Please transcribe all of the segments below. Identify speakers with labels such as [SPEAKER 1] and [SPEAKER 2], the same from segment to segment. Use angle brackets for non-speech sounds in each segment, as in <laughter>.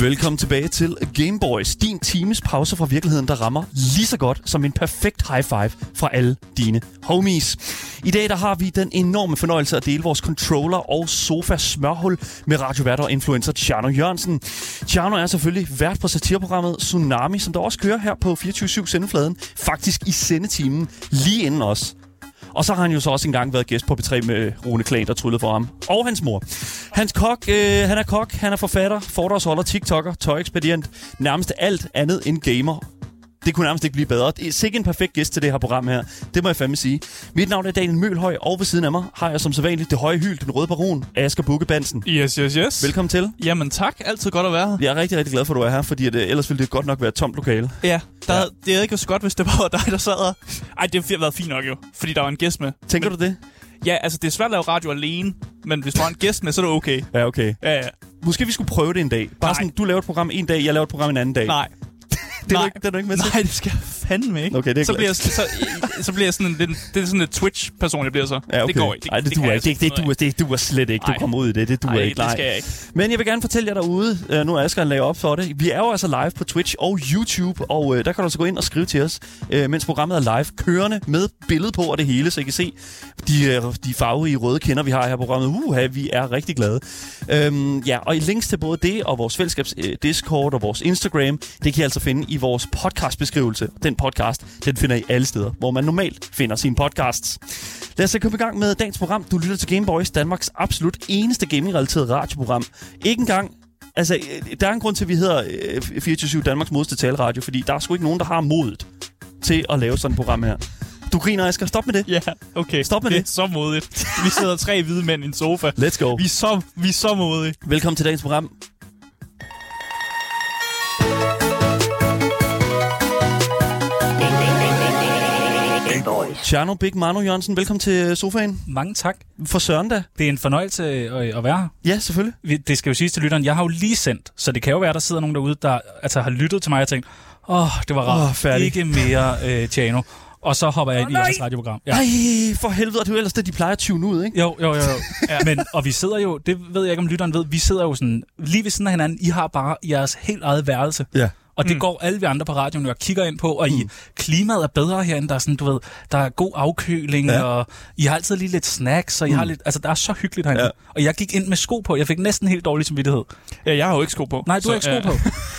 [SPEAKER 1] Velkommen tilbage til Game Boys, din times pause fra virkeligheden, der rammer lige så godt som en perfekt high five fra alle dine homies. I dag der har vi den enorme fornøjelse at dele vores controller og sofa smørhul med radiovært og influencer Tjerno Jørgensen. Tjerno er selvfølgelig vært på satirprogrammet Tsunami, som der også kører her på 24-7 sendefladen, faktisk i sendetimen lige inden os. Og så har han jo så også engang været gæst på B3 med Rune Klan, der tryllede for ham. Og hans mor. Hans kok, øh, han er kok, han er forfatter, foredragsholder, tiktoker, tøjekspedient. Nærmest alt andet end gamer. Det kunne nærmest ikke blive bedre. Det er sikkert en perfekt gæst til det her program her. Det må jeg fandme sige. Mit navn er Daniel Mølhøj, og ved siden af mig har jeg som sædvanligt det høje hyl, den røde baron, Asger Bukkebansen.
[SPEAKER 2] Yes, yes, yes.
[SPEAKER 1] Velkommen til.
[SPEAKER 2] Jamen tak, altid godt at være her.
[SPEAKER 1] Jeg er rigtig, rigtig glad for, at du er her, fordi at, øh, ellers ville det godt nok være et tomt lokale.
[SPEAKER 2] Ja, der, ja. det havde ikke været så godt, hvis det bare var dig, der sad her. Ej, det havde været fint nok jo, fordi der var en gæst med.
[SPEAKER 1] Tænker du det?
[SPEAKER 2] Ja, altså det er svært at lave radio alene, men hvis der var en gæst med, så er det okay.
[SPEAKER 1] Ja, okay.
[SPEAKER 2] Ja, ja.
[SPEAKER 1] Måske vi skulle prøve det en dag. Bare
[SPEAKER 2] Nej.
[SPEAKER 1] sådan, du laver et program en dag, jeg laver et program en anden dag.
[SPEAKER 2] Nej,
[SPEAKER 1] Det er, du
[SPEAKER 2] Nej.
[SPEAKER 1] ikke, det er du ikke med til.
[SPEAKER 2] nej, det skal jeg fandme ikke.
[SPEAKER 1] Okay, det er
[SPEAKER 2] så
[SPEAKER 1] klart.
[SPEAKER 2] bliver jeg, så, så bliver jeg sådan en, lidt, det er sådan en Twitch-person, jeg bliver så. Det går ikke.
[SPEAKER 1] Ej, det,
[SPEAKER 2] kan
[SPEAKER 1] duer
[SPEAKER 2] jeg
[SPEAKER 1] ikke. Det, det,
[SPEAKER 2] altså
[SPEAKER 1] duer, det duer slet ikke. Du
[SPEAKER 2] Nej.
[SPEAKER 1] kommer ud i det. Det duer
[SPEAKER 2] Nej,
[SPEAKER 1] ikke.
[SPEAKER 2] det skal jeg ikke.
[SPEAKER 1] Men jeg vil gerne fortælle jer derude, øh, nu er Asger lagde op for det, vi er jo altså live på Twitch og YouTube, og øh, der kan du altså gå ind og skrive til os, øh, mens programmet er live, kørende med billede på og det hele, så I kan se de, øh, de farverige røde kender, vi har her på programmet. Uha, vi er rigtig glade. Øhm, ja, og i links til både det og vores fællesskabs øh, Discord og vores Instagram, det kan I altså finde i vores podcastbeskrivelse. Den podcast, den finder I alle steder, hvor man normalt finder sine podcasts. Lad os så komme i gang med dagens program. Du lytter til Game Boys, Danmarks absolut eneste gaming-relateret radioprogram. Ikke engang... Altså, øh, der er en grund til, at vi hedder øh, 24-7 Danmarks modeste taleradio, fordi der er sgu ikke nogen, der har modet til at lave sådan et program her. Du griner, Asger. Stop med det.
[SPEAKER 2] ikke. Ja, okay.
[SPEAKER 1] Stop med
[SPEAKER 2] det.
[SPEAKER 1] det.
[SPEAKER 2] er så modigt. Vi sidder tre hvide mænd i en sofa.
[SPEAKER 1] Let's go.
[SPEAKER 2] Vi er så, vi er så modige.
[SPEAKER 1] Velkommen til dagens program. Tjerno Big Manu Jørgensen, velkommen til sofaen.
[SPEAKER 3] Mange tak.
[SPEAKER 1] For Søren da.
[SPEAKER 3] Det er en fornøjelse øh, at være her.
[SPEAKER 1] Ja, selvfølgelig.
[SPEAKER 3] Vi- Det skal jo siges til lytteren, jeg har jo lige sendt, så det kan jo være, der sidder nogen derude, der altså, har lyttet til mig og tænkt, åh, oh, det var rart,
[SPEAKER 1] Åh, færdig."
[SPEAKER 3] ikke mere øh, Tjano. Og så hopper jeg ind i
[SPEAKER 2] nej.
[SPEAKER 3] jeres radioprogram. Ja.
[SPEAKER 1] Ja. Ej, for helvede, og det er jo ellers det, de plejer at tune ud, ikke?
[SPEAKER 3] Jo, jo, jo. jo. ja. Men, og vi sidder jo, det ved jeg ikke, om lytteren ved, vi sidder jo sådan lige ved siden af hinanden. I har bare jeres helt eget værelse.
[SPEAKER 1] Ja.
[SPEAKER 3] Og det mm. går alle vi andre på radioen jo og kigger ind på, og mm. I, klimaet er bedre herinde, der er sådan, du ved, der er god afkøling,
[SPEAKER 1] Ja.
[SPEAKER 3] ja. og I har altid lige lidt snacks, og I har lidt, altså der er så hyggeligt herinde.
[SPEAKER 1] Ja.
[SPEAKER 3] Ja. Og jeg gik ind med sko på, jeg fik næsten helt dårlig samvittighed.
[SPEAKER 2] Ja, jeg har jo ikke sko på.
[SPEAKER 3] Nej, du har ikke sko
[SPEAKER 2] ja.
[SPEAKER 3] på.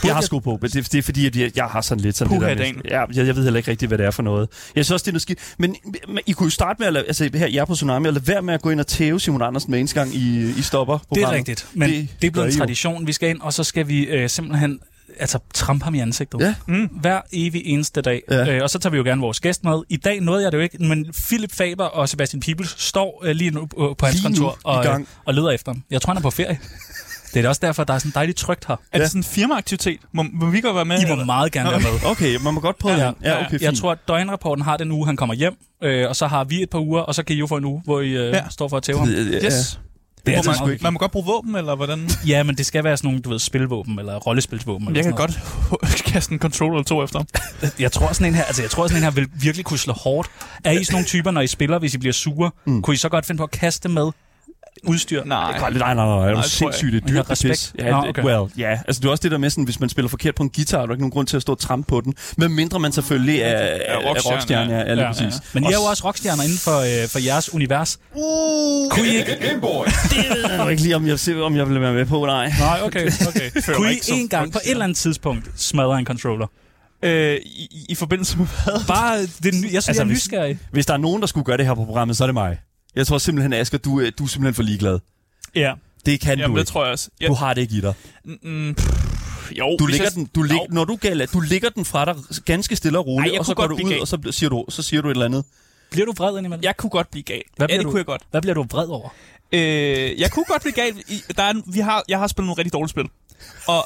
[SPEAKER 1] Jeg har sko på, men det, det er fordi, at jeg, jeg har sådan lidt sådan
[SPEAKER 2] Puha,
[SPEAKER 1] det der.
[SPEAKER 2] Dan.
[SPEAKER 1] Med, ja, jeg, jeg ved heller ikke rigtigt, hvad det er for noget. Jeg synes også, det er noget skidt. Men, men I kunne jo starte med at lade, altså her, jeg er på Tsunami, og lade være med at gå ind og tæve Simon Andersen med en gang, I, I stopper
[SPEAKER 3] Det er
[SPEAKER 1] programmet.
[SPEAKER 3] rigtigt, men det, det
[SPEAKER 1] gør
[SPEAKER 3] er blevet
[SPEAKER 1] I
[SPEAKER 3] en
[SPEAKER 1] jo.
[SPEAKER 3] tradition. Vi skal ind, og så skal vi øh, simpelthen altså, trampe ham i ansigtet.
[SPEAKER 1] Ja.
[SPEAKER 3] Mm. Hver evig eneste dag.
[SPEAKER 1] Ja.
[SPEAKER 3] Ja. Øh, og så tager vi jo gerne vores gæst med. I dag nåede jeg det jo ikke, men Philip Faber og Sebastian Pibels står øh, lige nu på, på hans
[SPEAKER 1] Lige nu
[SPEAKER 3] kontor
[SPEAKER 1] i
[SPEAKER 3] og, øh,
[SPEAKER 1] gang.
[SPEAKER 3] og leder efter ham. Jeg tror, han er på ferie. Det er da også derfor, der er sådan dejligt trygt her.
[SPEAKER 2] Er det sådan en firmaaktivitet? Må, må vi godt være med?
[SPEAKER 3] I må meget gerne være med.
[SPEAKER 1] Okay, man må godt prøve ja, ja, okay, fint.
[SPEAKER 3] jeg tror, at døgnrapporten har den uge, han kommer hjem, øh, og så har vi et par uger, og så kan I jo få en uge, hvor I øh,
[SPEAKER 2] Ja.
[SPEAKER 3] ja. står for at tæve ham.
[SPEAKER 1] Øh, ja.
[SPEAKER 2] Yes.
[SPEAKER 3] Det er
[SPEAKER 2] Må
[SPEAKER 3] altså
[SPEAKER 1] sgu
[SPEAKER 2] man,
[SPEAKER 1] ikke.
[SPEAKER 2] man må godt bruge våben, eller hvordan?
[SPEAKER 3] Ja, men det skal være sådan nogle, du ved, spilvåben eller rollespilsvåben. Eller
[SPEAKER 2] Jeg
[SPEAKER 3] sådan
[SPEAKER 2] kan
[SPEAKER 3] noget.
[SPEAKER 2] godt <laughs> kaste en controller eller to efter <laughs> ham.
[SPEAKER 3] Jeg tror sådan en her, altså jeg tror sådan en her vil virkelig kunne slå hårdt. Er I sådan nogle typer, når I spiller, hvis I bliver sure? Mm. Kunne I så godt finde på at kaste med udstyr?
[SPEAKER 2] Nej.
[SPEAKER 1] Nej, nej, nej, nej, det er
[SPEAKER 2] jeg.
[SPEAKER 1] sindssygt det er dyrt
[SPEAKER 3] Jeg har
[SPEAKER 1] det er pis.
[SPEAKER 3] respekt.
[SPEAKER 1] Ja,
[SPEAKER 3] Nå,
[SPEAKER 1] det-
[SPEAKER 3] okay.
[SPEAKER 1] well, ja. Yeah. Altså, det er også det der med, sådan, hvis man spiller forkert på en guitar, er der ikke nogen grund til at stå og trampe på den. Men mindre man selvfølgelig er, er, er
[SPEAKER 2] rockstjerne,
[SPEAKER 1] rockstjerne, ja, ja, lige
[SPEAKER 3] Ja,
[SPEAKER 1] præcis.
[SPEAKER 3] ja. Men I er jo også rockstjerner inden for, øh, for jeres univers. Uh, kunne I ikke?
[SPEAKER 1] Jeg ved ikke lige, om jeg, ser, om jeg vil være med på, nej.
[SPEAKER 3] Nej, okay, okay. <laughs> kunne I
[SPEAKER 2] ikke så
[SPEAKER 3] en gang på et eller andet tidspunkt smadre en controller?
[SPEAKER 2] Øh, i, i- I forbindelse med hvad?
[SPEAKER 3] Bare, det, er ny- jeg synes,
[SPEAKER 1] Altså,
[SPEAKER 3] altså, jeg er
[SPEAKER 1] hvis-
[SPEAKER 3] nysgerrig.
[SPEAKER 1] Hvis der er nogen, der skulle gøre det her på programmet, så er det mig. Jeg tror simpelthen, Asger, du, øh, du er simpelthen for ligeglad.
[SPEAKER 3] Ja.
[SPEAKER 1] Det kan
[SPEAKER 2] <laughs> Jamen,
[SPEAKER 1] du
[SPEAKER 2] det
[SPEAKER 1] ikke.
[SPEAKER 2] tror jeg også.
[SPEAKER 1] Du
[SPEAKER 2] Jeg,
[SPEAKER 1] har det ikke i dig.
[SPEAKER 2] mm, pff, jo,
[SPEAKER 1] Du
[SPEAKER 2] hvis
[SPEAKER 1] ligger
[SPEAKER 2] jeg-
[SPEAKER 1] den, du lig,
[SPEAKER 2] Jo.
[SPEAKER 1] når du, gælder, du ligger den fra dig ganske stille og roligt,
[SPEAKER 2] Ej, jeg
[SPEAKER 1] og så
[SPEAKER 2] kunne
[SPEAKER 1] går
[SPEAKER 2] godt
[SPEAKER 1] du
[SPEAKER 2] blive
[SPEAKER 1] ud,
[SPEAKER 2] gal.
[SPEAKER 1] og så bl- siger du, så siger du et eller andet.
[SPEAKER 3] Bliver du vred indimellem?
[SPEAKER 2] Jeg kunne godt blive gal.
[SPEAKER 3] Hvad
[SPEAKER 2] ja,
[SPEAKER 3] bliver
[SPEAKER 2] det
[SPEAKER 3] du?
[SPEAKER 2] kunne jeg godt.
[SPEAKER 3] Hvad bliver du vred over?
[SPEAKER 2] Øh, jeg kunne godt blive gal. I- Der er, en- vi har, jeg har spillet nogle rigtig dårlige spil. <laughs> Og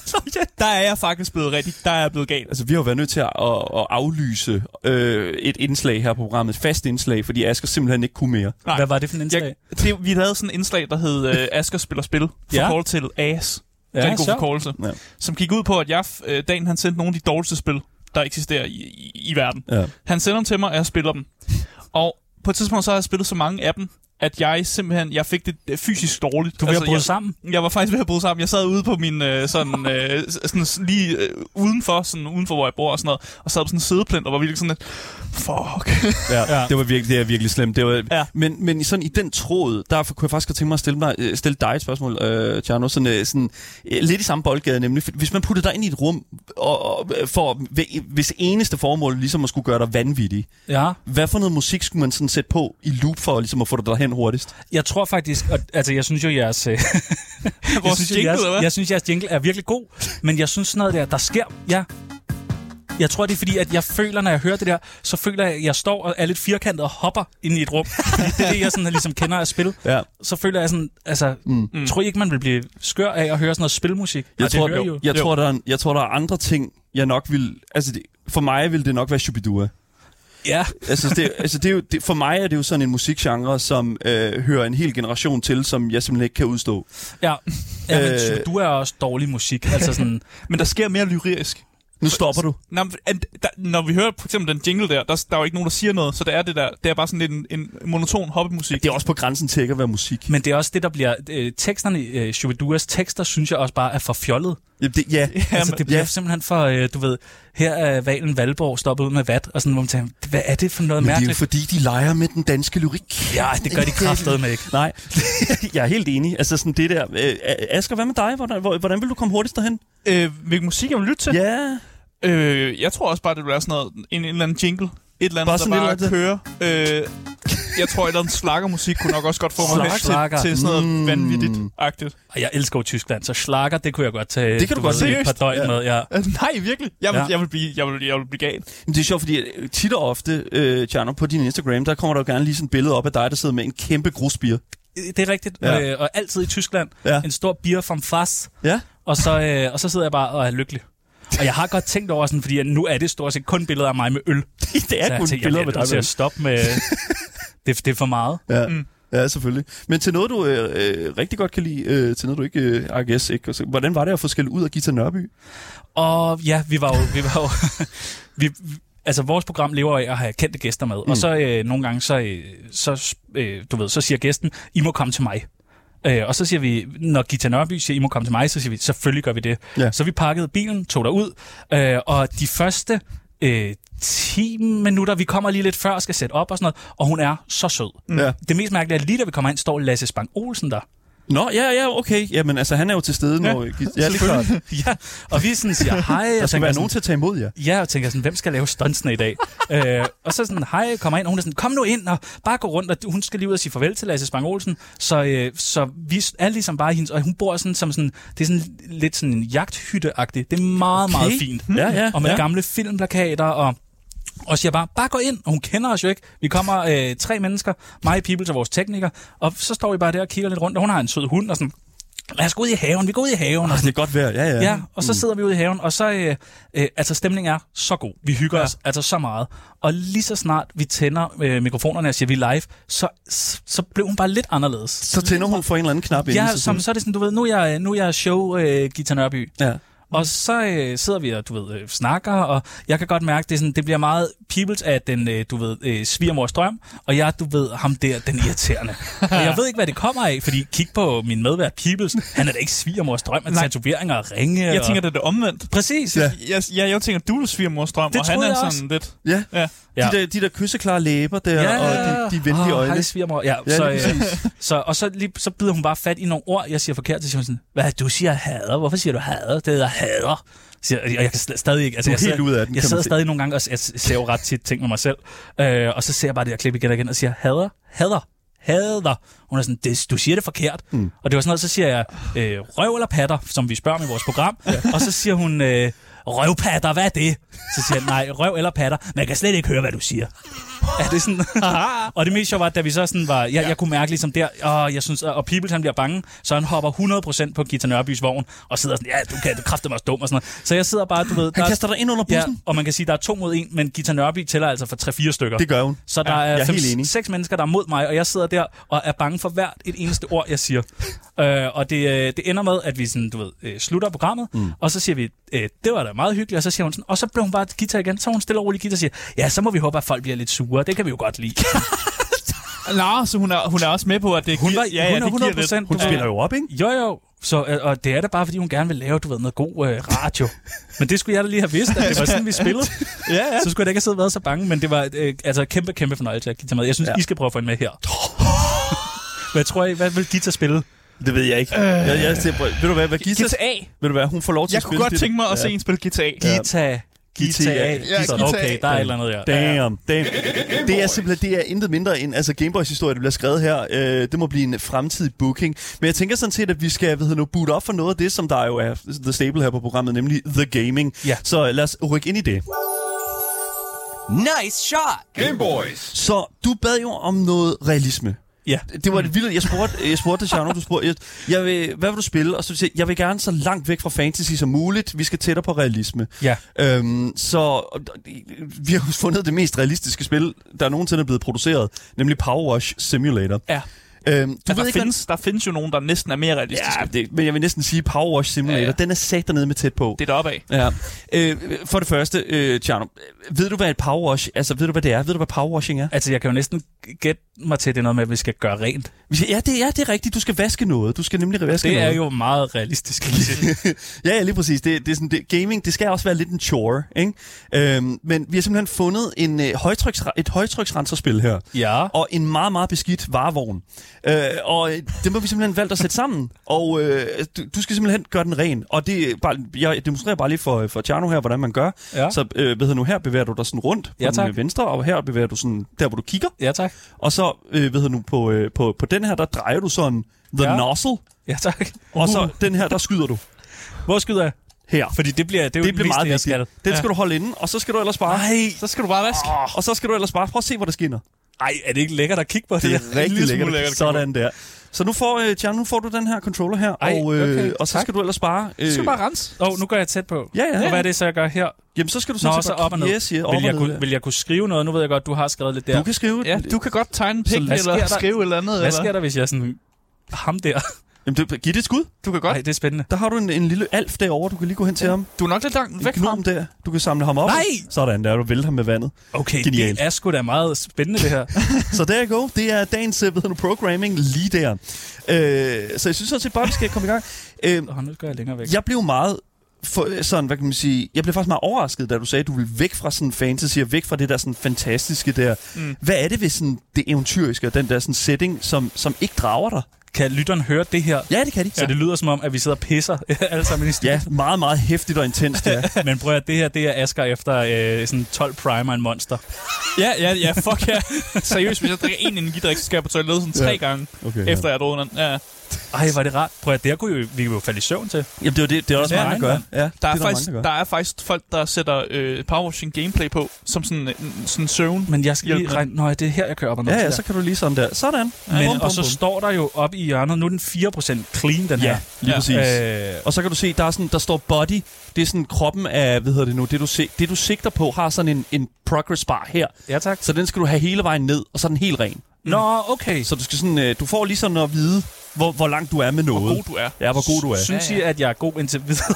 [SPEAKER 2] der er jeg faktisk blevet rigtig, der er jeg blevet gal.
[SPEAKER 1] Altså, vi har jo været nødt til at, at, at aflyse øh, et indslag her på programmet, et fast indslag, fordi Asger simpelthen ikke kunne mere.
[SPEAKER 2] Nej.
[SPEAKER 3] Hvad var det for en indslag?
[SPEAKER 2] Jeg, det, vi havde sådan en indslag, der hed øh, Asker spiller spil, for
[SPEAKER 3] Ja.
[SPEAKER 2] ja. call til AS. Ja,
[SPEAKER 3] Ja,
[SPEAKER 2] rigtig
[SPEAKER 3] så.
[SPEAKER 2] god forkortelse.
[SPEAKER 1] Ja.
[SPEAKER 2] Ja. Som gik ud på, at jeg, øh, dagen han sendte nogle af de dårligste spil, der eksisterer i, i, i verden.
[SPEAKER 1] Ja.
[SPEAKER 2] Han sender dem til mig, og jeg spiller dem. Og på et tidspunkt, så har jeg spillet så mange af dem, at jeg simpelthen, jeg fik det øh, fysisk dårligt.
[SPEAKER 3] Du vil altså,
[SPEAKER 2] altså,
[SPEAKER 3] have brudt
[SPEAKER 2] jeg,
[SPEAKER 3] sammen?
[SPEAKER 2] jeg var faktisk ved at bryde sammen. Jeg sad ude på min, øh, sådan, øh, s- sådan s- lige øh, udenfor, sådan udenfor, hvor jeg bor og sådan noget, og sad på sådan en sædeplint, og var virkelig sådan lidt, fuck.
[SPEAKER 1] Ja, ja.
[SPEAKER 3] Ja.
[SPEAKER 1] Det var virkelig, det er virkelig slemt. Det var, ja.
[SPEAKER 2] Ja.
[SPEAKER 1] men, men sådan i den tråd, der kunne jeg faktisk godt tænke mig at stille, mig, øh, stille dig et spørgsmål, øh, Tjerno, sådan, øh, sådan, øh, lidt i samme boldgade nemlig. Hvis man puttede dig ind i et rum, og, og, øh, for, ved- hvis eneste formål ligesom at skulle gøre dig vanvittig,
[SPEAKER 3] Ja.
[SPEAKER 1] hvad for noget musik skulle man sådan sætte på i loop for ligesom at få dig derhen hurtigst?
[SPEAKER 3] Jeg tror faktisk, og, altså jeg synes jo, jeres, øh, jeg,
[SPEAKER 2] Vores
[SPEAKER 3] synes, jo,
[SPEAKER 2] jingle,
[SPEAKER 3] jeres,
[SPEAKER 2] eller hvad?
[SPEAKER 3] jeg synes, jeres jingle er virkelig god, men jeg synes sådan noget der, der sker, ja. Jeg tror, det er fordi, at jeg føler, når jeg hører det der, så føler jeg, at jeg står og er lidt firkantet og hopper ind i et rum. Fordi det er det, jeg sådan, ligesom kender af spil.
[SPEAKER 1] Ja.
[SPEAKER 3] Så føler jeg sådan, altså, mm. tror I ikke, man vil blive skør af at høre sådan noget spilmusik?
[SPEAKER 1] Jeg,
[SPEAKER 3] det
[SPEAKER 1] tror,
[SPEAKER 3] hører I
[SPEAKER 1] jo, jeg,
[SPEAKER 2] Jo.
[SPEAKER 1] tror, der er, en- jeg tror, der er andre ting, jeg nok vil... Altså, det, for mig vil det nok være Shubidua.
[SPEAKER 3] Ja,
[SPEAKER 1] altså, det, altså det er jo, det, for mig er det jo sådan en musikgenre, som øh, hører en hel generation til, som jeg simpelthen ikke kan udstå.
[SPEAKER 3] ja. ja
[SPEAKER 1] Øh.
[SPEAKER 3] men, du er også dårlig musik. Altså sådan,
[SPEAKER 2] Men der sker mere lyrisk.
[SPEAKER 1] Nu stopper du.
[SPEAKER 2] Nå, men, and, der, når vi hører for eksempel den jingle der, der, der er jo ikke nogen, der siger noget, så det er det der, det er bare sådan lidt en, en monoton hobbymusik.
[SPEAKER 1] Det er også på grænsen til ikke at være musik.
[SPEAKER 3] men det er også det, der bliver... Øh, teksterne, i, øh, Shubiduas tekster, synes jeg også bare er for fjollet.
[SPEAKER 1] Ja, det, <laughs> ja.
[SPEAKER 3] Ja, altså, det bliver
[SPEAKER 1] ja.
[SPEAKER 3] ja. simpelthen for, øh, du ved, her er valen Valborg stoppet ud med vat, og sådan, hvor man tænker, hvad er det for noget
[SPEAKER 1] Men det er jo
[SPEAKER 3] mærkeligt?
[SPEAKER 1] fordi, de leger med den danske lyrik.
[SPEAKER 3] Ja, det
[SPEAKER 1] <laughs>
[SPEAKER 3] gør de kraftedeme ikke.
[SPEAKER 1] Nej, <laughs> jeg er helt enig. Altså sådan det der. Øh, Asger, hvad med dig? Hvordan, hvor- hvordan vil du komme hurtigst
[SPEAKER 3] <laughs>
[SPEAKER 1] derhen?
[SPEAKER 2] Øh, hvilken musik jeg vil lytte til?
[SPEAKER 1] Ja.
[SPEAKER 2] Øh, jeg tror også bare, det vil være sådan noget, en, en eller anden jingle. Et eller andet,
[SPEAKER 1] Bare
[SPEAKER 2] bare der
[SPEAKER 1] sådan et
[SPEAKER 2] bare
[SPEAKER 1] eller
[SPEAKER 2] kører. Øh, jeg tror, et eller andet slakkermusik kunne nok også godt få mig hen
[SPEAKER 3] Slakker.
[SPEAKER 2] til, til sådan noget
[SPEAKER 1] Mm.
[SPEAKER 2] mm. vanvittigt-agtigt.
[SPEAKER 3] Og jeg elsker jo Tyskland, så slakker, det kunne jeg godt tage
[SPEAKER 1] Det kan du godt,
[SPEAKER 3] ved, et par
[SPEAKER 1] seriøst?
[SPEAKER 3] døgn
[SPEAKER 1] Ja.
[SPEAKER 3] ja. med. Ja.
[SPEAKER 2] Øh, nej, virkelig. Jeg vil,
[SPEAKER 3] Ja.
[SPEAKER 2] ja. jeg vil, blive, jeg vil, jeg vil blive gal.
[SPEAKER 1] Men Det er sjovt, fordi øh, tit og ofte, øh, Tjerno, på din Instagram, der kommer der jo gerne lige sådan et billede op af dig, der sidder med en kæmpe grusbier.
[SPEAKER 3] Det er rigtigt,
[SPEAKER 1] Ja.
[SPEAKER 3] ja. øh, og altid i Tyskland,
[SPEAKER 1] Ja.
[SPEAKER 3] ja. en stor bier from Fass,
[SPEAKER 1] Ja.
[SPEAKER 3] og så, øh, og så sidder jeg bare og er lykkelig. Og jeg har godt tænkt over sådan, fordi nu er det stort set kun billeder af mig med øl.
[SPEAKER 1] <laughs> det
[SPEAKER 3] så
[SPEAKER 1] er
[SPEAKER 3] jeg
[SPEAKER 1] kun
[SPEAKER 3] tænkte,
[SPEAKER 1] billeder
[SPEAKER 3] jeg
[SPEAKER 1] med
[SPEAKER 3] bliver
[SPEAKER 1] dig.
[SPEAKER 3] nødt til
[SPEAKER 1] vel?
[SPEAKER 3] at stoppe med...
[SPEAKER 1] <laughs>
[SPEAKER 3] det, det er for meget.
[SPEAKER 1] Ja, mm.
[SPEAKER 2] Mm.
[SPEAKER 1] ja selvfølgelig. Men til noget, du øh, øh, rigtig godt kan lide, øh, til noget, du ikke, øh, I guess, ikke? Og så- Hvordan var det at få skæld ud af Gita Nørby?
[SPEAKER 3] Og ja, vi var jo... Vi var jo <laughs> vi, vi- altså, vores program lever af at have kendte gæster med. Mm. Og så øh, nogle gange, så, øh, så, øh, du ved, så siger gæsten, I må komme til mig. Øh, og så siger vi, når Gita Nørby siger, I må komme til mig, så siger vi, selvfølgelig gør vi det.
[SPEAKER 1] Ja.
[SPEAKER 3] Så vi pakkede bilen, tog derud, øh, og de første øh, 10 minutter, vi kommer lige lidt før og skal sætte op og sådan noget, og hun er så sød.
[SPEAKER 1] Mm. Ja.
[SPEAKER 3] Det mest mærkelige er, at lige da vi kommer ind, står Lasse Spang Olsen der.
[SPEAKER 1] Nå, ja, ja, okay. Jamen, altså, han er jo til stede, når... Ja, ja det er klart.
[SPEAKER 3] <laughs>
[SPEAKER 1] Altså,
[SPEAKER 3] ja, og vi sådan siger
[SPEAKER 1] <laughs> Der
[SPEAKER 3] hej. og
[SPEAKER 1] skal
[SPEAKER 3] tænker
[SPEAKER 1] være
[SPEAKER 3] sådan,
[SPEAKER 1] nogen til at tage imod jer.
[SPEAKER 3] Ja, og tænker sådan, hvem skal lave stuntsene i
[SPEAKER 1] <laughs>
[SPEAKER 3] dag? øh, og så sådan, hej, kommer ind, og hun er sådan, kom nu ind, og bare gå rundt, og hun skal lige ud og sige farvel til Lasse Spang Olsen. Så, øh, så vi er ligesom bare hendes, og hun bor sådan som sådan, det er sådan lidt sådan en jagthytte -agtig. Det er meget, okay. meget fint.
[SPEAKER 1] Ja, ja,
[SPEAKER 3] Og med
[SPEAKER 1] ja.
[SPEAKER 3] gamle filmplakater, og og siger bare, bare gå ind, og hun kender os jo ikke. Vi kommer øh, tre mennesker, mig, People og vores tekniker, og så står vi bare der og kigger lidt rundt, og hun har en sød hund, og sådan, lad os gå ud i haven, vi går ud i haven, og
[SPEAKER 1] Det er godt vejr, ja, ja.
[SPEAKER 3] Ja, og så sidder vi ude i haven, og så, øh, øh, altså stemningen er så god. Vi hygger ja. os altså så meget. Og lige så snart vi tænder øh, mikrofonerne og siger, vi er live, så, så blev hun bare lidt anderledes.
[SPEAKER 1] Så tænder hun for en eller anden knap inden,
[SPEAKER 3] Ja,
[SPEAKER 1] så
[SPEAKER 3] som, så er det sådan, du ved, nu er jeg, nu er jeg show øh, Gita Nørby.
[SPEAKER 1] Ja.
[SPEAKER 3] Og så øh, sidder vi og, du ved, øh, snakker, og jeg kan godt mærke, det, er sådan, det bliver meget peoples af den, øh, du ved, øh, svigermors drøm, og jeg, du ved, ham der, den irriterende. og jeg ved ikke, hvad det kommer af, fordi kig på min medvært peoples, han er da ikke svigermors drøm, med
[SPEAKER 2] Nej.
[SPEAKER 3] tatoveringer og ringe.
[SPEAKER 2] Jeg
[SPEAKER 3] og...
[SPEAKER 2] tænker, det er det omvendt.
[SPEAKER 3] Præcis.
[SPEAKER 1] Ja.
[SPEAKER 3] Ja.
[SPEAKER 2] Jeg, jeg, jeg tænker, du er svigermors drøm,
[SPEAKER 3] Det
[SPEAKER 2] og han
[SPEAKER 3] troede
[SPEAKER 2] er
[SPEAKER 3] jeg
[SPEAKER 2] sådan
[SPEAKER 3] også.
[SPEAKER 2] lidt.
[SPEAKER 1] Ja.
[SPEAKER 2] Ja.
[SPEAKER 1] ja.
[SPEAKER 3] Ja.
[SPEAKER 1] De, der, de der kysseklare læber der,
[SPEAKER 3] Ja,
[SPEAKER 1] og de, de venlige
[SPEAKER 3] Åh,
[SPEAKER 1] øjne.
[SPEAKER 3] Hej, svigermor. Ja,
[SPEAKER 1] Ja,
[SPEAKER 3] så,
[SPEAKER 1] lige
[SPEAKER 3] øh, så, og så, lige, så bider hun bare fat i nogle ord, jeg siger forkert, så siger hun sådan, hvad, du siger hader, hvorfor siger du hader? Det hedder hader. Siger, og jeg kan sl- stadig ikke... Altså,
[SPEAKER 1] Du er
[SPEAKER 3] jeg
[SPEAKER 1] helt
[SPEAKER 3] sidder-
[SPEAKER 1] ude af den, kan
[SPEAKER 3] Jeg
[SPEAKER 1] man
[SPEAKER 3] sidder
[SPEAKER 1] se.
[SPEAKER 3] stadig nogle gange, og s- jeg s- ser jo ret tit ting med mig selv, øh, og så ser jeg bare det her klip igen og igen, og siger, hader, hader, hader. Hun er sådan, det, du siger det forkert. Mm. Og det var sådan noget, så siger jeg, øh, røv eller patter, som vi spørger om i vores program, ja. og så siger hun, øh, røvpatter, hvad er det? Så siger han, nej, røv eller patter, men jeg kan slet ikke høre, hvad du siger.
[SPEAKER 1] <laughs>
[SPEAKER 3] Er det sådan? og det mest sjove var, at da vi så sådan var, jeg, jeg kunne mærke ligesom der, og jeg synes, og Pibels han bliver bange, så han hopper 100% på Gita Nørbys vogn, og sidder sådan, ja, du kan, du kræfter mig også dum og sådan noget. Så jeg sidder bare, du ved, der
[SPEAKER 1] Han
[SPEAKER 3] er-
[SPEAKER 1] kaster dig ind under
[SPEAKER 3] Ja,
[SPEAKER 1] bussen.
[SPEAKER 3] og man kan sige, der er to mod en, men Gita Nørby tæller altså for 3-4 stykker.
[SPEAKER 1] Det gør hun.
[SPEAKER 3] Så der
[SPEAKER 1] Ja, jeg er
[SPEAKER 3] er, fem,
[SPEAKER 1] helt enig.
[SPEAKER 3] seks mennesker, der er mod mig, og jeg sidder der og er bange for hvert et eneste ord, jeg
[SPEAKER 1] <laughs>
[SPEAKER 3] siger. øh, og det, øh, det ender med, at vi sådan, du ved, øh, slutter programmet, mm. og så siger vi, øh, det var da meget hyggeligt, og så siger hun sådan, og så blev hun bare guitar igen, så hun stille og roligt guitar og siger, ja, så må vi håbe, at folk bliver lidt sure, det kan vi jo godt lide.
[SPEAKER 2] Nå, så hun er, hun er også med på, at det
[SPEAKER 3] Hun
[SPEAKER 2] giver...
[SPEAKER 3] var- hun er
[SPEAKER 2] det giver
[SPEAKER 3] 100%
[SPEAKER 2] lidt.
[SPEAKER 1] Hun
[SPEAKER 3] Ja.
[SPEAKER 1] spiller jo op, ikke?
[SPEAKER 3] jo, jo, så, øh, og det er da bare, fordi hun gerne vil lave, du ved, noget god øh, radio. Men det skulle jeg da lige have vidst, at det var sådan, vi spillede.
[SPEAKER 2] Ja, ja.
[SPEAKER 3] så skulle jeg da ikke have siddet og været så bange, men det var øh, altså kæmpe, kæmpe fornøjelse at Gita med. Jeg synes, ja. I skal prøve at få en med her. hvad tror I, hvad vil Gita spille?
[SPEAKER 1] Det ved jeg ikke. Jeg, jeg, jeg, ved du hvad, hvad Gita,
[SPEAKER 2] GTA.
[SPEAKER 1] ved du hvad, hun får lov til
[SPEAKER 2] Jeg
[SPEAKER 1] at
[SPEAKER 2] kunne
[SPEAKER 1] spille
[SPEAKER 2] godt
[SPEAKER 1] det-
[SPEAKER 2] tænke mig at
[SPEAKER 1] Ja.
[SPEAKER 2] se en spille GTA.
[SPEAKER 3] Gita. Gita.
[SPEAKER 1] Ja,
[SPEAKER 3] Gita.
[SPEAKER 1] Gita.
[SPEAKER 3] Okay, der er et eller andet der.
[SPEAKER 1] Damn, damn. Det er simpelthen det er intet mindre end altså Gameboys historie, der bliver skrevet her. Øh, det må blive en fremtidig booking. Men jeg tænker sådan set, at vi skal hvad hedder nu, boot op for noget af det, som der jo er the staple her på programmet, nemlig The Gaming.
[SPEAKER 3] Ja.
[SPEAKER 1] Så øh, lad os rykke ind i det.
[SPEAKER 4] Nice shot!
[SPEAKER 5] Game Boys.
[SPEAKER 1] Så du bad jo om noget realisme.
[SPEAKER 3] Ja.
[SPEAKER 1] Det var det vildt. Jeg spurgte, jeg spurgte dig, Sjano, du spurgte, jeg, jeg vil, hvad vil du spille? Og så siger jeg, jeg vil gerne så langt væk fra fantasy som muligt. Vi skal tættere på realisme.
[SPEAKER 3] Ja.
[SPEAKER 1] Øhm, så og, og, vi har jo fundet det mest realistiske spil, der nogensinde er blevet produceret, nemlig Power Wash Simulator.
[SPEAKER 3] Ja.
[SPEAKER 1] Øhm, du
[SPEAKER 2] Du
[SPEAKER 1] ved
[SPEAKER 2] der,
[SPEAKER 1] ikke, hvad-
[SPEAKER 2] findes, der findes jo nogen, der næsten er mere realistiske.
[SPEAKER 1] Ja, det, men jeg vil næsten sige Power Wash Simulator. Ja,
[SPEAKER 2] Ja,
[SPEAKER 1] ja.
[SPEAKER 2] ja.
[SPEAKER 1] Den er sat dernede med tæt på.
[SPEAKER 2] Det er deroppe af.
[SPEAKER 1] Ja. Øh, for det første, øh, Tjerno, ved du, hvad et power wash, altså ved du, hvad det er? Ved du, hvad power washing er?
[SPEAKER 3] Altså, jeg kan jo næsten gætte mig til, at det er noget med, at vi skal gøre rent.
[SPEAKER 1] Ja, det er, det er rigtigt. Du skal vaske noget. Du skal nemlig vaske
[SPEAKER 3] Det
[SPEAKER 1] noget.
[SPEAKER 3] er jo meget realistisk. kan man sige.
[SPEAKER 1] ja, ja, lige præcis. Det, det er sådan, det, gaming, det skal også være lidt en chore, ikke? Øhm, men vi har simpelthen fundet en, øh, højtryks, et højtryksrenserspil her.
[SPEAKER 3] ja.
[SPEAKER 1] Og en meget, meget beskidt varevogn. Øh, og øh, dem har vi simpelthen valgt at sætte sammen. Og øh, du, du skal simpelthen gøre den ren. Og det, er bare, jeg demonstrerer bare lige for, for Tjerno her, hvordan man gør.
[SPEAKER 3] Ja.
[SPEAKER 1] Så øh, hvad hedder nu, her bevæger du dig sådan rundt på
[SPEAKER 3] Ja,
[SPEAKER 1] den
[SPEAKER 3] tak.
[SPEAKER 1] øh, venstre, og her bevæger du sådan der, hvor du kigger.
[SPEAKER 3] Ja, tak.
[SPEAKER 1] Og så øh, hvad hedder nu, på, øh, på, på den her, der drejer du sådan the
[SPEAKER 3] Ja. Uh-huh.
[SPEAKER 1] nozzle.
[SPEAKER 3] Ja, tak.
[SPEAKER 1] Og så den her, der skyder du
[SPEAKER 3] Hvor skyder jeg?
[SPEAKER 1] her.
[SPEAKER 3] Fordi det bliver, det er jo
[SPEAKER 1] det bliver
[SPEAKER 3] mest
[SPEAKER 1] meget
[SPEAKER 3] jeg
[SPEAKER 1] vigtigt.
[SPEAKER 3] skal.
[SPEAKER 1] Den skal du holde inde, og så skal du ellers bare...
[SPEAKER 2] Nej, så skal du bare vaske.
[SPEAKER 1] Åh, Og så skal du ellers bare... Prøv at se, hvor det skinner.
[SPEAKER 3] Ej, er det ikke lækkert at kigge på det?
[SPEAKER 1] Det er rigtig
[SPEAKER 2] lille smule
[SPEAKER 1] lækkert.
[SPEAKER 2] lækkert.
[SPEAKER 1] Sådan der. Så nu får, øh, Tjern, nu får du den her controller her,
[SPEAKER 3] Ej,
[SPEAKER 1] og, øh,
[SPEAKER 3] okay,
[SPEAKER 1] og så
[SPEAKER 3] tak.
[SPEAKER 1] skal du ellers bare... Øh,
[SPEAKER 2] skal du bare rense.
[SPEAKER 3] Åh, oh, nu går jeg tæt på.
[SPEAKER 1] Ja, ja.
[SPEAKER 3] Og hvad er det, så jeg gør her?
[SPEAKER 1] Jamen, så skal du sådan
[SPEAKER 3] Nå,
[SPEAKER 1] set
[SPEAKER 3] så
[SPEAKER 1] bare-
[SPEAKER 3] op og ned.
[SPEAKER 1] Yes, yeah, op
[SPEAKER 3] vil, jeg
[SPEAKER 1] og ned.
[SPEAKER 3] kunne, vil jeg kunne skrive noget? Nu ved jeg godt, du har skrevet lidt der.
[SPEAKER 1] Du kan skrive...
[SPEAKER 2] Ja, du kan godt tegne en pik
[SPEAKER 3] hvad sker
[SPEAKER 2] eller
[SPEAKER 3] der?
[SPEAKER 2] skrive et eller andet.
[SPEAKER 3] Hvad
[SPEAKER 2] eller?
[SPEAKER 3] sker der, hvis jeg sådan... Ham der.
[SPEAKER 1] Jamen, du, giv det et skud.
[SPEAKER 2] Du kan godt.
[SPEAKER 3] Nej, det er spændende.
[SPEAKER 1] Der har du en, en lille alf derovre, du kan lige gå hen til ham.
[SPEAKER 2] Du er nok lidt langt
[SPEAKER 1] En
[SPEAKER 2] væk fra ham.
[SPEAKER 1] gnom der. Du kan samle ham op.
[SPEAKER 3] Nej!
[SPEAKER 1] Sådan der, du vælter ham med vandet.
[SPEAKER 3] Okay,
[SPEAKER 1] Genialt.
[SPEAKER 3] det er sgu da meget spændende, det her.
[SPEAKER 1] Så der go. Det er dagens øh, hvad hedder nu, programming lige der. Øh, så jeg synes sådan set bare, vi skal komme i gang. Øh,
[SPEAKER 3] Åh, nu skal jeg længere væk.
[SPEAKER 1] Jeg blev meget for, sådan, hvad kan man sige, jeg blev faktisk meget overrasket, da du sagde, at du ville væk fra sådan fantasy og væk fra det der sådan fantastiske der. Mm. Hvad er det ved sådan det eventyriske og den der sådan setting, som, som ikke drager dig?
[SPEAKER 3] Kan lytteren høre det her?
[SPEAKER 1] Ja, det kan de.
[SPEAKER 3] Så det lyder som om, at vi sidder og pisser <laughs> alle sammen i
[SPEAKER 1] ja
[SPEAKER 3] studiet.
[SPEAKER 1] meget, meget hæftigt og intenst, ja.
[SPEAKER 3] Men prøv at det her, det er Asger efter øh, sådan 12 primer en monster.
[SPEAKER 2] Ja, ja, ja, fuck ja. <laughs> Seriøst, hvis jeg drikker en energidrik, så skal jeg på toilettet sådan tre gange,
[SPEAKER 1] Okay,
[SPEAKER 2] efter jeg har drukket den. Ja.
[SPEAKER 3] Ej, var det rart. Prøv at det her kunne jo, vi kunne jo falde i søvn til.
[SPEAKER 1] Jamen, det er jo det, det er også
[SPEAKER 3] Ja,
[SPEAKER 1] mange, der gør.
[SPEAKER 3] Iron
[SPEAKER 1] Ja, det
[SPEAKER 2] Der er,
[SPEAKER 1] der
[SPEAKER 2] faktisk,
[SPEAKER 1] mange,
[SPEAKER 2] der,
[SPEAKER 1] der gør.
[SPEAKER 2] er faktisk folk, der sætter øh, powerwashing gameplay på, som sådan en sådan søvn.
[SPEAKER 3] Men jeg skal
[SPEAKER 2] Hjælp
[SPEAKER 3] lige
[SPEAKER 2] mig.
[SPEAKER 3] regne... Nå, ja, det er her, jeg kører op og ned
[SPEAKER 1] Ja,
[SPEAKER 3] til
[SPEAKER 1] ja,
[SPEAKER 3] der.
[SPEAKER 1] så kan du lige sådan der. Sådan.
[SPEAKER 3] Men,
[SPEAKER 1] Bum, bum,
[SPEAKER 3] og så
[SPEAKER 1] bum.
[SPEAKER 3] står der jo oppe i hjørnet, nu er den 4% clean, den her.
[SPEAKER 1] Ja, lige
[SPEAKER 2] Ja.
[SPEAKER 1] præcis.
[SPEAKER 3] Øh,
[SPEAKER 1] Og så kan du se, der, er sådan, der står body. Det er sådan kroppen af, hvad hedder det nu, det du, se, det du sigter på, har sådan en, en progress bar her.
[SPEAKER 3] ja, tak.
[SPEAKER 1] Så den skal du have hele vejen ned, og så er den helt ren.
[SPEAKER 3] Nå, okay.
[SPEAKER 1] Så du skal sådan, øh, du får lige sådan at vide, hvor, hvor langt du er med noget.
[SPEAKER 2] Hvor god du er.
[SPEAKER 1] Ja, hvor god du er.
[SPEAKER 3] Synes I, at jeg er god indtil videre?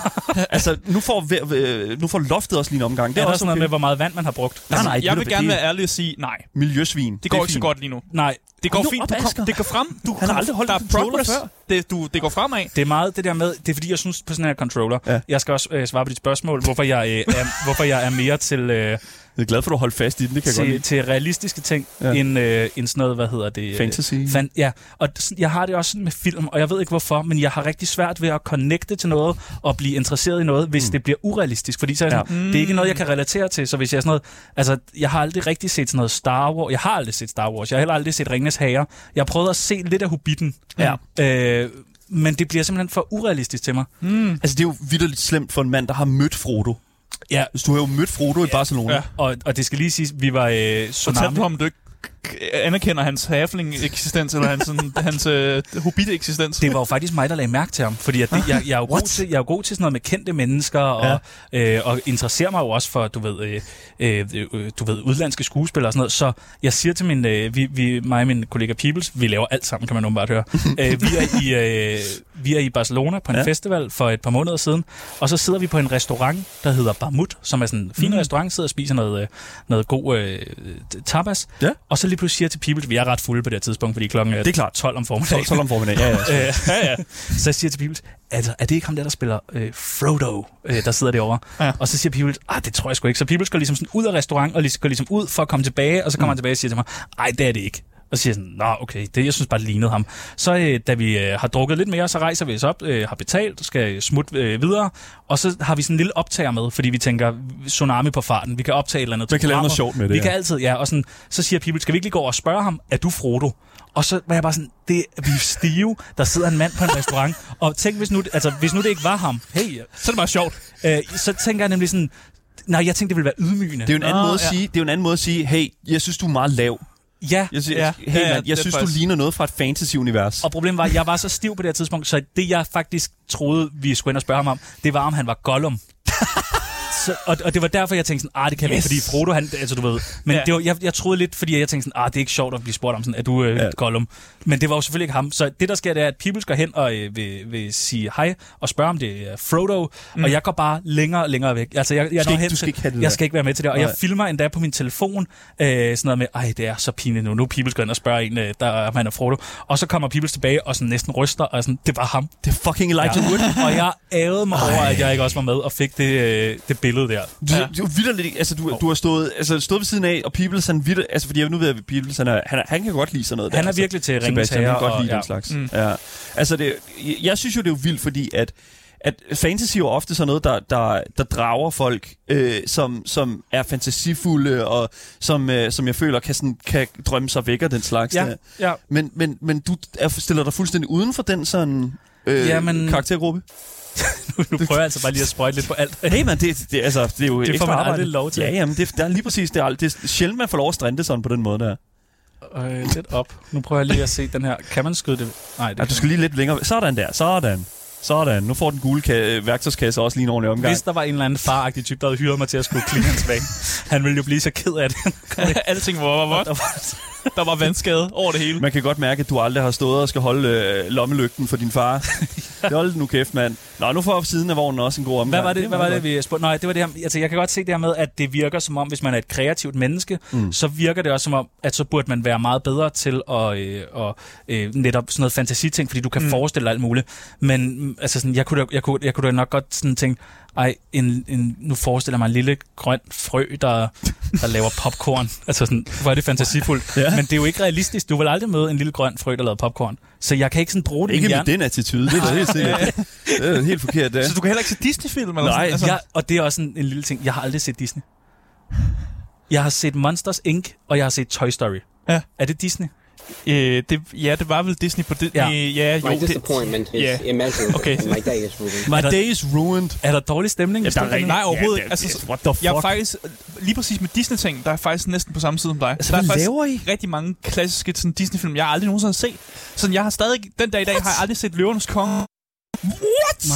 [SPEAKER 1] <laughs> altså, nu får, ve- øh, nu får loftet også lige en omgang. Det er,
[SPEAKER 3] Det er, der
[SPEAKER 1] også
[SPEAKER 3] sådan noget
[SPEAKER 1] okay.
[SPEAKER 3] med, hvor meget vand man har brugt? Altså,
[SPEAKER 1] Nej, nej,
[SPEAKER 2] Altså, Jeg
[SPEAKER 1] ved
[SPEAKER 2] vil
[SPEAKER 1] du
[SPEAKER 2] gerne
[SPEAKER 1] hvad,
[SPEAKER 2] være ærlig og sige, nej,
[SPEAKER 1] det er Miljøsvin.
[SPEAKER 2] det går
[SPEAKER 1] er
[SPEAKER 2] ikke så
[SPEAKER 1] fint.
[SPEAKER 2] godt lige nu.
[SPEAKER 3] Nej,
[SPEAKER 2] Det går
[SPEAKER 1] Hold nu
[SPEAKER 2] fint.
[SPEAKER 1] op,
[SPEAKER 2] Du
[SPEAKER 1] Asger.
[SPEAKER 2] kom, det går frem. Du
[SPEAKER 1] Han har
[SPEAKER 2] kom,
[SPEAKER 1] aldrig holdt
[SPEAKER 2] der
[SPEAKER 1] en
[SPEAKER 2] er
[SPEAKER 1] controller
[SPEAKER 2] progress.
[SPEAKER 1] før.
[SPEAKER 2] Det, du, det går fremad.
[SPEAKER 3] det er meget det der med, det er fordi, jeg synes på sådan her controller,
[SPEAKER 1] Ja.
[SPEAKER 3] ja. jeg skal også øh, svare på dit spørgsmål, hvorfor jeg, øh, er,
[SPEAKER 1] <laughs>
[SPEAKER 3] hvorfor jeg er mere til, øh,
[SPEAKER 1] Jeg er glad for, at du holdt fast i den. Det kan jeg godt
[SPEAKER 3] til,
[SPEAKER 1] lide.
[SPEAKER 3] til realistiske ting,
[SPEAKER 1] Ja.
[SPEAKER 3] ja. end, øh, end sådan noget, hvad hedder det? øh,
[SPEAKER 1] Fantasy.
[SPEAKER 3] Fan, ja, og sådan- jeg har det også sådan med film, og jeg ved ikke hvorfor, men jeg har rigtig svært ved at connecte til noget og blive interesseret i noget, hvis mm. det bliver urealistisk. Fordi så er jeg sådan, det er ikke
[SPEAKER 1] Mm.
[SPEAKER 3] noget, jeg kan relatere til. Så hvis jeg er sådan noget, altså, jeg har aldrig rigtig set sådan noget Star Wars. Jeg har aldrig set Star Wars. Jeg har heller aldrig set Ringenes Herre. Jeg prøvede at se lidt af Hobbiten. Ja. Øh,
[SPEAKER 1] Mm.
[SPEAKER 3] men det bliver simpelthen for urealistisk til mig.
[SPEAKER 1] Altså, det er jo vidderligt slemt for en mand, der har mødt Frodo.
[SPEAKER 3] Ja,
[SPEAKER 1] Hvis du har jo mødt Frodo i Barcelona.
[SPEAKER 2] Ja.
[SPEAKER 1] Ja.
[SPEAKER 3] og, og det skal lige siges, vi var øh, tsunami.
[SPEAKER 2] Fortalte du ham, du ikke anerkender hans halfling-eksistens, eller hans, sådan, hans øh, hobbit-eksistens?
[SPEAKER 3] Det var jo faktisk mig, der lagde mærke til ham, fordi at det, jeg, jeg, er jo god
[SPEAKER 1] What?
[SPEAKER 3] til, jeg er jo god til sådan noget med kendte mennesker, og, ja. øh, og interesserer mig jo også for, du ved, øh, øh, øh, du ved, udlandske skuespillere og sådan noget. Så jeg siger til min, øh, vi, vi, mig og min kollega Peoples, vi laver alt sammen, kan man åbenbart
[SPEAKER 1] <laughs>
[SPEAKER 3] høre. øh, vi, er i, øh, vi er i Barcelona på en
[SPEAKER 1] Ja.
[SPEAKER 3] ja. festival for et par måneder siden, og så sidder vi på en restaurant, der hedder Barmut, som er sådan en fin mm. restaurant, sidder og spiser noget, øh, noget god øh, tapas,
[SPEAKER 1] Ja.
[SPEAKER 3] og så lige pludselig siger jeg til Peoples, vi er ret fulde på det her tidspunkt, fordi klokken
[SPEAKER 1] Det er klart.
[SPEAKER 3] 12 om
[SPEAKER 1] Så,
[SPEAKER 3] formiddagen.
[SPEAKER 1] så om formiddag. Ja, ja.
[SPEAKER 2] <laughs>
[SPEAKER 3] Øh, ja, ja. Så jeg siger til Pibels, altså, er det ikke ham der, der spiller øh, Frodo, øh, der sidder derovre?
[SPEAKER 2] Ja.
[SPEAKER 3] Ja. Og så siger Pibels, ah, det tror jeg sgu ikke. Så Pibels går ligesom sådan ud af restaurant, og lige- går ligesom ud for at komme tilbage, og så kommer mm. han tilbage og siger til mig, ej, det er det ikke. Og siger sådan, nå okay, det, jeg synes bare, det lignede ham. Så øh, da vi øh, har drukket lidt mere, så rejser vi os op, øh, har betalt, skal smutte øh, videre, og så har vi sådan en lille optager med, fordi vi tænker, tsunami på farten, vi kan optage et eller andet.
[SPEAKER 1] Man kan lave noget
[SPEAKER 3] programmer.
[SPEAKER 1] sjovt med det,
[SPEAKER 3] Vi kan
[SPEAKER 1] ja.
[SPEAKER 3] altid, ja. Og sådan, så siger Pibel, skal vi ikke lige gå over og spørge ham, er du Frodo? Og så var jeg bare sådan, det er vi er stive, der sidder en mand på en restaurant, og tænk, hvis nu, altså, hvis nu det ikke var ham, hey,
[SPEAKER 2] Så er det bare sjovt.
[SPEAKER 3] øh, så tænker jeg nemlig sådan, nej, jeg tænkte, det ville være ydmygende.
[SPEAKER 1] Det er jo en anden
[SPEAKER 2] Nå,
[SPEAKER 1] måde at
[SPEAKER 2] ja.
[SPEAKER 1] sige, det er jo en anden måde at sige, hey, jeg synes du er meget lav.
[SPEAKER 3] ja,
[SPEAKER 1] Jeg synes,
[SPEAKER 2] Ja,
[SPEAKER 1] ja, hey,
[SPEAKER 2] ja,
[SPEAKER 1] ja,
[SPEAKER 2] ja,
[SPEAKER 1] man,
[SPEAKER 2] det er
[SPEAKER 1] jeg synes du
[SPEAKER 2] faktisk-
[SPEAKER 1] ligner noget fra et fantasy univers.
[SPEAKER 3] og problemet var, at jeg var så stiv på det her tidspunkt, så det, jeg faktisk troede, vi skulle ind og spørge ham om, det var, om han var Gollum. Så, og, og det var derfor, jeg tænkte sådan, ah, det kan yes.
[SPEAKER 2] Yes.
[SPEAKER 3] ikke, fordi Frodo, han, altså du ved. Men
[SPEAKER 2] Ja.
[SPEAKER 3] ja. det var, jeg, jeg troede lidt, fordi jeg tænkte sådan, ah, det er ikke sjovt at blive spurgt om sådan, er du øh,
[SPEAKER 1] Ja.
[SPEAKER 3] ja. Gollum? Men det var jo selvfølgelig ikke ham. Så det, der sker, det er, at People går hen og øh, vil, vil sige hej og spørge, om det er Frodo. Mm. Og jeg går bare længere og længere væk. Altså, jeg, jeg
[SPEAKER 1] skal
[SPEAKER 3] når
[SPEAKER 1] ikke-
[SPEAKER 3] hen
[SPEAKER 1] du skal
[SPEAKER 3] til,
[SPEAKER 1] ikke have det der.
[SPEAKER 3] jeg skal ikke være med til det. Og
[SPEAKER 1] Nej.
[SPEAKER 3] jeg filmer endda på min telefon øh, sådan noget med, ej, det er så pinligt nu. Nu er Peoples gået ind og spørger en, øh, der er man er Frodo. Og så kommer Peoples tilbage og sådan næsten ryster, og sådan, det var ham.
[SPEAKER 1] Det er fucking Elijah ja. Wood.
[SPEAKER 3] og jeg ærede mig over, at jeg ikke også var med og fik det, øh, det billede der.
[SPEAKER 1] Du, ja. du, vildt, altså, du, du har stået, altså, stået ved siden af, og Peoples, han vildt, altså, fordi jeg nu ved, at Peoples, han, er, han, er, han kan godt lide sådan noget.
[SPEAKER 3] Han
[SPEAKER 1] der,
[SPEAKER 3] er virkelig til
[SPEAKER 1] altså, Sebastian, han
[SPEAKER 3] ringetager
[SPEAKER 1] kan godt
[SPEAKER 3] og-
[SPEAKER 1] lide
[SPEAKER 3] ja.
[SPEAKER 1] den slags. Mm. Ja. Altså, det, jeg, jeg synes jo, det er jo vildt, fordi at, at fantasy er jo ofte sådan noget, der, der, der drager folk, øh, som, som er fantasifulde, og som, øh, som jeg føler kan, sådan, kan drømme sig væk og den slags.
[SPEAKER 3] Ja,
[SPEAKER 1] der.
[SPEAKER 3] ja.
[SPEAKER 1] Men, men, men du er, stiller dig fuldstændig uden for den sådan øh, ja, men...
[SPEAKER 3] Jamen-
[SPEAKER 1] karaktergruppe?
[SPEAKER 3] Nu prøver jeg altså bare lige at sprøjte lidt på alt.
[SPEAKER 1] Hey man, det, det, altså, det er jo
[SPEAKER 3] Det får
[SPEAKER 1] ekstra
[SPEAKER 3] man
[SPEAKER 1] arbejde.
[SPEAKER 3] aldrig lov til.
[SPEAKER 1] Ja, jamen, det, det er lige præcis det. Er, ald- det er sjældent, man får lov at strande sådan på den måde der.
[SPEAKER 3] Øh, lidt op. Nu prøver jeg lige at se den her. Kan man skyde det? Nej, det
[SPEAKER 1] Ja,
[SPEAKER 3] kan
[SPEAKER 1] du skal lige lidt længere. Sådan der, sådan. Sådan. Nu får den gule ka- øh, værktøjskasse også lige en ordentlig
[SPEAKER 3] man.
[SPEAKER 1] omgang.
[SPEAKER 3] Hvis der var en eller anden faragtig type, der havde hyret mig til at skulle kline hans <laughs> væg, han ville jo blive så ked <laughs> af det.
[SPEAKER 2] Alting var, var,
[SPEAKER 3] Der
[SPEAKER 2] var,
[SPEAKER 3] var-
[SPEAKER 2] der var vandskade over det hele.
[SPEAKER 1] Man kan godt mærke, at du aldrig har stået og skal holde øh, lommelygten for din
[SPEAKER 3] <laughs>
[SPEAKER 1] far. ja. Hold nu kæft, mand. Nå, nu får siden af vognen også en god omgang.
[SPEAKER 3] Hvad var det, hvad var
[SPEAKER 1] meget
[SPEAKER 3] det vi spurgte? Nej, det var det her. Altså, jeg kan godt se det her med, at det virker som om, hvis man er et kreativt menneske, mm. så virker det også som om, at så burde man være meget bedre til at, øh, og, øh, netop sådan noget fantasiting, fordi du kan mm. forestille dig alt muligt. Men mm, altså, sådan, jeg, kunne da, jeg, kunne, jeg kunne da nok godt sådan tænke, ej, en, en, nu forestiller jeg mig en lille grøn frø, der, der laver popcorn. <laughs> Altså sådan, hvor er det fantasifuldt. ja. Men det er jo ikke realistisk. Du vil aldrig møde en lille grøn frø, der laver popcorn. Så jeg kan ikke sådan bruge det i
[SPEAKER 1] Ikke
[SPEAKER 3] min
[SPEAKER 1] med
[SPEAKER 3] hjerne.
[SPEAKER 1] den attitude, det er da helt sikkert. <laughs> det er da helt forkert, det.
[SPEAKER 2] Så du kan heller ikke se Disney-film? Eller
[SPEAKER 1] Nej,
[SPEAKER 2] sådan?
[SPEAKER 3] Altså, jeg, og det er også en, en lille ting. Jeg har aldrig set Disney. Jeg har set Monsters Inc., og jeg har set Toy Story.
[SPEAKER 2] Ja.
[SPEAKER 3] Er det Disney?
[SPEAKER 2] Øh, det, ja, det var vel Disney på det. Ja,
[SPEAKER 3] Ja.
[SPEAKER 2] ja jo,
[SPEAKER 4] My
[SPEAKER 2] det,
[SPEAKER 4] disappointment is
[SPEAKER 2] yeah.
[SPEAKER 4] immeasurable,
[SPEAKER 2] Okay.
[SPEAKER 4] and my day is ruined.
[SPEAKER 3] Er
[SPEAKER 1] My
[SPEAKER 3] der,
[SPEAKER 1] day is ruined.
[SPEAKER 3] er der dårlig stemning? hvis du-
[SPEAKER 2] Nej, overhovedet
[SPEAKER 1] ikke.
[SPEAKER 2] ikke. Altså,
[SPEAKER 1] Altså, what the fuck?
[SPEAKER 2] jeg er faktisk, lige præcis med Disney-ting, der er jeg faktisk næsten på samme side som dig.
[SPEAKER 1] Altså,
[SPEAKER 2] der er
[SPEAKER 1] hvad
[SPEAKER 2] faktisk
[SPEAKER 1] laver I?
[SPEAKER 2] rigtig mange klassiske sådan, Disney-film, jeg aldrig nogensinde har set. Sådan, jeg har stadig, den dag i dag, har jeg aldrig set Løvernes Konge.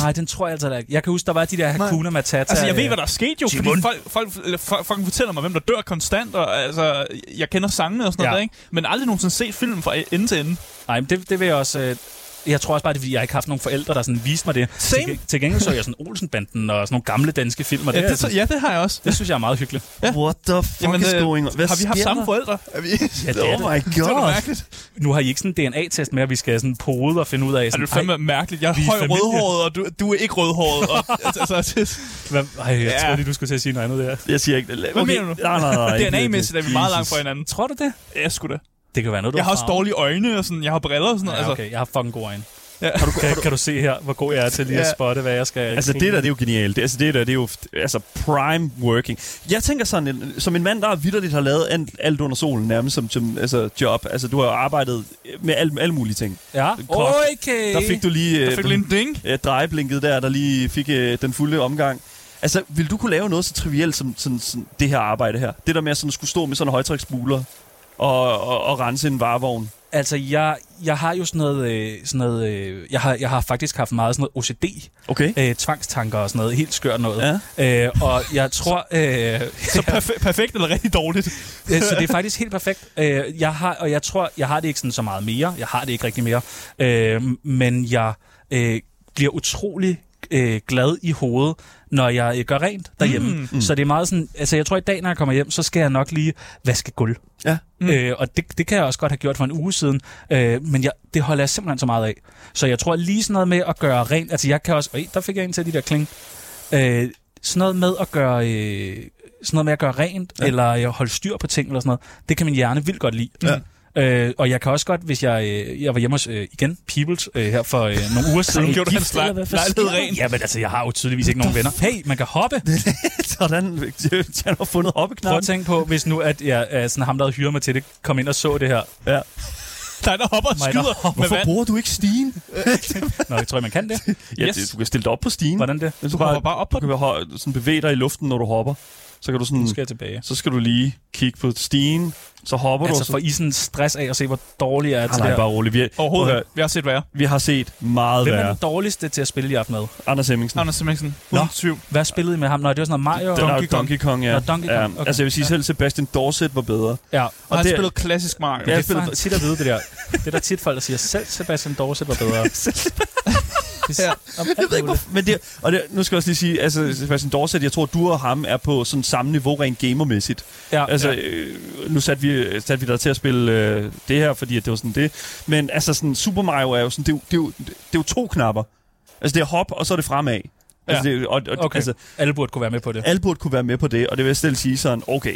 [SPEAKER 3] Nej, den tror jeg altså da ikke. Jeg kan huske, der var de der Hakuna Matata.
[SPEAKER 2] Altså, jeg ved,
[SPEAKER 3] øh,
[SPEAKER 2] hvad der er sket jo, fordi
[SPEAKER 3] Timon.
[SPEAKER 2] folk, folk, eller folk, folk fortæller mig, hvem der dør konstant, og altså, jeg kender sangene og sådan ja.
[SPEAKER 3] Ja.
[SPEAKER 2] noget, der, ikke? men aldrig nogensinde set filmen fra e- ende til ende.
[SPEAKER 3] Nej, men det, det vil jeg også... Øh, jeg tror også bare, det er, fordi jeg ikke har haft nogen forældre, der sådan viste mig det.
[SPEAKER 2] Same.
[SPEAKER 3] Til, til gengæld så jeg sådan Olsenbanden og sådan nogle gamle danske film. Og det,
[SPEAKER 2] Ja, det,
[SPEAKER 3] det,
[SPEAKER 2] så, ja, det har jeg også.
[SPEAKER 3] det, synes jeg er meget hyggeligt.
[SPEAKER 1] What the fuck Jamen, is
[SPEAKER 2] øh,
[SPEAKER 1] going on? Hvad
[SPEAKER 2] har vi haft
[SPEAKER 1] sker
[SPEAKER 2] samme
[SPEAKER 1] der?
[SPEAKER 2] forældre? Er vi...
[SPEAKER 3] Ja, det er
[SPEAKER 1] Oh
[SPEAKER 3] det.
[SPEAKER 1] my
[SPEAKER 2] <laughs> Det var da
[SPEAKER 1] god.
[SPEAKER 2] mærkeligt.
[SPEAKER 3] Nu har I ikke sådan en DNA-test med, at vi skal sådan pode og finde ud af...
[SPEAKER 2] Er
[SPEAKER 3] Sådan,
[SPEAKER 2] det er fandme mærkeligt? Jeg er
[SPEAKER 3] vi er
[SPEAKER 2] høj
[SPEAKER 3] familie.
[SPEAKER 2] rødhåret, og du, du er ikke rødhåret. Og, altså, altså, det-
[SPEAKER 3] ej, hvad, ej, jeg
[SPEAKER 2] Ja.
[SPEAKER 3] troede lige, du skulle til at sige noget andet der.
[SPEAKER 1] Jeg siger ikke det.
[SPEAKER 2] Hvad mener du?
[SPEAKER 1] Nej, nej, nej. ikke
[SPEAKER 2] DNA-mæssigt er vi meget
[SPEAKER 1] Jesus.
[SPEAKER 2] langt fra hinanden.
[SPEAKER 3] Tror du det?
[SPEAKER 2] Ja, sgu da.
[SPEAKER 3] Det kan være noget, du
[SPEAKER 2] Jeg har også
[SPEAKER 3] farvet.
[SPEAKER 2] dårlige øjne, og sådan, jeg har briller og sådan noget.
[SPEAKER 3] Ja,
[SPEAKER 2] Altså,
[SPEAKER 3] okay, jeg har fucking gode øjne.
[SPEAKER 2] Ja.
[SPEAKER 3] Ja. Har du, kan, kan du se her, hvor god jeg er til lige
[SPEAKER 2] Ja.
[SPEAKER 3] at spotte, hvad jeg skal...
[SPEAKER 1] Altså det der, det er jo genialt. Det, altså det der, det er jo f- altså prime working. Jeg tænker sådan, en, som en mand, der vidderligt har lavet an- alt under solen nærmest som, som altså, job. Altså du har jo arbejdet med al, alle mulige ting.
[SPEAKER 3] Ja,
[SPEAKER 1] Kort.
[SPEAKER 3] okay.
[SPEAKER 1] Der fik du lige,
[SPEAKER 2] jeg Øh, fik lige en ding.
[SPEAKER 1] øh, drejeblinket der, der lige fik øh, den øh, fulde omgang. Altså, vil du kunne lave noget så trivielt som sådan, sådan, det her arbejde her? Det der med at sådan, skulle stå med sådan en højtryksbuler og, og, og rense en varevogn.
[SPEAKER 3] Altså, jeg, jeg har jo sådan noget... Øh, sådan noget øh, jeg, har, jeg har faktisk haft meget sådan noget OCD,
[SPEAKER 1] Okay.
[SPEAKER 3] øh, tvangstanker og sådan noget. Helt skørt noget. Ja. Øh, og jeg tror... Øh,
[SPEAKER 2] Så perfe- perfekt eller rigtig dårligt? <laughs>
[SPEAKER 3] <laughs> Øh, så det er faktisk helt perfekt. Øh, jeg har, og jeg tror, jeg har det ikke sådan så meget mere. Jeg har det ikke rigtig mere. Øh, men jeg øh, bliver utrolig øh, glad i hovedet, når jeg øh, gør rent derhjemme. Mm, mm. Så det er meget sådan, altså jeg tror i dag, når jeg kommer hjem, så skal jeg nok lige vaske gulv.
[SPEAKER 1] Ja.
[SPEAKER 3] Mm. Øh, og det, det kan jeg også godt have gjort for en uge siden, øh, men jeg, det holder jeg simpelthen så meget af. Så jeg tror lige sådan noget med at gøre rent, altså jeg kan også, øh, der fik jeg en til de der kling. Øh, sådan noget med at gøre, øh, sådan noget med at gøre rent, ja. eller øh, holde styr på ting eller sådan noget, det kan min hjerne vildt godt lide. Ja. Øh, og jeg kan også godt, hvis jeg, øh, jeg var hjemme hos, øh, igen, Peoples, øh, her for øh, nogle
[SPEAKER 2] <laughs>
[SPEAKER 3] uger siden.
[SPEAKER 2] gjorde du
[SPEAKER 3] Gift,
[SPEAKER 2] hans
[SPEAKER 3] eller
[SPEAKER 2] lej-
[SPEAKER 3] hvad
[SPEAKER 2] lejlighed
[SPEAKER 3] sker der?
[SPEAKER 2] ren?
[SPEAKER 3] Jamen altså, jeg har jo tydeligvis ikke nogen venner. Hey, man kan
[SPEAKER 2] <laughs>
[SPEAKER 3] hoppe.
[SPEAKER 1] Sådan, <laughs> han har fundet
[SPEAKER 3] Prøv at
[SPEAKER 1] hoppeknappen.
[SPEAKER 3] tænke på, hvis nu at jeg, er sådan ham, der havde hyret mig til det, kom ind og så det her.
[SPEAKER 1] Ja.
[SPEAKER 2] Der er en, der hopper og
[SPEAKER 3] Mig, der
[SPEAKER 2] skyder
[SPEAKER 3] hopper.
[SPEAKER 2] med
[SPEAKER 1] Hvorfor
[SPEAKER 2] vand.
[SPEAKER 1] bruger du ikke stigen?
[SPEAKER 3] Nå, jeg tror, I, man kan det.
[SPEAKER 1] <laughs> Ja,
[SPEAKER 2] Yes.
[SPEAKER 1] det, du kan stille dig op på stigen.
[SPEAKER 3] Hvordan det?
[SPEAKER 1] Hvis
[SPEAKER 2] Du hopper bare op på
[SPEAKER 1] du kan ho- sådan bevæge dig i luften, når du hopper. Så kan du sådan...
[SPEAKER 3] Nu skal jeg tilbage.
[SPEAKER 1] Så skal du lige kigge på stigen, så hopper du. og
[SPEAKER 3] Altså,
[SPEAKER 1] så-
[SPEAKER 3] får I sådan stress af at se, hvor dårlig jeg er til
[SPEAKER 1] Ah,
[SPEAKER 3] det
[SPEAKER 1] nej,
[SPEAKER 3] her?
[SPEAKER 1] bare roligt. Vi,
[SPEAKER 2] Overhovedet.
[SPEAKER 1] Prøv at
[SPEAKER 2] ikke. Vi har set værre.
[SPEAKER 1] høre, vi har set meget
[SPEAKER 3] Hvem er
[SPEAKER 1] værre.
[SPEAKER 3] den dårligste til at spille i aften med?
[SPEAKER 1] Anders Hemmingsen.
[SPEAKER 2] Anders Simmingsen.
[SPEAKER 3] Nå.
[SPEAKER 2] Uden tvivl.
[SPEAKER 3] Hvad spillede I med ham? Nå, det var sådan noget Mario.
[SPEAKER 1] Den er
[SPEAKER 2] Donkey Kong.
[SPEAKER 1] Donkey Kong, ja.
[SPEAKER 3] Nå, Donkey Kong.
[SPEAKER 1] Ja,
[SPEAKER 3] Okay.
[SPEAKER 1] Altså, jeg vil sige,
[SPEAKER 3] Ja.
[SPEAKER 1] selv Sebastian Dorset var bedre.
[SPEAKER 3] Ja,
[SPEAKER 2] Og han
[SPEAKER 1] det-
[SPEAKER 2] spillede klassisk Mario.
[SPEAKER 3] det
[SPEAKER 1] Ja.
[SPEAKER 3] er
[SPEAKER 1] jeg spillede-
[SPEAKER 3] fandme tit at vide det der. Det er der tit folk, der siger, selv Sebastian Dorset var
[SPEAKER 1] <laughs>
[SPEAKER 3] bedre.
[SPEAKER 2] Ja.
[SPEAKER 1] Jeg ved ikke, hvorfor, men det, og det, nu skal jeg også lige sige, altså Sebastian Dorset, jeg tror, du og ham er på sådan samme niveau rent gamermæssigt.
[SPEAKER 3] Ja,
[SPEAKER 1] Altså,
[SPEAKER 3] altså, ja.
[SPEAKER 1] øh, nu satte vi, satte vi dig til at spille øh, det her, fordi at det var sådan det. Men altså, sådan, Super Mario er jo sådan, det, er jo- det, er jo- det er jo to knapper. Altså, det er hop, og så er det fremad. Altså,
[SPEAKER 2] Ja.
[SPEAKER 1] det, er- og, og,
[SPEAKER 3] Okay.
[SPEAKER 1] altså,
[SPEAKER 3] Alle burde kunne være med på det.
[SPEAKER 1] alle burde kunne være med på det, og det vil jeg selv sige sådan, okay,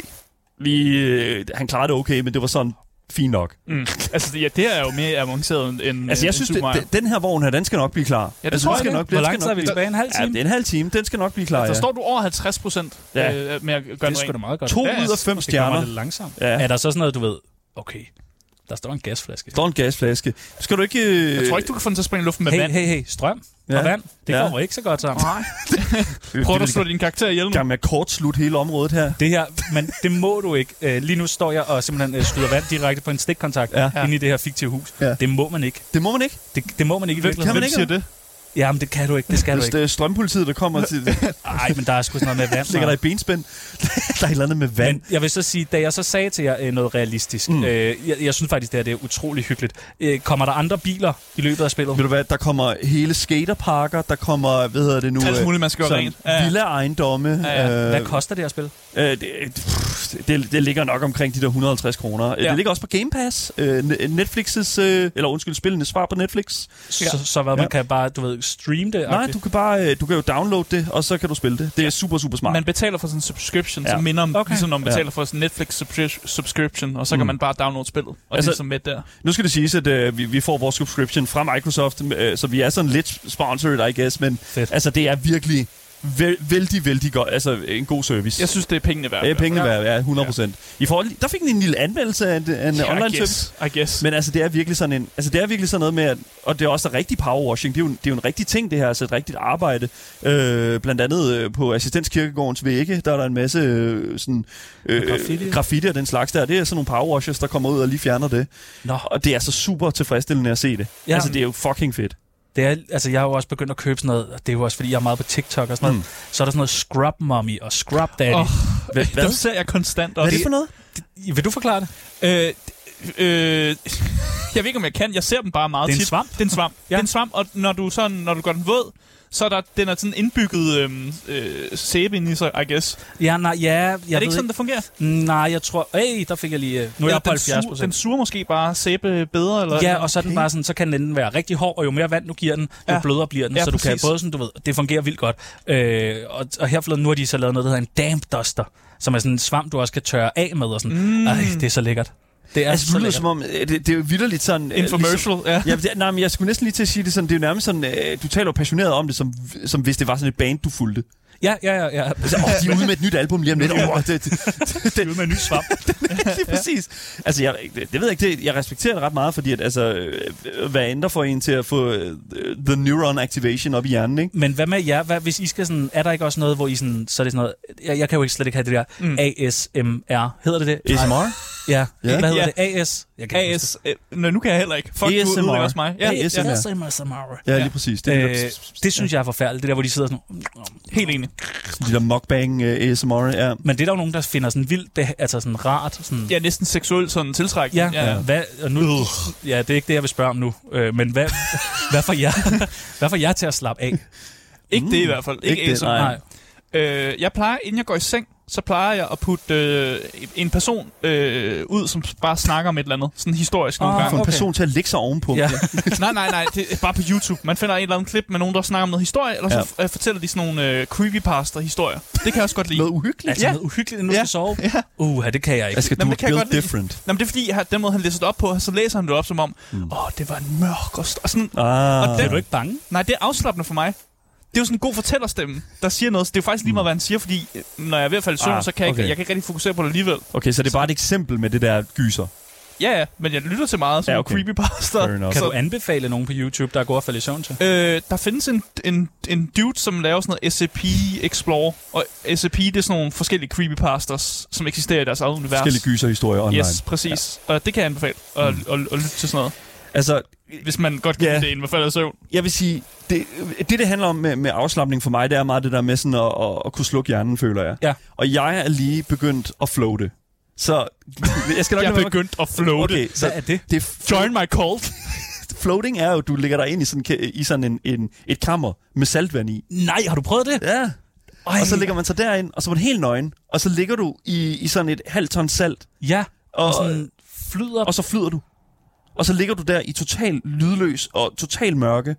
[SPEAKER 1] lige, øh, han klarede det okay, men det var sådan fint nok.
[SPEAKER 2] Mm. Altså, ja, det er jo mere avanceret end- end
[SPEAKER 1] Altså, jeg
[SPEAKER 2] end
[SPEAKER 1] synes,
[SPEAKER 2] Super
[SPEAKER 1] det,
[SPEAKER 2] Mario.
[SPEAKER 1] den- den her vogn her, den skal nok blive klar.
[SPEAKER 2] det
[SPEAKER 1] altså,
[SPEAKER 2] tror
[SPEAKER 1] den
[SPEAKER 2] jeg
[SPEAKER 1] skal
[SPEAKER 2] ikke.
[SPEAKER 1] nok,
[SPEAKER 3] Hvor
[SPEAKER 1] den
[SPEAKER 3] lang
[SPEAKER 1] skal
[SPEAKER 3] tid
[SPEAKER 1] nok
[SPEAKER 3] er vi
[SPEAKER 1] blive-
[SPEAKER 3] tilbage? En halv
[SPEAKER 1] Ja,
[SPEAKER 3] time?
[SPEAKER 1] det er en halv time. Den skal nok blive klar,
[SPEAKER 2] Der
[SPEAKER 1] ja.
[SPEAKER 2] står du over 50 procent
[SPEAKER 1] Ja.
[SPEAKER 2] øh, med at
[SPEAKER 3] det
[SPEAKER 2] gøre
[SPEAKER 3] er sgu da
[SPEAKER 2] det
[SPEAKER 3] meget godt.
[SPEAKER 1] To
[SPEAKER 2] Ja,
[SPEAKER 1] ud af
[SPEAKER 2] altså,
[SPEAKER 1] fem
[SPEAKER 3] Det kommer
[SPEAKER 1] stjerner.
[SPEAKER 3] lidt langsomt.
[SPEAKER 1] Ja.
[SPEAKER 3] Ja. Er der så sådan noget, du ved, okay, der står en gasflaske.
[SPEAKER 1] står en gasflaske. Skal du ikke... Øh,
[SPEAKER 2] Jeg tror ikke, du kan få den til at springe i luften med
[SPEAKER 3] Hey,
[SPEAKER 2] vand.
[SPEAKER 3] hey, hey, strøm
[SPEAKER 1] Ja.
[SPEAKER 3] ja. og vand, det
[SPEAKER 1] Ja.
[SPEAKER 3] ja. kommer ikke så godt sammen.
[SPEAKER 2] Nej.
[SPEAKER 1] øh,
[SPEAKER 2] Prøv at slå din karakter ihjel nu.
[SPEAKER 1] gang med at kortslutte hele området her.
[SPEAKER 3] Det her, men det må du ikke. Øh, Lige nu står jeg og simpelthen øh, skyder vand direkte på en stikkontakt
[SPEAKER 1] Ja.
[SPEAKER 3] ja. inde i det her fiktive hus.
[SPEAKER 1] Ja.
[SPEAKER 3] Ja. Det må man ikke.
[SPEAKER 1] Det må man ikke.
[SPEAKER 3] Det, det må man ikke i
[SPEAKER 1] Hvem-
[SPEAKER 3] virkeligheden.
[SPEAKER 1] kan
[SPEAKER 2] Hvem
[SPEAKER 1] ikke,
[SPEAKER 2] siger det?
[SPEAKER 3] Ja, men det kan du ikke. Det skal du
[SPEAKER 1] Hvis
[SPEAKER 3] ikke.
[SPEAKER 1] det er strømpolitiet, der <laughs> kommer til...
[SPEAKER 3] Nej, men der er sgu sådan noget med vand.
[SPEAKER 1] ligger der i benspænd. <laughs> der er et eller andet med vand.
[SPEAKER 3] Men jeg vil så sige, da jeg så sagde til jer øh, noget realistisk,
[SPEAKER 1] Mm.
[SPEAKER 3] mm. øh, jeg, jeg synes faktisk, det her det er utrolig hyggeligt. Øh, kommer der andre biler i løbet af spillet?
[SPEAKER 1] Ved du hvad, der kommer hele skaterparker, der kommer, hvad hedder det nu?
[SPEAKER 2] Alt muligt, man skal gøre rent. Ja, ja.
[SPEAKER 1] Villa-ejendomme.
[SPEAKER 2] Ja, ja.
[SPEAKER 3] Hvad koster det at spille?
[SPEAKER 1] Øh, det, pff, det, det ligger nok omkring de der 150 kroner. Ja.
[SPEAKER 2] Ja.
[SPEAKER 1] Det ligger også på Game Pass. Øh, Ne- Netflix's, øh, eller undskyld, spillende svar på Netflix.
[SPEAKER 3] Ja. Så, så hvad, man
[SPEAKER 1] Ja.
[SPEAKER 3] kan bare, du ved, streame det?
[SPEAKER 1] Nej, du kan bare øh, du kan jo downloade det, og så kan du spille det. Det er super, super smart.
[SPEAKER 2] Man betaler for sådan en subscription, ja.
[SPEAKER 1] Ja.
[SPEAKER 2] som minder om,
[SPEAKER 3] Okay.
[SPEAKER 2] okay. ligesom når man
[SPEAKER 1] Ja.
[SPEAKER 2] betaler for sådan en Netflix-subscription, og så kan
[SPEAKER 1] Mm.
[SPEAKER 2] man bare downloade spillet, og
[SPEAKER 1] Altså-
[SPEAKER 2] altså, det er så med der.
[SPEAKER 1] Nu skal det siges, at øh, vi, vi får vores subscription fra Microsoft, øh, så vi er sådan lidt sponsored, I guess, men
[SPEAKER 3] Fedt.
[SPEAKER 1] altså, det er virkelig væl, vældig, vældig godt. Altså, en god service.
[SPEAKER 2] Jeg synes, det er pengene værd.
[SPEAKER 1] det er pengene
[SPEAKER 2] Ja.
[SPEAKER 1] værd, ja, 100 procent. I forhold, der fik den en lille anmeldelse af en, af en
[SPEAKER 2] Ja,
[SPEAKER 1] online
[SPEAKER 2] I
[SPEAKER 1] service.
[SPEAKER 2] guess. I guess. Men,
[SPEAKER 1] Men altså, det er virkelig sådan en, altså, det er virkelig sådan noget med, at, og det er også rigtig powerwashing. Det er, jo, en- det er jo en rigtig ting, det her, altså et rigtigt arbejde. Øh, blandt andet øh, på assistenskirkegårdens vægge, der er der en masse øh, sådan, øh, graffiti.
[SPEAKER 3] Graffiti.
[SPEAKER 1] graffiti og den slags der. Det er sådan nogle powerwashers, der kommer ud og lige fjerner det.
[SPEAKER 3] Nå,
[SPEAKER 1] Og det er så super tilfredsstillende at se det. Ja.
[SPEAKER 3] Ja.
[SPEAKER 1] Altså, det er jo fucking fedt.
[SPEAKER 3] det er, altså, jeg har jo også begyndt at købe sådan noget, og det er jo også, fordi jeg er meget på TikTok og sådan noget.
[SPEAKER 1] Mm.
[SPEAKER 3] Så er der sådan noget Scrub Mommy og Scrub Daddy.
[SPEAKER 2] Åh,
[SPEAKER 3] Oh,
[SPEAKER 1] Hvad,
[SPEAKER 2] Dem ser jeg konstant
[SPEAKER 1] Hvad
[SPEAKER 2] også.
[SPEAKER 1] er det for noget?
[SPEAKER 3] vil du forklare det?
[SPEAKER 2] Øh, øh, jeg ved ikke, om jeg kan. Jeg ser dem bare meget
[SPEAKER 3] Det er en
[SPEAKER 2] tit.
[SPEAKER 3] svamp.
[SPEAKER 2] Det er en svamp. ja. Det er en svamp, og når du, sådan, når du gør den våd, så er der, den er sådan indbygget øhm, øh, sæbe ind i sig, I guess. Jeg
[SPEAKER 3] Ja, nej, ja, jeg
[SPEAKER 2] er
[SPEAKER 3] ved
[SPEAKER 2] det ikke sådan,
[SPEAKER 3] ikke.
[SPEAKER 2] det fungerer?
[SPEAKER 3] Nej, jeg tror... Hey, der fik jeg lige... øh, Nu er
[SPEAKER 2] Eller
[SPEAKER 3] jeg på
[SPEAKER 2] den
[SPEAKER 3] 70
[SPEAKER 2] suger- Den
[SPEAKER 3] procent.
[SPEAKER 2] suger måske bare sæbe bedre? Eller
[SPEAKER 3] Ja, og så er den
[SPEAKER 1] Okay.
[SPEAKER 3] bare sådan, så kan den enten være rigtig hård, og jo mere vand du giver den, jo
[SPEAKER 2] Ja.
[SPEAKER 3] ja. blødere bliver den.
[SPEAKER 2] Ja,
[SPEAKER 3] så du kan
[SPEAKER 2] præcis.
[SPEAKER 3] både sådan, du ved, det fungerer vildt godt. Øh, og, og her forleden, nu har de så lavet noget, der hedder en damp duster, som er sådan en svamp, du også kan tørre af med. Og sådan. Mm. Ej, det er så lækkert. Det er
[SPEAKER 1] altså,
[SPEAKER 3] så
[SPEAKER 1] det lyder
[SPEAKER 3] lækkert.
[SPEAKER 1] som om, øh, det, det er jo vidderligt sådan... øh,
[SPEAKER 2] Infomercial, ja. <laughs>
[SPEAKER 1] Ja, det, nej, men jeg skulle næsten lige til at sige det sådan, det er jo nærmest sådan, øh, du taler jo passioneret om det, som, som hvis det var sådan et band, du fulgte.
[SPEAKER 3] Ja, ja, ja. ja.
[SPEAKER 1] Altså, åh, de er ude med et nyt album lige om lidt. Åh, det, det, det, det,
[SPEAKER 3] Ude med en ny svamp.
[SPEAKER 1] lige præcis. Altså, jeg, det, det ved jeg ikke, det, jeg respekterer det ret meget, fordi at, altså, øh, hvad ændrer for en til at få øh, the neuron activation op i hjernen, ikke?
[SPEAKER 3] Men hvad med jer? Hvad, hvis I skal sådan, er der ikke også noget, hvor I sådan, så er det sådan noget, jeg, jeg kan jo ikke slet ikke have det der mm. ASMR. Hedder det det?
[SPEAKER 1] ASMR?
[SPEAKER 3] Ja.
[SPEAKER 1] Ja.
[SPEAKER 3] ja. Hvad hedder
[SPEAKER 2] Ja.
[SPEAKER 3] det? AS? Jeg kan ikke huske
[SPEAKER 2] AS... Øh, nej, nu kan jeg heller ikke. Fuck, ASMR. du ødelægger også mig. Ja,
[SPEAKER 1] ASMR.
[SPEAKER 2] ja.
[SPEAKER 3] det. ASMR.
[SPEAKER 1] Ja, lige præcis. Det,
[SPEAKER 3] Øh,
[SPEAKER 1] øh,
[SPEAKER 3] det synes jeg er forfærdeligt, det der, hvor de sidder sådan...
[SPEAKER 2] Helt enig.
[SPEAKER 1] de der mukbang øh, ASMR, ja.
[SPEAKER 3] Men det er der jo nogen, der finder sådan vildt, beha- altså sådan rart. Sådan,
[SPEAKER 2] Ja, næsten seksuel sådan tiltrækning.
[SPEAKER 3] ja, ja. Hvad, og nu, ja, det er ikke det, jeg vil spørge om nu. Øh, men hvad, <laughs> hvad, får jeg, hvad får jeg til at slappe af? Mm.
[SPEAKER 2] Ikke det i hvert fald. Ikke,
[SPEAKER 1] Ikke det,
[SPEAKER 2] ASMR.
[SPEAKER 1] nej.
[SPEAKER 2] Øh, jeg plejer, inden jeg går i seng, så plejer jeg at putte øh, en person øh, ud, som bare snakker om et eller andet. Sådan historisk nogle
[SPEAKER 3] Ah,
[SPEAKER 2] gange.
[SPEAKER 1] Få en
[SPEAKER 3] Okay.
[SPEAKER 1] person til at lægge sig ovenpå.
[SPEAKER 3] Ja.
[SPEAKER 2] nej, nej, nej. Det er bare på YouTube. Man finder et eller andet klip med nogen, der snakker om noget historie, eller så ja. øh, fortæller de sådan nogle øh, creepypasta-historier. Det kan jeg også godt lide.
[SPEAKER 1] Noget uhyggeligt.
[SPEAKER 3] Altså
[SPEAKER 2] Ja.
[SPEAKER 3] noget uhyggeligt, når du
[SPEAKER 2] Ja.
[SPEAKER 3] skal sove.
[SPEAKER 2] Ja.
[SPEAKER 3] Uh, det kan jeg ikke.
[SPEAKER 1] Jeg skal do
[SPEAKER 2] Jamen, det
[SPEAKER 1] it
[SPEAKER 2] kan jeg
[SPEAKER 1] real
[SPEAKER 2] godt lide.
[SPEAKER 1] different. Mm.
[SPEAKER 2] Nå, men det er fordi, at den måde, han læser det op på, så læser han det op som om, åh, oh, det var en mørk og, st-, og sådan,
[SPEAKER 1] Ah.
[SPEAKER 2] Og det-
[SPEAKER 3] Er du ikke bange?
[SPEAKER 2] Nej, det er afslappende for mig. Det er jo sådan en god fortællerstemme, der siger noget. Så det er jo faktisk lige meget, hvad han siger, fordi øh, når jeg er ved at falde i søvn,
[SPEAKER 1] Ah,
[SPEAKER 2] så kan jeg,
[SPEAKER 1] okay.
[SPEAKER 2] ikke, jeg kan ikke rigtig fokusere på det alligevel.
[SPEAKER 1] Okay, så det er bare et eksempel med det der gyser.
[SPEAKER 2] Ja, ja, men jeg lytter til meget, som
[SPEAKER 1] Ja,
[SPEAKER 2] ja,
[SPEAKER 1] okay.
[SPEAKER 2] okay. creepypasta.
[SPEAKER 1] Fair enough.
[SPEAKER 3] Kan
[SPEAKER 2] Så-
[SPEAKER 3] du anbefale nogen på YouTube, der er gode at falde i søvn til?
[SPEAKER 2] Øh, der findes en, en, en dude, som laver sådan noget SCP Explore, og SCP det er sådan nogle forskellige creepypastas, som eksisterer i deres eget univers.
[SPEAKER 1] Forskellige gyserhistorier online.
[SPEAKER 2] Yes, præcis. Ja. Og det kan jeg anbefale at, mm. at, at, at lytte til sådan noget,
[SPEAKER 1] Altså,
[SPEAKER 2] hvis man godt kan
[SPEAKER 1] Ja.
[SPEAKER 2] yeah. det, inden man falder i søvn.
[SPEAKER 1] jeg vil sige, det, det, det handler om med, med afslappning for mig, det er meget det der med sådan at, at, at kunne slukke hjernen, føler jeg.
[SPEAKER 3] Ja.
[SPEAKER 1] Og jeg er lige begyndt at floate. Så jeg skal nok...
[SPEAKER 2] <laughs> Jeg
[SPEAKER 1] lade
[SPEAKER 2] er
[SPEAKER 1] være
[SPEAKER 2] begyndt at
[SPEAKER 1] med-
[SPEAKER 2] floate.
[SPEAKER 1] Okay, så
[SPEAKER 3] Hvad er det?
[SPEAKER 1] det er
[SPEAKER 2] Join my cult.
[SPEAKER 1] floating er jo, du ligger dig ind i sådan, ka- i sådan en, en, et kammer med saltvand i.
[SPEAKER 3] Nej, har du prøvet det?
[SPEAKER 1] Ja.
[SPEAKER 3] Ej.
[SPEAKER 1] Og så ligger man så derind, og så er man helt nøgen, og så ligger du i, i sådan et halvt ton salt,
[SPEAKER 3] Ja, og,
[SPEAKER 1] Og-
[SPEAKER 3] og sådan flyder...
[SPEAKER 1] og så flyder du. Og så ligger du der i total lydløs og total mørke,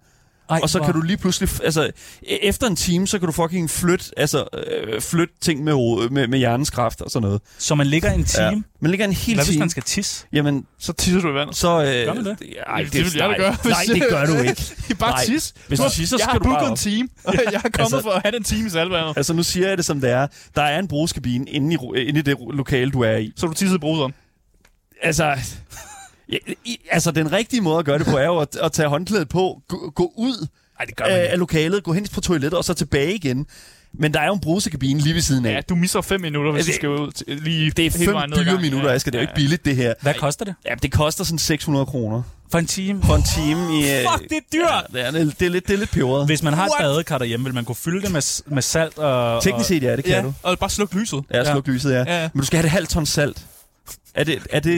[SPEAKER 3] Ej,
[SPEAKER 1] og så
[SPEAKER 3] hvor-
[SPEAKER 1] kan du lige pludselig, f- altså e- efter en time, så kan du fucking flytte, altså øh, flytte ting med, hoved- med, med hjernens kraft og sådan noget.
[SPEAKER 3] Så man ligger en time. Ja.
[SPEAKER 1] Man ligger en hel
[SPEAKER 3] Hvad hvis
[SPEAKER 1] time,
[SPEAKER 3] man skal tisse?
[SPEAKER 1] jamen
[SPEAKER 2] Så tisser du i vandet.
[SPEAKER 1] så... Øh,
[SPEAKER 3] Gør man det?
[SPEAKER 1] Ej, det,
[SPEAKER 2] Det ville jeg da
[SPEAKER 1] nej,
[SPEAKER 2] gøre, hvis-
[SPEAKER 1] Nej, det gør
[SPEAKER 2] <laughs>
[SPEAKER 1] du ikke.
[SPEAKER 2] Bare
[SPEAKER 1] Nej.
[SPEAKER 2] tis.
[SPEAKER 1] Hvis du tisser, så
[SPEAKER 2] jeg
[SPEAKER 1] skal
[SPEAKER 2] har
[SPEAKER 1] du bare
[SPEAKER 2] booket en
[SPEAKER 1] op.
[SPEAKER 2] time,
[SPEAKER 1] <laughs>
[SPEAKER 2] og jeg er kommet
[SPEAKER 1] Altså-
[SPEAKER 2] altså, for at have den time i salgvandet.
[SPEAKER 1] Altså nu siger jeg det som det er. Der er en brugskabine inde i, ru- øh, inde i det ru- lokale, du er i.
[SPEAKER 2] Så du tissede i bruseren.
[SPEAKER 1] Altså... Ja, i, altså, den rigtige måde at gøre det på er jo at, at tage håndklædet på, gå, gå ud
[SPEAKER 3] Nej, det gør man
[SPEAKER 1] af, af
[SPEAKER 3] ikke.
[SPEAKER 1] lokalet, gå hen på toilettet og så tilbage igen. Men der er jo en brusekabine lige ved siden af.
[SPEAKER 2] Ja, du misser 5 minutter, hvis
[SPEAKER 1] Altså,
[SPEAKER 2] du skal ud til- lige
[SPEAKER 1] det er
[SPEAKER 2] hele
[SPEAKER 1] fem
[SPEAKER 2] vejen ned ad
[SPEAKER 1] dyre
[SPEAKER 2] gangen.
[SPEAKER 1] minutter, Asger. Det er jo ikke billigt, det her.
[SPEAKER 3] Hvad koster det?
[SPEAKER 1] Ja, det koster sådan 600 kroner
[SPEAKER 3] For en time?
[SPEAKER 1] for en time i... øh,
[SPEAKER 3] Fuck, det er dyrt!
[SPEAKER 1] Ja, det, er, det, er lidt, det er lidt peberet.
[SPEAKER 3] Hvis man har et
[SPEAKER 2] What?
[SPEAKER 3] badekar derhjemme, vil man kunne fylde det med, s- med salt og...
[SPEAKER 1] Teknisk set, ja, det kan
[SPEAKER 2] Ja,
[SPEAKER 1] du.
[SPEAKER 2] og bare sluk lyset.
[SPEAKER 1] Ja, sluk lyset, ja.
[SPEAKER 2] Ja, ja.
[SPEAKER 1] Men du skal have det halvt ton salt. Er det... Er det,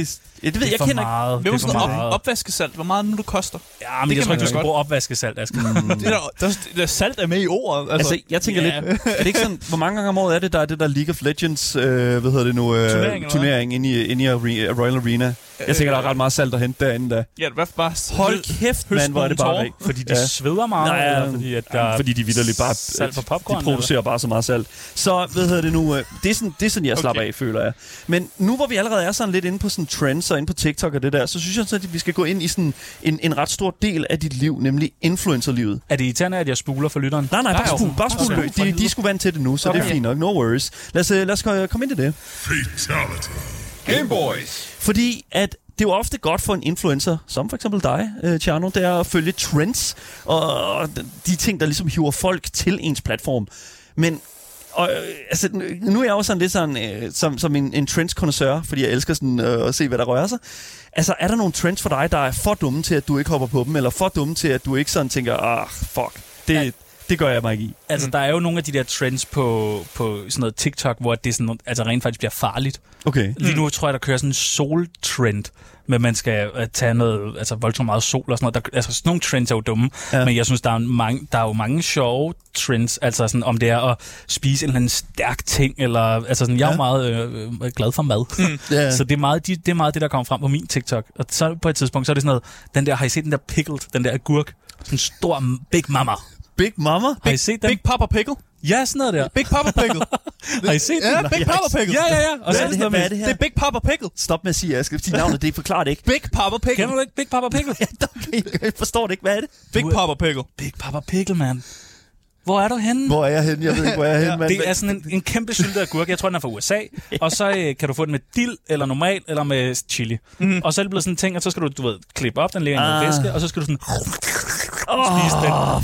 [SPEAKER 1] ja, det ved
[SPEAKER 3] Det
[SPEAKER 1] jeg,
[SPEAKER 3] er
[SPEAKER 1] jeg
[SPEAKER 3] for
[SPEAKER 1] kender ikke.
[SPEAKER 3] meget.
[SPEAKER 2] Hvem
[SPEAKER 3] Det er
[SPEAKER 2] er
[SPEAKER 3] for
[SPEAKER 2] sådan
[SPEAKER 3] meget.
[SPEAKER 2] op, opvaskesalt? Hvor meget nu det koster?
[SPEAKER 3] ja, men jeg
[SPEAKER 2] det kan
[SPEAKER 3] tror
[SPEAKER 2] man
[SPEAKER 3] ikke, du
[SPEAKER 2] jo
[SPEAKER 3] skal
[SPEAKER 2] godt.
[SPEAKER 3] bruge opvaskesalt, Asger. <laughs>
[SPEAKER 2] Det der, der, der, salt er med i ordet.
[SPEAKER 1] Altså, jeg tænker
[SPEAKER 2] ja.
[SPEAKER 1] lidt, er det ikke sådan, hvor mange gange om året er det, der er det der League of Legends, øh, hvad hedder det nu, øh,
[SPEAKER 2] Turnering, eller
[SPEAKER 1] turnering inde i, inde i Are- Royal Arena? Jeg tænker, der er ret meget salt at hente derinde da.
[SPEAKER 2] Ja, det var bare...
[SPEAKER 1] Hold kæft, mand, hvor er det bare
[SPEAKER 2] tårer.
[SPEAKER 1] rigt.
[SPEAKER 3] Fordi de
[SPEAKER 1] Ja.
[SPEAKER 3] sveder meget,
[SPEAKER 1] Nej,
[SPEAKER 3] eller Ah, fordi, at der
[SPEAKER 1] Jamen, Øhm, fordi de vidderligt bare
[SPEAKER 3] salt på popcorn,
[SPEAKER 1] de producerer bare så meget salt. Så hvad hedder det nu? øh, Det er sådan, det er sådan jeg slapper
[SPEAKER 2] Okay.
[SPEAKER 1] af, føler jeg. Men nu hvor vi allerede er sådan lidt inde på sådan trends og inde på TikTok og det der, så synes jeg sådan, at vi skal gå ind i sådan en, en ret stor del af dit liv, nemlig influencerlivet.
[SPEAKER 3] Er det irriterende, at jeg spuler for lytteren?
[SPEAKER 1] Nej, nej,
[SPEAKER 3] Der er
[SPEAKER 1] bare
[SPEAKER 3] jo-
[SPEAKER 1] spul, bare
[SPEAKER 3] Okay.
[SPEAKER 1] spul løs. De, de skulle vant til det nu, så okay. det er
[SPEAKER 2] Okay.
[SPEAKER 1] fint nok. No worries. Lad os, øh, lad os øh, komme ind i det.
[SPEAKER 4] Game Boys.
[SPEAKER 1] Fordi at det er jo ofte godt for en influencer, som for eksempel dig, øh, Tjerno, det er at følge trends og og de ting, der ligesom hiver folk til ens platform. Men og, øh, altså, nu- nu er jeg jo sådan lidt sådan, øh, som, som en, en trendskonnisseur, fordi jeg elsker sådan, øh, at se, hvad der rører sig. Altså, er der nogle trends for dig, der er for dumme til, at du ikke hopper på dem, eller for dumme til, at du ikke sådan tænker, ah, fuck, det,
[SPEAKER 3] Ja.
[SPEAKER 1] det gør jeg mig ikke i.
[SPEAKER 3] Altså, der er jo nogle af de der trends på, på sådan noget TikTok, hvor det sådan, altså rent faktisk bliver farligt.
[SPEAKER 1] Okay.
[SPEAKER 3] Lige nu tror jeg, der kører sådan en soltrend, men man skal øh, tage noget, altså voldsomt meget sol og sådan noget. Der, altså sådan nogle trends er jo dumme,
[SPEAKER 1] Ja.
[SPEAKER 3] ja. men jeg synes, der er, en mange, der er jo mange sjove trends, altså sådan, om det er at spise en eller anden stærk ting, eller altså sådan, jeg er
[SPEAKER 1] Ja.
[SPEAKER 3] jo meget øh, øh, glad for mad. <laughs> Mm.
[SPEAKER 1] Ja.
[SPEAKER 3] Så det er, meget, de, det er meget det, der kommer frem på min TikTok. Og så på et tidspunkt, så er det sådan noget, den der, har I set den der pickled, den der agurk? Sådan en stor Big Mama.
[SPEAKER 1] Big Mama?
[SPEAKER 3] Har I set den?
[SPEAKER 2] Big Papa Pickle?
[SPEAKER 3] Ja, sådan noget der.
[SPEAKER 2] Big Papa
[SPEAKER 1] <laughs>
[SPEAKER 2] Pickle.
[SPEAKER 3] Har I set
[SPEAKER 2] ja,
[SPEAKER 3] den?
[SPEAKER 2] Big Papa Pickle.
[SPEAKER 3] Ja, ja, ja. Og
[SPEAKER 1] Hvad
[SPEAKER 3] så er
[SPEAKER 1] er
[SPEAKER 3] det
[SPEAKER 1] det
[SPEAKER 3] sådan
[SPEAKER 1] her?
[SPEAKER 3] noget
[SPEAKER 1] Hvad
[SPEAKER 3] med,
[SPEAKER 1] er det her?
[SPEAKER 2] Det er Big Papa Pickle.
[SPEAKER 1] Stop med at sige, Aske, fordi navnet, det forklarer det ikke. <laughs>
[SPEAKER 2] Big Papa Pickle.
[SPEAKER 3] Kender du ikke Big Papa Pickle?
[SPEAKER 1] Jeg forstår det ikke. Hvad er det?
[SPEAKER 2] <laughs> Big
[SPEAKER 3] Du er-
[SPEAKER 2] Papa Pickle.
[SPEAKER 3] Big Papa Pickle, mand. Hvor er du henne?
[SPEAKER 1] Hvor er jeg henne? Jeg ved ikke, hvor er jeg henne, mand.
[SPEAKER 3] Det er sådan en, en kæmpe syltet agurk. Jeg tror, den er fra USA. Og så øh, kan du få den med dild, eller normal, eller med chili. Mm. Og så er det blevet sådan en ting, at så skal du, du ved, klippe op, den ligger i noget
[SPEAKER 1] Mhm. Ah.
[SPEAKER 3] væske, og så skal du sådan spise den.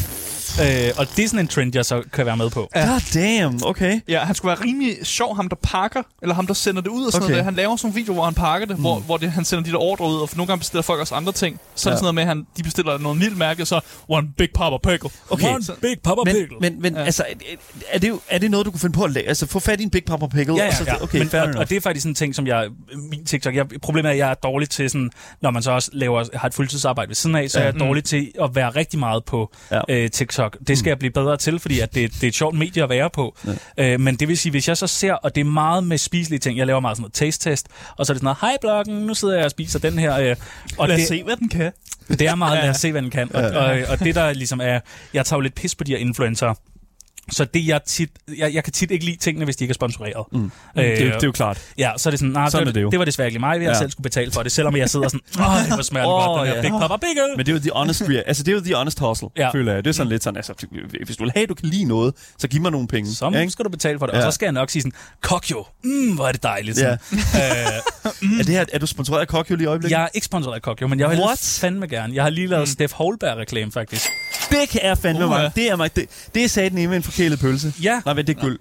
[SPEAKER 3] Øh, og det er sådan en trend, jeg så kan være med på.
[SPEAKER 1] God damn, okay.
[SPEAKER 2] Ja, han skulle være rimelig sjov, ham der pakker, eller ham der sender det ud og sådan
[SPEAKER 1] Okay.
[SPEAKER 2] okay. noget. der. Han laver sådan nogle videoer, hvor han pakker det, mm. hvor, hvor det, han sender de der ordre ud, og nogle gange bestiller folk også andre ting.
[SPEAKER 1] Ja.
[SPEAKER 2] Så ja. er det sådan noget med, at han, de bestiller noget mildt mærke, og så one big papa pickle.
[SPEAKER 1] Okay.
[SPEAKER 3] One big papa
[SPEAKER 1] Men,
[SPEAKER 3] pickle.
[SPEAKER 1] men, men ja. altså, er det, jo, er det noget, du kunne finde på at lave? Altså, få fat i en Big Papa Pickle?
[SPEAKER 3] Ja,
[SPEAKER 1] og
[SPEAKER 3] ja,
[SPEAKER 1] så,
[SPEAKER 3] ja.
[SPEAKER 1] Okay,
[SPEAKER 3] men,
[SPEAKER 1] fair
[SPEAKER 3] og,
[SPEAKER 1] enough.
[SPEAKER 3] og, det er faktisk sådan en ting, som jeg, min TikTok, jeg, problemet er, at jeg er dårlig til sådan, når man så også laver, har et fuldtidsarbejde ved siden af, så ja.
[SPEAKER 1] Ja.
[SPEAKER 3] er jeg dårlig til at være rigtig meget på
[SPEAKER 1] Ja.
[SPEAKER 3] ja. øh, TikTok. Det skal jeg blive bedre til, fordi at det, det er et sjovt medie at være på. Ja. Øh, men det vil sige, hvis jeg så ser, og det er meget med spiselige ting, jeg laver meget sådan noget taste-test, og så er det sådan noget, hej bloggen, nu sidder jeg og spiser den her. Øh, og
[SPEAKER 2] Lad os
[SPEAKER 3] det,
[SPEAKER 2] se, hvad den kan.
[SPEAKER 3] det er meget, lad os se, hvad den kan. Og, og, og det der ligesom er, jeg tager jo lidt pis på de her influencer. Så det jeg tit, jeg, jeg kan tit ikke lide tingene, hvis de ikke er sponsoreret. Mm. Øh,
[SPEAKER 1] det, er jo- det er jo klart.
[SPEAKER 3] Ja, så er det sådan, nej,
[SPEAKER 1] Sådan
[SPEAKER 3] det,
[SPEAKER 1] er det jo.
[SPEAKER 3] det, det var desværre ikke lige mig, jeg
[SPEAKER 1] Ja.
[SPEAKER 3] ja. selv skulle betale for det, selvom jeg sidder sådan, åh, hvor smager det
[SPEAKER 1] Åh,
[SPEAKER 3] godt, den
[SPEAKER 1] ja.
[SPEAKER 3] her Big Papa Big
[SPEAKER 1] Men det er jo the honest, rea- altså, det er jo the honest hustle, ja.
[SPEAKER 3] Ja. Mm.
[SPEAKER 1] føler jeg. Det er sådan lidt sådan, altså, hvis du vil have, du kan lide noget, så giv mig nogle penge.
[SPEAKER 3] Som
[SPEAKER 1] ikke?
[SPEAKER 3] skal du betale for det.
[SPEAKER 1] Ja.
[SPEAKER 3] Og så skal jeg nok sige sådan, kok jo, mm, hvor er det dejligt.
[SPEAKER 1] Ja.
[SPEAKER 3] Sådan. Øh,
[SPEAKER 1] Er, det her, er du sponsoreret af Kokio lige i øjeblikket?
[SPEAKER 3] jeg er ikke sponsoreret af kok jo, men jeg vil
[SPEAKER 1] What?
[SPEAKER 3] fandme gerne. Jeg har lige lavet mm. Steff Holberg-reklame faktisk.
[SPEAKER 1] Det er fandme
[SPEAKER 2] Uh,
[SPEAKER 1] mange.
[SPEAKER 2] ja.
[SPEAKER 1] Det er, mig- det, det er satan med en forkælet pølse.
[SPEAKER 3] Ja.
[SPEAKER 1] Nej, men det er guld.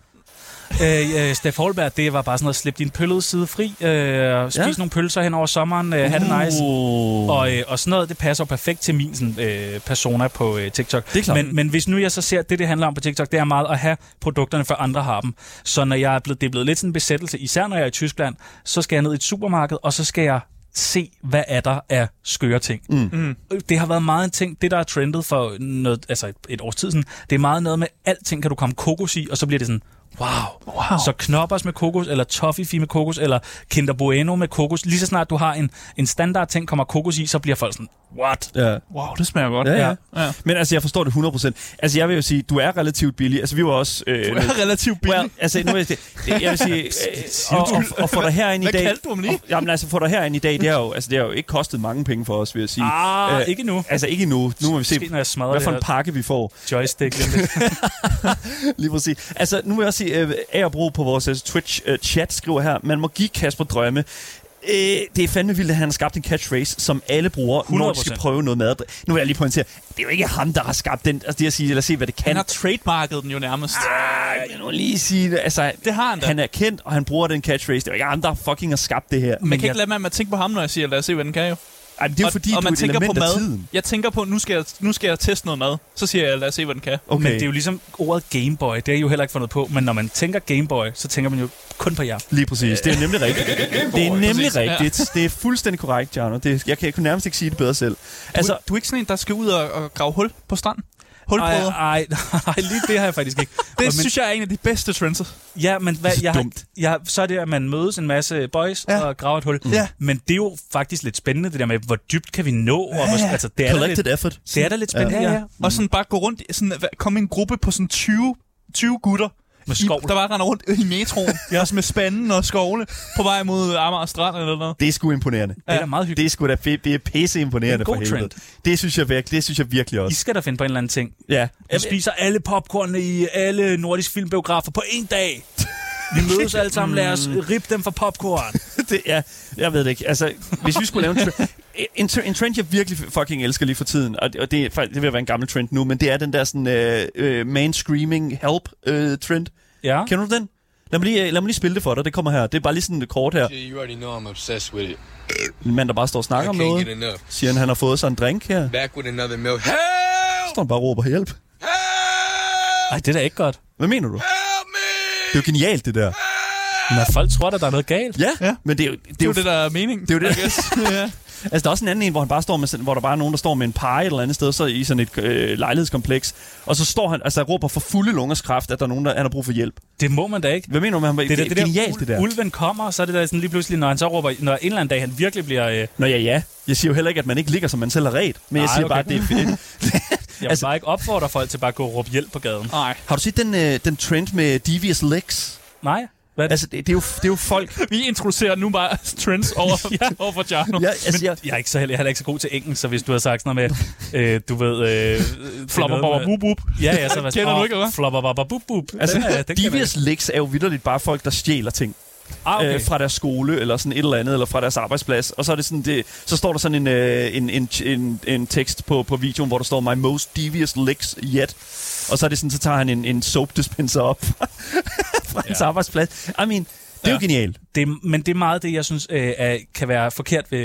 [SPEAKER 3] Øh, øh, Steff Holberg, det var bare sådan noget, slip din pøllede side fri, øh, spis
[SPEAKER 1] Ja.
[SPEAKER 3] ja. nogle pølser hen over sommeren, øh, have det nice.
[SPEAKER 1] Oh.
[SPEAKER 3] Og, øh, og sådan noget, det passer jo perfekt til min sådan, øh, persona på øh, TikTok.
[SPEAKER 1] Det er klart.
[SPEAKER 3] Men, men hvis nu jeg så ser, at det, det handler om på TikTok, det er meget at have produkterne, før andre har dem. Så når jeg er blevet, det er blevet lidt sådan en besættelse, især når jeg er i Tyskland, så skal jeg ned i et supermarked, og så skal jeg se, hvad er der af skøre ting. Mm. Mm. Det har været meget en ting, det der er trendet for noget, altså et, et års tid siden, det er meget noget med, alting kan du komme kokos i, og så bliver det sådan, wow. wow. Så knoppers med kokos, eller toffee med kokos, eller Kinder Bueno med kokos. Lige så snart du har en, en standard ting, kommer kokos i, så bliver folk sådan, what?
[SPEAKER 1] Ja.
[SPEAKER 2] Wow, det smager godt.
[SPEAKER 1] Ja, ja.
[SPEAKER 2] ja. ja.
[SPEAKER 1] Men altså, jeg forstår det 100%. Altså, jeg vil jo sige, du er relativt billig. Altså, vi var også... Øh,
[SPEAKER 2] Du er <laughs> relativt billig.
[SPEAKER 1] Well, altså, nu vil jeg, sige- jeg vil
[SPEAKER 3] <laughs>
[SPEAKER 1] sige, øh, og, og, og for dig herind i
[SPEAKER 2] Hvad
[SPEAKER 1] dag...
[SPEAKER 2] kaldte du ham lige?
[SPEAKER 1] Og, jamen, altså, for dig herind i dag, det har jo, altså, det har jo ikke kostet mange penge for os, vil jeg sige.
[SPEAKER 3] Ah,
[SPEAKER 1] Øh,
[SPEAKER 3] ikke nu.
[SPEAKER 1] Altså, ikke endnu. Nu må vi se,
[SPEAKER 3] Måske, når jeg smadrer
[SPEAKER 1] hvad
[SPEAKER 3] det
[SPEAKER 1] for en
[SPEAKER 3] her.
[SPEAKER 1] pakke vi får.
[SPEAKER 3] Joystick. lidt.
[SPEAKER 1] Lige præcis. Altså, nu vil jeg også sige, øh, Agerbro på vores øh, Twitch-chat skriver her, man må give Kasper drømme. Øh, det er fandme vildt, at han har skabt en catchphrase, som alle bruger, 100%. når de skal
[SPEAKER 3] 100%.
[SPEAKER 1] prøve noget mad. Nu vil jeg lige pointere, det er jo ikke ham, der har skabt den. Altså, det at sige, eller se, hvad det
[SPEAKER 2] Han
[SPEAKER 1] kan.
[SPEAKER 2] har trademarket den jo nærmest.
[SPEAKER 1] Ah, jeg vil nu lige sige det. Altså,
[SPEAKER 2] Det har han da.
[SPEAKER 1] han er kendt, og han bruger den catchphrase. Det er jo ikke ham, der fucking har skabt det her. Men
[SPEAKER 2] Man kan ikke
[SPEAKER 1] jeg,
[SPEAKER 2] lade være med at tænke på ham, når jeg siger, lad os se, hvad den kan jo.
[SPEAKER 1] ej, men det er jo fordi,
[SPEAKER 2] og
[SPEAKER 1] du
[SPEAKER 2] man
[SPEAKER 1] er et
[SPEAKER 2] tænker på
[SPEAKER 1] element af
[SPEAKER 2] mad.
[SPEAKER 1] tiden.
[SPEAKER 2] Jeg tænker på, nu skal, jeg, nu skal jeg teste noget mad. Så siger jeg, lad os se, hvad den kan.
[SPEAKER 1] Okay.
[SPEAKER 3] Men det er jo ligesom ordet Gameboy, det er I jo heller ikke fundet på, men når man tænker Gameboy, så tænker man jo kun på jer.
[SPEAKER 1] Lige præcis. Det er nemlig rigtigt. Det er nemlig
[SPEAKER 2] Præcis, ja.
[SPEAKER 1] rigtigt. Det er fuldstændig korrekt, Jarno. Det, jeg kan jeg kunne nærmest ikke sige det bedre selv.
[SPEAKER 2] Altså,
[SPEAKER 1] Altså,
[SPEAKER 2] du, du er ikke sådan en, der skal ud og, og grave hul på stranden? Hulbrødre?
[SPEAKER 3] Ej, ej, <laughs> nej, lige det har jeg faktisk ikke.
[SPEAKER 2] det
[SPEAKER 3] men,
[SPEAKER 2] synes jeg er en af de bedste trends.
[SPEAKER 3] Ja, men hvad,
[SPEAKER 1] Det er så
[SPEAKER 3] jeg, har-
[SPEAKER 1] dumt.
[SPEAKER 3] Jeg, så er det, at man mødes en masse boys
[SPEAKER 2] Ja.
[SPEAKER 3] ja. og graver et hul.
[SPEAKER 2] Ja.
[SPEAKER 3] Men det er jo faktisk lidt spændende, det der med, hvor dybt kan vi nå? Og hvor, altså, det er da lidt,
[SPEAKER 1] collected effort.
[SPEAKER 3] det er da lidt spændende, ja. ja.
[SPEAKER 2] Og sådan bare gå rundt, i- sådan, hvad- komme i en gruppe på sådan 20, 20 gutter,
[SPEAKER 3] Med
[SPEAKER 2] i,
[SPEAKER 3] skovl.
[SPEAKER 2] der bare render rundt i
[SPEAKER 1] <laughs>
[SPEAKER 2] metroen, ja. også med spanden og skovle, på vej mod Amager Strand eller noget.
[SPEAKER 1] Det er sgu imponerende.
[SPEAKER 3] Det er da meget
[SPEAKER 1] Det
[SPEAKER 3] hyggeligt.
[SPEAKER 1] er sgu da fe- det er pisse imponerende
[SPEAKER 3] Det er
[SPEAKER 1] for
[SPEAKER 3] en god
[SPEAKER 1] helvede. Det synes jeg virkelig, det synes jeg virkelig
[SPEAKER 3] I
[SPEAKER 1] også.
[SPEAKER 3] skal da finde på en eller anden ting.
[SPEAKER 1] Ja.
[SPEAKER 3] Vi spiser alle popcornene i alle nordiske filmbiografer på en dag. Vi mødes alle sammen, lad os rip dem for popcorn.
[SPEAKER 1] <laughs> det, ja, jeg ved det ikke. Altså, hvis vi skulle lave en, tre- en, tre- en trend, jeg virkelig fucking elsker lige for tiden, og, og det, er fakt- det vil være en gammel trend nu, men det er den der sådan øh, øh, man screaming help øh, trend.
[SPEAKER 3] Ja.
[SPEAKER 1] Kender du den? Lad mig, lige, øh, lad mig lige spille det for dig. Det kommer her. Det er bare lige sådan et kort her.
[SPEAKER 5] You already know I'm obsessed with it.
[SPEAKER 1] En mand, der bare står og
[SPEAKER 5] I
[SPEAKER 1] snakker om
[SPEAKER 5] can't get
[SPEAKER 1] noget.
[SPEAKER 5] enough.
[SPEAKER 1] Siger han, han har fået sig en drink her. Så
[SPEAKER 5] Back with another milk. Help!
[SPEAKER 1] står han bare og råber hjælp.
[SPEAKER 3] Ej, det er da ikke godt.
[SPEAKER 1] Hvad mener du?
[SPEAKER 5] Help
[SPEAKER 1] Det er jo genialt, det der.
[SPEAKER 3] Når folk tror, at der er noget galt.
[SPEAKER 1] Ja, ja. men det er jo,
[SPEAKER 2] Det er jo det, der er meningen.
[SPEAKER 1] Det er jo det, <laughs>
[SPEAKER 2] I guess. ja.
[SPEAKER 1] Altså, der er også en anden en, hvor, han bare står med, sådan- hvor der bare er nogen, der står med en pege et eller andet sted, så i sådan et øh, lejlighedskompleks. Og så står han, altså han råber for fulde lungers kræft, at der er nogen, der han har brug for hjælp.
[SPEAKER 3] Det må man da ikke.
[SPEAKER 1] Hvad mener du med ham? Det, det, det, det er genialt,
[SPEAKER 3] ul-
[SPEAKER 1] det der.
[SPEAKER 3] Ulven kommer, så er det der sådan lige pludselig, når han så råber, når en eller anden dag han virkelig bliver... Øh,
[SPEAKER 1] Nå ja, ja. Jeg siger jo heller ikke, at man ikke ligger, som man selv har ret. Men jeg
[SPEAKER 3] Nej,
[SPEAKER 1] siger bare, at
[SPEAKER 3] okay.
[SPEAKER 1] det
[SPEAKER 3] <laughs>
[SPEAKER 1] er fedt. <laughs>
[SPEAKER 3] jeg altså,
[SPEAKER 1] Altså-
[SPEAKER 3] bare ikke opfordrer folk til bare at gå og råbe hjælp på gaden.
[SPEAKER 2] <laughs> Nej.
[SPEAKER 1] Har du set den, øh, den trend med devious legs?
[SPEAKER 3] Nej. Hvad er det?
[SPEAKER 1] Altså, det, det, er jo, det er jo
[SPEAKER 3] <laughs>
[SPEAKER 1] folk...
[SPEAKER 2] Vi introducerer nu bare <laughs> trends over, ja. over for
[SPEAKER 1] <laughs>
[SPEAKER 2] Jarno.
[SPEAKER 1] Ja,
[SPEAKER 2] Ja.
[SPEAKER 1] altså, jeg,
[SPEAKER 3] Jeg er, ikke så heldig, jeg er heller ikke så god til engelsk, så hvis du har sagt sådan noget med, øh, du ved... Øh,
[SPEAKER 2] Flopper,
[SPEAKER 3] noget
[SPEAKER 2] bobber,
[SPEAKER 3] med-
[SPEAKER 2] bup, bup.
[SPEAKER 3] Ja, ja, så var jeg sådan,
[SPEAKER 2] Kender du
[SPEAKER 3] "Åh,
[SPEAKER 2] ikke, eller hvad?"
[SPEAKER 3] Flopper, bobber, bup, bup.
[SPEAKER 1] altså,
[SPEAKER 3] ja,
[SPEAKER 1] ja,
[SPEAKER 3] den kan jeg
[SPEAKER 1] devious legs er jo vidderligt bare folk, der stjæler ting.
[SPEAKER 3] da. ah, okay.
[SPEAKER 1] øh, fra deres skole, eller sådan et eller andet, eller fra deres arbejdsplads. Og så, er det sådan, det, så står der sådan en, øh, en, en, en, en tekst på, på videoen, hvor der står, My most devious legs yet. Og så er det sådan, så tager han en, en soap dispenser op <laughs> fra hans
[SPEAKER 3] Ja.
[SPEAKER 1] arbejdsplads. I mean, det er ja. jo genialt.
[SPEAKER 3] det, men det er meget det, jeg synes øh, er, kan være forkert ved,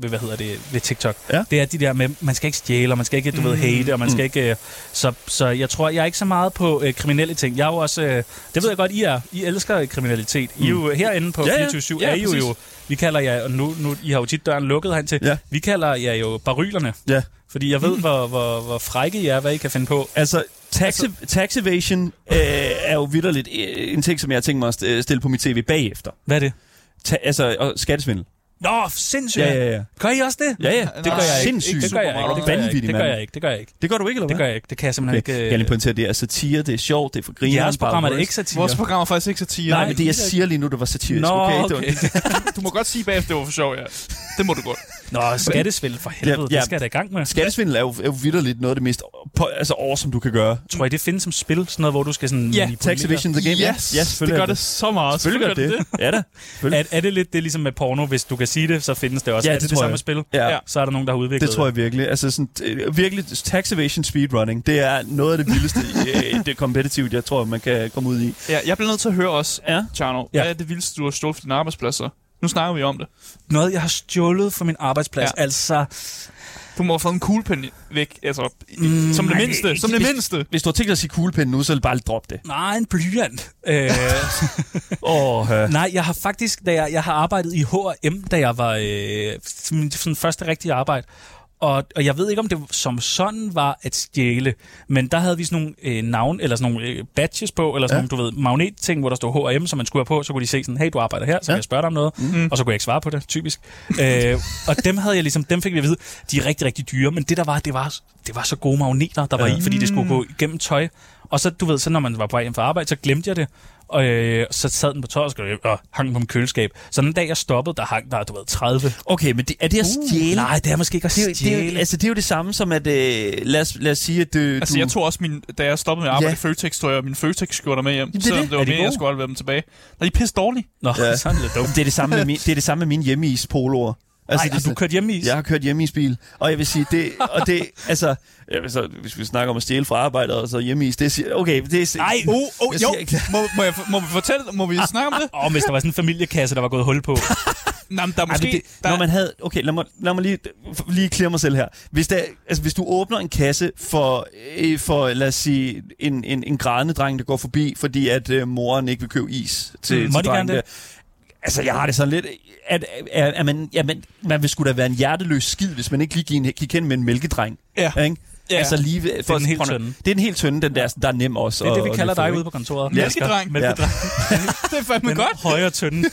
[SPEAKER 3] ved, hvad hedder det, ved TikTok.
[SPEAKER 1] Ja.
[SPEAKER 3] Det er de der med, man skal ikke stjæle, og man skal ikke, du ved, hate, og man skal ikke... Øh, så, så jeg tror, jeg er ikke så meget på øh, kriminelle ting. Jeg er jo også... Øh, det ved jeg godt, I er. I elsker kriminalitet. I er jo herinde på
[SPEAKER 1] Ja, ja.
[SPEAKER 3] 24-7,
[SPEAKER 1] Ja,
[SPEAKER 3] er I jo,
[SPEAKER 1] præcis.
[SPEAKER 3] jo... Vi kalder jer... Og nu, nu, I har jo tit døren lukket herind til.
[SPEAKER 1] Ja.
[SPEAKER 3] Vi kalder jer jo barylerne.
[SPEAKER 1] Ja.
[SPEAKER 3] Fordi jeg <laughs> ved, hvor, hvor, hvor frække I er, hvad I kan finde på.
[SPEAKER 1] Altså, tax, altså, tax evasion øh, er jo vidderligt øh, en ting, som jeg har tænkt mig at st- øh, stille på mit tv bagefter.
[SPEAKER 3] Hvad er det?
[SPEAKER 1] Ta- altså, og skattesvindel.
[SPEAKER 3] Nå, sindssygt.
[SPEAKER 1] Ja, ja, ja.
[SPEAKER 3] Gør I også det?
[SPEAKER 1] Ja, ja,
[SPEAKER 3] Det gør jeg ikke.
[SPEAKER 1] Sindssygt.
[SPEAKER 3] Det gør jeg ikke. Det gør jeg ikke. Det gør jeg ikke. Det gør jeg ikke.
[SPEAKER 1] Det gør du ikke, eller hvad?
[SPEAKER 3] Det gør jeg ikke. Det kan jeg simpelthen
[SPEAKER 1] Okay.
[SPEAKER 3] ikke.
[SPEAKER 1] Jeg
[SPEAKER 3] øh,
[SPEAKER 1] kan lige pointere, det er satire, det er sjovt, det er for griner.
[SPEAKER 3] Jeres program er det ikke satire.
[SPEAKER 2] Vores program er faktisk ikke satire.
[SPEAKER 1] Nej, men det, jeg siger lige nu, det var satirisk.
[SPEAKER 3] Nå,
[SPEAKER 1] okay. Det var,
[SPEAKER 3] okay.
[SPEAKER 2] Du må godt sige bagefter, det var for sjov, ja. Det må du godt.
[SPEAKER 3] Nå, skattesvindel for helvede.
[SPEAKER 1] Ja, ja.
[SPEAKER 3] Det skal jeg da i gang med.
[SPEAKER 1] Skattesvindel er jo, er jo vidderligt noget af det mest på, altså, awesome, du kan gøre.
[SPEAKER 3] Tror I, det findes som spil? Sådan noget, hvor du skal sådan...
[SPEAKER 2] Ja,
[SPEAKER 3] manipulere?
[SPEAKER 1] Tax Evasion The Game. ja.
[SPEAKER 2] Yes,
[SPEAKER 1] ja,
[SPEAKER 2] yes det
[SPEAKER 1] selvfølgelig
[SPEAKER 2] gør
[SPEAKER 1] er
[SPEAKER 2] det så meget.
[SPEAKER 1] Selvfølgelig gør det. det. Ja da.
[SPEAKER 3] Er, er det lidt det er ligesom med porno? Hvis du kan sige det, så findes det også.
[SPEAKER 1] Ja,
[SPEAKER 3] er
[SPEAKER 1] det
[SPEAKER 3] det det
[SPEAKER 1] tror
[SPEAKER 3] samme
[SPEAKER 1] jeg.
[SPEAKER 3] spil?
[SPEAKER 1] Ja.
[SPEAKER 3] Så er der nogen, der har udviklet
[SPEAKER 1] Det tror jeg virkelig. Altså sådan, øh, virkelig, tax evasion speedrunning, det er noget af det vildeste øh, det kompetitivt, jeg tror, man kan komme ud i.
[SPEAKER 2] Ja, jeg bliver nødt til at høre også,
[SPEAKER 1] Ja.
[SPEAKER 2] Tjerno,
[SPEAKER 3] Ja.
[SPEAKER 2] ja. hvad er det vildeste, du har stået for din arbejdsplads så? Nu snakker vi om det.
[SPEAKER 3] Noget, jeg har stjålet fra min arbejdsplads.
[SPEAKER 2] Ja.
[SPEAKER 3] Altså,
[SPEAKER 2] Du må have fået en kuglepen væk, altså,
[SPEAKER 3] Mm,
[SPEAKER 2] mm, som det
[SPEAKER 3] nej,
[SPEAKER 2] mindste,
[SPEAKER 3] ikke-
[SPEAKER 2] som det
[SPEAKER 3] ikke-
[SPEAKER 2] mindste.
[SPEAKER 1] Hvis du har tænkt dig at sige kuglepind nu, så bare drop det.
[SPEAKER 3] nej, en blyant. Øh, <laughs>
[SPEAKER 1] Åh, oh,
[SPEAKER 3] nej, jeg har faktisk... Da jeg, jeg har arbejdet i H&M, da jeg var... Øh, min sådan første rigtige arbejde. Og, og jeg ved ikke, om det som sådan var at stjæle, men der havde vi sådan nogle øh, navn, eller sådan nogle øh, badges på, eller sådan ja. nogle, du ved, magnetting, hvor der stod H&M, som man skulle have på, så kunne de se sådan, hey, du arbejder her, så kan jeg spørge dig om noget, mm. og så kunne jeg ikke svare på det, typisk. øh, og dem havde jeg ligesom, dem fik vi at vide, de er rigtig, rigtig dyre, men det der var, det var, det var så gode magneter, der var ja. Mm. i, fordi det skulle gå igennem tøj. Og så, du ved, så når man var på vej hjem fra arbejde, så glemte jeg det, og øh, så sad den på tøjet og, "Øh, og hang på mit køleskab. Så den dag, jeg stoppede, der hang der, du ved, 30.
[SPEAKER 1] Okay, men det, er det at stjæle?
[SPEAKER 3] Nej, det er måske ikke at
[SPEAKER 1] Uh, det, er,
[SPEAKER 3] stjæle.
[SPEAKER 1] jo- det, er, jo- altså, det er jo det samme som, at øh, lad, os, lad os sige, at øh,
[SPEAKER 2] Altså,
[SPEAKER 1] du...
[SPEAKER 2] jeg tog også min, da jeg stoppede med at arbejde i Føtex, tog jeg mine Føtex-skjorter med hjem,
[SPEAKER 1] det er
[SPEAKER 2] selvom
[SPEAKER 1] det.
[SPEAKER 2] det,
[SPEAKER 1] Er
[SPEAKER 2] var
[SPEAKER 1] de
[SPEAKER 2] mere, jeg
[SPEAKER 1] gode?
[SPEAKER 2] skulle aldrig have dem tilbage. Når de er pisse dårlige.
[SPEAKER 3] Nå, <laughs> ja.
[SPEAKER 1] Ja.
[SPEAKER 3] sådan lidt dumt.
[SPEAKER 1] Jamen, Altså, Det er det samme med min, det er det samme med mine hjemmeispoloer.
[SPEAKER 3] Altså, Ej,
[SPEAKER 1] det er
[SPEAKER 3] har du
[SPEAKER 1] sådan-
[SPEAKER 3] kørt hjemme i?
[SPEAKER 1] Jeg har kørt hjemmeisbil, og jeg vil sige, det, og det, altså, jeg vil så, hvis vi snakker om at stjæle fra arbejdet, og så hjemmeis, det er, okay, det er...
[SPEAKER 3] Nej,
[SPEAKER 1] uh,
[SPEAKER 3] oh,
[SPEAKER 2] Oh,
[SPEAKER 1] Jeg
[SPEAKER 2] jo,
[SPEAKER 1] siger ikke det.
[SPEAKER 2] må, må, jeg, må vi fortælle, må vi snakke om det?
[SPEAKER 3] Åh, oh, hvis der var sådan en familiekasse, der var gået
[SPEAKER 1] <laughs>
[SPEAKER 3] hul på.
[SPEAKER 2] Nej, men ah, der er måske...
[SPEAKER 1] det,
[SPEAKER 2] der,
[SPEAKER 1] når man havde, okay, lad mig, lad mig lige, lige klare mig selv her. Hvis, der, altså, hvis du åbner en kasse for, øh, for lad os sige, en, en, en grædende dreng, der går forbi, fordi at øh, moren ikke vil købe is til,
[SPEAKER 3] Mm,
[SPEAKER 1] til
[SPEAKER 3] må de
[SPEAKER 1] drengen
[SPEAKER 3] gerne det?
[SPEAKER 1] der. Altså, jeg har det sådan lidt, at, at, at man, ja, man, man vil sgu da være en hjerteløs skid, hvis man ikke lige gik, ind- gik hen med en mælkedreng.
[SPEAKER 2] Ja.
[SPEAKER 1] Ikke?
[SPEAKER 2] Ja.
[SPEAKER 1] Altså lige, det er
[SPEAKER 3] den helt tynde.
[SPEAKER 1] Det er den helt tynde, den der, der er nem også.
[SPEAKER 3] Det er det, vi
[SPEAKER 1] at- at
[SPEAKER 3] kalder
[SPEAKER 1] få,
[SPEAKER 3] dig
[SPEAKER 1] ikke?
[SPEAKER 3] ude på kontoret.
[SPEAKER 1] Ja.
[SPEAKER 2] Mælkedreng.
[SPEAKER 3] Mælkedreng.
[SPEAKER 1] Ja.
[SPEAKER 2] <laughs> det er fandme
[SPEAKER 3] Den
[SPEAKER 2] godt.
[SPEAKER 3] højre
[SPEAKER 1] <laughs>
[SPEAKER 3] tynde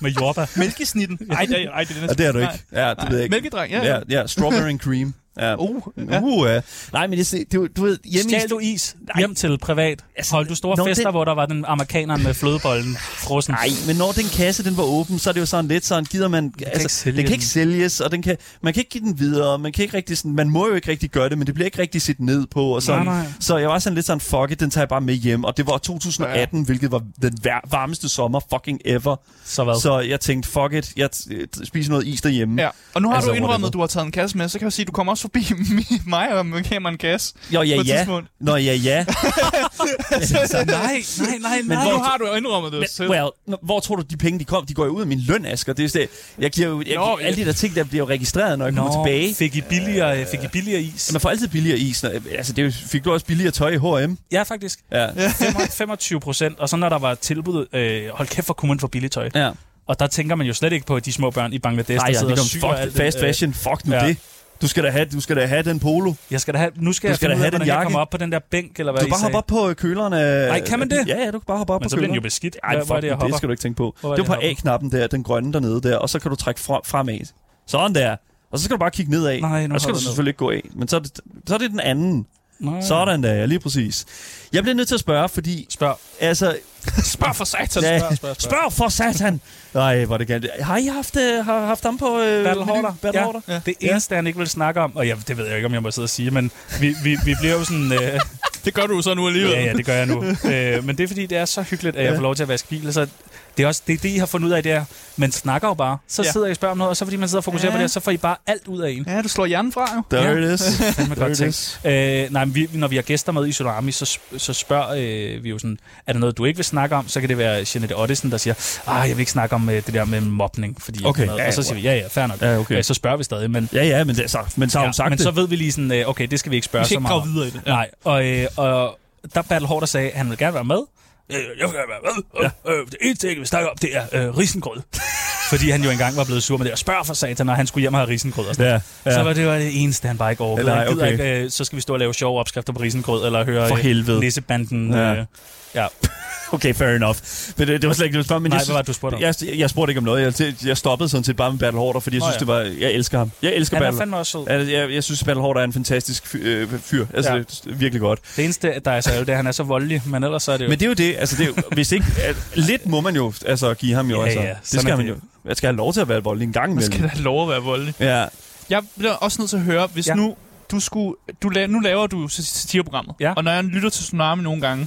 [SPEAKER 3] med jordbær. <laughs>
[SPEAKER 2] Mælkesnitten. Ej, det, ej, det
[SPEAKER 1] Ja,
[SPEAKER 2] er næsten.
[SPEAKER 1] det er du
[SPEAKER 2] Nej.
[SPEAKER 1] ikke. Ja, det ved jeg ikke.
[SPEAKER 2] Mælkedreng, ja.
[SPEAKER 1] Ja, ja, strawberry and cream. Ja.
[SPEAKER 2] Uh,
[SPEAKER 1] ja. Uh, ja. Nej, men det, er- du, du ved, hjemme
[SPEAKER 3] Stjal du is hjem til privat? Holdt du store
[SPEAKER 1] Altså, nå,
[SPEAKER 3] fester,
[SPEAKER 1] det-
[SPEAKER 3] hvor der var den amerikaneren med
[SPEAKER 1] <laughs>
[SPEAKER 3] flødebollen frossen?
[SPEAKER 1] Nej, men når den kasse den var åben, så er det jo sådan lidt sådan, gider man... Det
[SPEAKER 3] ikke
[SPEAKER 1] altså,
[SPEAKER 3] sælge
[SPEAKER 1] den kan
[SPEAKER 3] den.
[SPEAKER 1] ikke sælges, og den kan, man kan ikke give den videre, man, kan ikke rigtig sådan, man må jo ikke rigtig gøre det, men det bliver ikke rigtig set ned på. Og sådan.
[SPEAKER 3] Nej, nej.
[SPEAKER 1] Så jeg var sådan lidt sådan, fuck it, den tager jeg bare med hjem. Og det var 2018, ja. hvilket var den vær- varmeste sommer fucking ever.
[SPEAKER 3] Så hvad?
[SPEAKER 1] Så jeg tænkte, fuck it, jeg t- øh, spiser noget is derhjemme.
[SPEAKER 2] Ja, og nu har
[SPEAKER 1] Altså,
[SPEAKER 2] altså, du indrømmet,
[SPEAKER 1] whatever.
[SPEAKER 2] at du har taget en kasse med, så kan jeg sige, at du kommer også forbi <laughs> mig og gemmer en kasse.
[SPEAKER 1] Jo, ja,
[SPEAKER 2] På et
[SPEAKER 1] ja.
[SPEAKER 2] tidspunkt.
[SPEAKER 1] Nå, ja, ja. <laughs>
[SPEAKER 3] <laughs> Så nej, nej, nej,
[SPEAKER 2] Men
[SPEAKER 3] nej.
[SPEAKER 2] nu har du jo indrømmet det
[SPEAKER 1] Altså,
[SPEAKER 2] selv.
[SPEAKER 1] Well, nå, hvor tror du, de penge, de kom? De går jo ud af min løn, Asger. Det er jo det, jeg giver jo, jeg,
[SPEAKER 2] Nå,
[SPEAKER 1] Nå, alle de der ting, der bliver jo registreret, når jeg kommer
[SPEAKER 3] Nå,
[SPEAKER 1] tilbage.
[SPEAKER 3] fik I billigere, fik I billigere is?
[SPEAKER 1] Man får altid billigere is. Når, altså, det er jo, fik du også billigere tøj i H&M?
[SPEAKER 3] Ja, faktisk.
[SPEAKER 1] Ja. <laughs>
[SPEAKER 3] 25 procent, og så når der var tilbud, øh, hold kæft, hvor kunne man få billigt tøj.
[SPEAKER 1] ja.
[SPEAKER 3] Og der tænker man jo slet ikke på de små børn i Bangladesh,
[SPEAKER 1] Nej,
[SPEAKER 3] der
[SPEAKER 1] jeg
[SPEAKER 3] sidder og
[SPEAKER 1] om
[SPEAKER 3] syrer alt
[SPEAKER 1] fuck,
[SPEAKER 3] det.
[SPEAKER 1] fast
[SPEAKER 3] Øh,
[SPEAKER 1] fashion, fuck nu
[SPEAKER 3] ja.
[SPEAKER 1] det. Du skal da have, du skal da have den polo.
[SPEAKER 3] Øh, Jeg skal da have, nu skal,
[SPEAKER 1] Du
[SPEAKER 3] jeg
[SPEAKER 1] skal
[SPEAKER 3] finde
[SPEAKER 1] da
[SPEAKER 3] ud af,
[SPEAKER 1] have den
[SPEAKER 3] hvordan jeg
[SPEAKER 1] jakke.
[SPEAKER 3] kommer op på den der bænk, eller hvad
[SPEAKER 1] Du
[SPEAKER 3] I
[SPEAKER 1] kan bare
[SPEAKER 3] sagde.
[SPEAKER 1] hoppe op på øh, køleren. af-
[SPEAKER 3] Nej, kan man det?
[SPEAKER 1] Ja, ja, du kan bare hoppe op
[SPEAKER 3] Men
[SPEAKER 1] på
[SPEAKER 3] så bliver den
[SPEAKER 1] køleren.
[SPEAKER 3] jo beskidt.
[SPEAKER 1] Ej,
[SPEAKER 3] Ej,
[SPEAKER 1] fuck,
[SPEAKER 3] hvor er det, jeg
[SPEAKER 1] det
[SPEAKER 3] hopper?
[SPEAKER 1] skal du ikke tænke på.
[SPEAKER 3] Hvor
[SPEAKER 1] Hvor
[SPEAKER 3] var
[SPEAKER 1] det
[SPEAKER 3] det,
[SPEAKER 1] var på
[SPEAKER 3] jeg
[SPEAKER 1] A-knappen der, den grønne dernede der, og så kan du trække fra, fremad. Sådan der. Og så skal du bare kigge nedad.
[SPEAKER 3] Nej, nu
[SPEAKER 1] og så skal
[SPEAKER 3] hopper
[SPEAKER 1] du
[SPEAKER 3] jeg ned.
[SPEAKER 1] selvfølgelig ikke gå af. Men så er det, så er det den anden.
[SPEAKER 3] Nej.
[SPEAKER 1] Sådan der, ja, lige præcis. Jeg bliver nødt til at spørge, fordi...
[SPEAKER 3] Spørg. <laughs>
[SPEAKER 1] Altså,
[SPEAKER 2] Spørg for satan.
[SPEAKER 1] ja,
[SPEAKER 2] Spørg, spørg, spørg.
[SPEAKER 1] spørg for satan! Nej, hvor er det galt. Har I haft, øh, har haft ham på... Øh,
[SPEAKER 3] Battle
[SPEAKER 1] menuen?
[SPEAKER 3] Hoarder.
[SPEAKER 1] Battle Hoarder?
[SPEAKER 3] Ja. Det eneste, han ikke vil snakke om, og jeg, det ved jeg ikke, om jeg må sidde og sige, men vi, vi, vi bliver jo sådan... Øh,
[SPEAKER 2] Det gør du jo så nu alligevel.
[SPEAKER 3] ja, ja, det gør jeg nu. Øh, men det er, fordi det er så hyggeligt, at jeg får lov til at vaske biler, så det er også det, er det I har fundet ud af, det er, man snakker jo bare. Så
[SPEAKER 2] Ja.
[SPEAKER 3] ja. sidder jeg og spørger om noget, og så fordi man sidder og fokuserer
[SPEAKER 2] Ja.
[SPEAKER 3] ja. på det, så får I bare alt ud af en.
[SPEAKER 2] Ja, du slår hjernen fra jo.
[SPEAKER 1] There
[SPEAKER 3] Ja.
[SPEAKER 1] it is.
[SPEAKER 3] <laughs> Det er godt
[SPEAKER 1] There it
[SPEAKER 3] tænkt. Øh, nej, men vi, når vi har gæster med i Tsunami, så, sp- så spørger øh, vi jo sådan, er der noget, du ikke vil snakke om? Så kan det være Jeanette Ottesen, der siger, ah, jeg vil ikke snakke om øh, det der med mobning. Fordi
[SPEAKER 1] Okay.
[SPEAKER 3] Noget.
[SPEAKER 1] Ja,
[SPEAKER 3] og så siger vi, ja, ja, fair nok.
[SPEAKER 1] Ja, okay.
[SPEAKER 3] Øh, så spørger vi stadig, men
[SPEAKER 1] Ja, ja, men, det, er så, men så har hun sagt
[SPEAKER 3] men
[SPEAKER 1] det.
[SPEAKER 3] så ved vi lige sådan, øh, okay, det skal vi ikke spørge
[SPEAKER 2] Vi skal
[SPEAKER 3] så
[SPEAKER 2] ikke
[SPEAKER 3] meget
[SPEAKER 2] grave
[SPEAKER 3] om.
[SPEAKER 2] videre i det. Ja.
[SPEAKER 3] Nej, og, øh, og der Battle Hård, der sagde, at han ville gerne være med. Øh, jeg vil gerne være med. Ja. Øh, det eneste, jeg vil snakke om, det er øh,
[SPEAKER 2] <laughs>
[SPEAKER 3] risengrød. Fordi han jo engang var blevet sur med det. Og spørg for satan, når han skulle hjem og have risengrød. Og sådan.
[SPEAKER 1] Ja, ja.
[SPEAKER 3] Så var det, var det eneste, han bare ikke overvejede.
[SPEAKER 1] Eller,
[SPEAKER 3] Han gider
[SPEAKER 1] okay.
[SPEAKER 3] ikke, øh, så skal vi stå og lave sjove opskrifter på risengrød, eller høre
[SPEAKER 1] For
[SPEAKER 3] øh,
[SPEAKER 1] helvede.
[SPEAKER 3] nissebanden.
[SPEAKER 1] Ja.
[SPEAKER 3] Øh, ja.
[SPEAKER 1] Okay, fair enough. Men det, det var slet ikke noget spørgsmål. Men
[SPEAKER 3] Nej,
[SPEAKER 1] jeg
[SPEAKER 3] hvad var det, du spurgte om?
[SPEAKER 1] Jeg, jeg, jeg spurgte ikke om noget. Jeg, jeg stoppede sådan set bare med Battle Hoarder, fordi jeg
[SPEAKER 3] Nå,
[SPEAKER 1] synes,
[SPEAKER 3] ja.
[SPEAKER 1] det var... Jeg elsker ham. Jeg elsker
[SPEAKER 3] Han er
[SPEAKER 1] Battle
[SPEAKER 3] fandme også sød.
[SPEAKER 1] Altså, jeg, jeg synes, Battle Hoarder er en fantastisk fy- øh, fyr. Altså,
[SPEAKER 3] Ja.
[SPEAKER 1] ja. det er virkelig godt.
[SPEAKER 3] Det eneste, der er så ærgerligt, det er, at han er så voldelig, men ellers så er det jo...
[SPEAKER 1] Men det er jo det. Altså, det er jo, hvis ikke... At, lidt må man jo altså, give ham jo.
[SPEAKER 3] Ja,
[SPEAKER 1] altså.
[SPEAKER 3] ja,
[SPEAKER 1] det
[SPEAKER 3] sådan er
[SPEAKER 1] skal man
[SPEAKER 3] det.
[SPEAKER 1] jo. Jeg skal have lov til at være voldelig en gang
[SPEAKER 2] Man skal
[SPEAKER 1] imellem.
[SPEAKER 2] da have lov at være voldelig.
[SPEAKER 1] Ja.
[SPEAKER 2] Jeg bliver også nødt til at høre, hvis
[SPEAKER 3] Ja.
[SPEAKER 2] ja. nu du skulle... Du la- nu laver du s- satireprogrammet,
[SPEAKER 3] Ja.
[SPEAKER 2] og når jeg lytter til Tsunami nogle gange,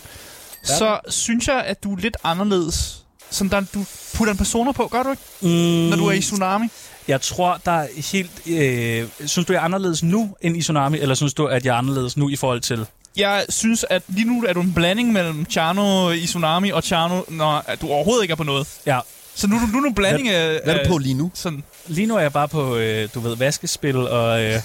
[SPEAKER 2] så synes jeg, at du er lidt anderledes. Sådan der, du putter en persona på, gør du ikke,
[SPEAKER 3] mm,
[SPEAKER 2] når du er i Tsunami?
[SPEAKER 3] Jeg tror, der er helt... Øh, synes du, jeg er anderledes nu end i Tsunami, eller synes du, at jeg er anderledes nu i forhold til...
[SPEAKER 2] Jeg synes, at lige nu er du en blanding mellem Chano i Tsunami og Chano, når at du overhovedet ikke er på noget.
[SPEAKER 3] Ja,
[SPEAKER 2] Så nu, er du- nu er du en blanding af...
[SPEAKER 1] Hvad er du på lige nu? <laughs>
[SPEAKER 2] Sådan,
[SPEAKER 3] lige nu er jeg bare på, øh, du ved, vaskespil og... Øh,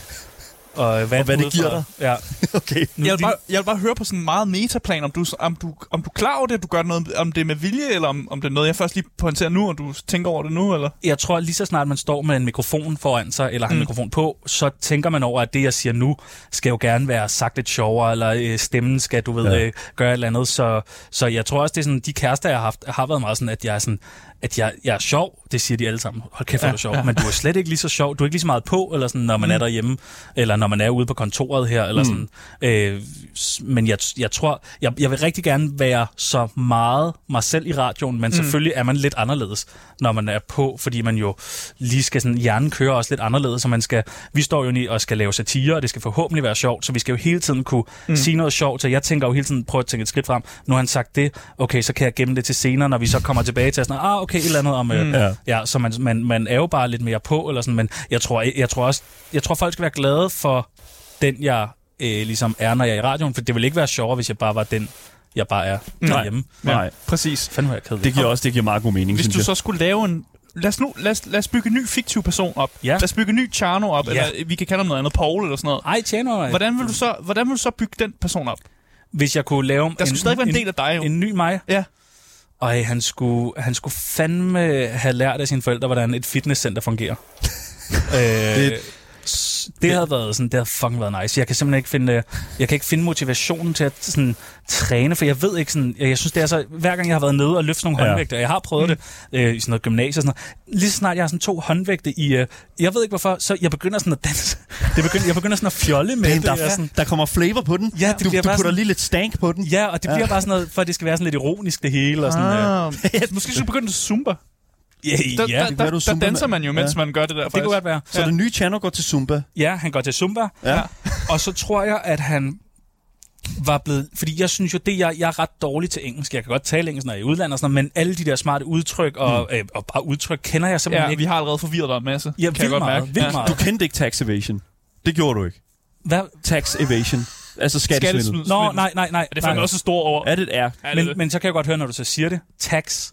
[SPEAKER 3] og hvad,
[SPEAKER 1] hvad det giver dig.
[SPEAKER 3] Ja.
[SPEAKER 1] Okay.
[SPEAKER 3] Nu,
[SPEAKER 2] jeg,
[SPEAKER 3] lige,
[SPEAKER 2] vil bare, jeg vil bare høre på sådan en meget metaplan, om du, om du, om du er klar over det, du gør noget, om det er med vilje, eller om, om det er noget, jeg først lige pointerer nu, og du tænker over det nu, eller?
[SPEAKER 3] jeg tror, lige så snart man står med en mikrofon foran sig, eller har en
[SPEAKER 2] Mm.
[SPEAKER 3] mikrofon på, så tænker man over, at det, jeg siger nu, skal jo gerne være sagt lidt sjovere, eller øh, stemmen skal, du ved,
[SPEAKER 1] Ja.
[SPEAKER 3] ja. øh, gøre et eller andet. Så, så jeg tror også, det er sådan, de kærester, jeg har haft, har været meget sådan, at jeg er sådan, at jeg, jeg er sjov, det siger de alle sammen. Hold kæft, hvor er du sjov. Ja. Men du er slet ikke lige så sjov. Du er ikke lige så meget på, eller sådan, når man mm. er derhjemme, eller når man er ude på kontoret her, eller mm. sådan. Øh, s- men jeg, jeg tror, jeg, jeg vil rigtig gerne være så meget mig selv i radioen, men mm. selvfølgelig er man lidt anderledes, når man er på, fordi man jo lige skal sådan, hjernen kører også lidt anderledes, så man skal, vi står jo i og skal lave satire, og det skal forhåbentlig være sjovt, så vi skal jo hele tiden kunne mm. sige noget sjovt, så jeg tænker jo hele tiden, prøv at tænke et skridt frem, nu har han sagt det, okay, så kan jeg gemme det til senere, når vi så kommer tilbage til sådan, ah, okay, et eller andet om, mm.
[SPEAKER 1] Ja.
[SPEAKER 3] øh, ja, så man, man, man er jo bare lidt mere på, eller sådan, men jeg tror, jeg, jeg tror også, jeg tror folk skal være glade for den, jeg øh, ligesom er, når jeg er i radioen, for det ville ikke være sjovere, hvis jeg bare var den, jeg bare er derhjemme.
[SPEAKER 1] Nej,
[SPEAKER 2] Præcis.
[SPEAKER 3] Fanden, hvor er jeg kedelig.
[SPEAKER 1] det giver også det giver meget god mening,
[SPEAKER 2] Hvis
[SPEAKER 1] synes
[SPEAKER 2] du
[SPEAKER 1] jeg.
[SPEAKER 2] så skulle lave en... Lad os nu lad os, lad os bygge en ny fiktiv person op.
[SPEAKER 3] Ja.
[SPEAKER 2] Lad os bygge en ny Charno op,
[SPEAKER 3] Ja.
[SPEAKER 2] ja. eller vi kan kalde ham noget andet, Paul eller sådan noget.
[SPEAKER 3] Ej, tjener mig.
[SPEAKER 2] Hvordan vil, du så, hvordan vil du så bygge den person op?
[SPEAKER 3] Hvis jeg kunne lave
[SPEAKER 2] Der skulle stadig være en del af dig, jo.
[SPEAKER 3] en ny mig.
[SPEAKER 2] Ja.
[SPEAKER 3] Og han skulle, han skulle fandme have lært af sine forældre, hvordan et fitnesscenter
[SPEAKER 2] <laughs>
[SPEAKER 3] fungerer. øh, det, det havde været sådan, det havde fucking været nice. Jeg kan simpelthen ikke finde, øh, jeg kan ikke finde motivationen til at sådan, træne, for jeg ved ikke sådan, jeg, jeg synes det er så, hver gang jeg har været nede og løftet nogle
[SPEAKER 1] Ja.
[SPEAKER 3] ja. håndvægte, og jeg har prøvet mm. det øh, i sådan noget gymnasie og sådan noget, lige så snart jeg har sådan to håndvægte i, øh, jeg ved ikke hvorfor, så jeg begynder sådan at danse, det begynder, jeg begynder sådan at fjolle med
[SPEAKER 1] Damn,
[SPEAKER 3] det,
[SPEAKER 1] der,
[SPEAKER 3] og sådan,
[SPEAKER 1] der kommer flavor på den.
[SPEAKER 3] Ja, det
[SPEAKER 1] du,
[SPEAKER 3] bliver
[SPEAKER 1] du
[SPEAKER 3] bare
[SPEAKER 1] putter
[SPEAKER 3] sådan-
[SPEAKER 1] lige lidt stank på den.
[SPEAKER 3] Ja, og det bliver bare sådan noget, for at det skal være sådan lidt ironisk det hele. Og sådan, ah, <laughs>
[SPEAKER 2] Ah, måske skulle du begynde til Zumba. Der,
[SPEAKER 3] yeah,
[SPEAKER 2] der,
[SPEAKER 3] ja,
[SPEAKER 1] kan
[SPEAKER 2] der,
[SPEAKER 1] være, du er
[SPEAKER 2] der,
[SPEAKER 1] Zumba-mand.
[SPEAKER 2] danser man jo, mens man gør det der,
[SPEAKER 3] det
[SPEAKER 2] faktisk.
[SPEAKER 3] kunne godt være.
[SPEAKER 1] Så
[SPEAKER 2] Ja.
[SPEAKER 1] den nye channel går til Zumba.
[SPEAKER 3] Ja, han går til Zumba,
[SPEAKER 1] Ja.
[SPEAKER 3] og så tror jeg, at han var blevet... Fordi jeg synes jo, det jeg, jeg er ret dårlig til engelsk. Jeg kan godt tale engelsk, når jeg er i udlandet og sådan noget, men alle de der smarte udtryk og, mm. øh, og bare udtryk kender jeg simpelthen
[SPEAKER 2] Ja,
[SPEAKER 3] ikke.
[SPEAKER 2] vi har allerede forvirret dig en masse.
[SPEAKER 3] Ja,
[SPEAKER 2] kan jeg
[SPEAKER 3] vildt
[SPEAKER 2] godt
[SPEAKER 3] meget,
[SPEAKER 2] mærke.
[SPEAKER 3] vildt
[SPEAKER 2] ja.
[SPEAKER 3] meget.
[SPEAKER 1] Du kendte ikke tax evasion. Det gjorde du ikke.
[SPEAKER 3] Hvad?
[SPEAKER 1] Tax evasion. Altså skattesvindel.
[SPEAKER 2] Skattesvindel.
[SPEAKER 3] Nå, nej, nej, nej.
[SPEAKER 2] Det er
[SPEAKER 3] nej.
[SPEAKER 2] fandme også et stort ord.
[SPEAKER 1] Er det et R?
[SPEAKER 2] Ja, det er
[SPEAKER 3] Men,
[SPEAKER 2] det.
[SPEAKER 3] men så kan jeg godt høre, når du så siger det. Tax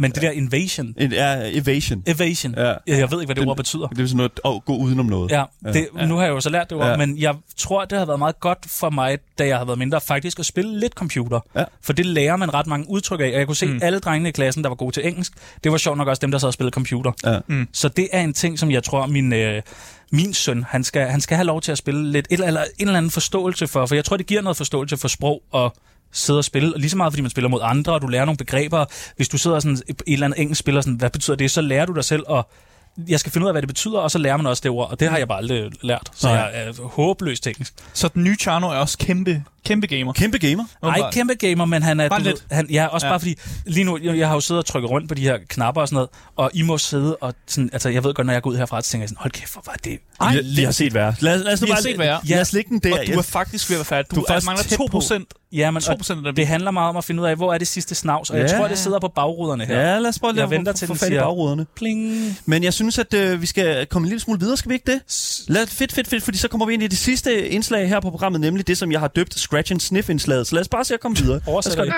[SPEAKER 3] Men det der invasion,
[SPEAKER 1] En, ja, evasion.
[SPEAKER 3] evasion,
[SPEAKER 1] Ja.
[SPEAKER 3] ja. jeg ved ikke, hvad det
[SPEAKER 1] Den-
[SPEAKER 3] ord betyder.
[SPEAKER 1] Det er sådan noget at gå udenom noget.
[SPEAKER 3] Ja, det, ja. nu har jeg jo så lært det ord,
[SPEAKER 1] Ja.
[SPEAKER 3] ja. men jeg tror, det har været meget godt for mig, da jeg har været mindre, faktisk at spille lidt computer.
[SPEAKER 1] Ja.
[SPEAKER 3] For det lærer man ret mange udtryk af, og jeg kunne se mm. alle drengene i klassen, der var gode til engelsk. Det var sjovt nok også dem, der sad og spillede computer.
[SPEAKER 1] Ja.
[SPEAKER 3] Mm. Så det er en ting, som jeg tror, min, øh, min søn, han skal, han skal have lov til at spille lidt, eller, eller en eller anden forståelse for, for jeg tror, det giver noget forståelse for sprog og sidde og spille, og lige så meget fordi man spiller mod andre, og du lærer nogle begreber. Hvis du sidder sådan, et eller andet engelsk spiller, sådan, hvad betyder det, så lærer du dig selv at jeg skal finde ud af, hvad det betyder, og så lærer man også det ord, og det har jeg bare aldrig lært. Så
[SPEAKER 1] Nej.
[SPEAKER 3] jeg er håbløst teknisk.
[SPEAKER 2] Så den nye Chano er også kæmpe, kæmpe gamer.
[SPEAKER 1] Kæmpe gamer.
[SPEAKER 3] Nej,
[SPEAKER 2] Åbenbart.
[SPEAKER 3] kæmpe gamer, men han er...
[SPEAKER 2] Bare
[SPEAKER 3] du ved,
[SPEAKER 2] lidt.
[SPEAKER 3] Han, ja, også
[SPEAKER 2] Ja.
[SPEAKER 3] ja. bare fordi... Lige nu, jeg, jeg har jo siddet og trykket rundt på de her knapper og sådan noget, og I må sidde og sådan... Altså, jeg ved godt, når jeg går ud herfra, så tænker jeg sådan, hold kæft, hvor var det...
[SPEAKER 1] Ej, vi, vi har set værre. Lad, os- lad os nu
[SPEAKER 2] Vi har
[SPEAKER 1] bare
[SPEAKER 2] set
[SPEAKER 1] lad-
[SPEAKER 2] værre.
[SPEAKER 1] Lad os lægge den der.
[SPEAKER 2] Og du er faktisk ved at være færdig. Du,
[SPEAKER 1] Du
[SPEAKER 2] du
[SPEAKER 1] er
[SPEAKER 2] er
[SPEAKER 1] faktisk
[SPEAKER 2] mangler
[SPEAKER 1] tæt
[SPEAKER 2] 2
[SPEAKER 1] på.
[SPEAKER 2] procent.
[SPEAKER 3] Ja, men
[SPEAKER 2] 2% af
[SPEAKER 3] og,
[SPEAKER 2] dem.
[SPEAKER 3] det handler meget om at finde ud af, hvor er det sidste snavs, og jeg
[SPEAKER 1] Ja.
[SPEAKER 3] tror, det sidder på bagruderne her.
[SPEAKER 1] ja, lad os prøve at
[SPEAKER 3] Jeg
[SPEAKER 1] lade-
[SPEAKER 3] venter
[SPEAKER 1] få-
[SPEAKER 3] til,
[SPEAKER 1] få
[SPEAKER 3] den
[SPEAKER 1] fat i
[SPEAKER 3] siger-
[SPEAKER 1] bagruderne.
[SPEAKER 3] Pling.
[SPEAKER 1] Men jeg synes, at øh, vi skal komme en lille smule videre, skal vi ikke det? Lad, fedt, fedt, fedt, fordi så kommer vi ind i det sidste indslag her på programmet, nemlig det, som jeg har døbt Scratch and Sniff-indslaget. Så lad os bare se at komme videre.
[SPEAKER 3] Oversætter det.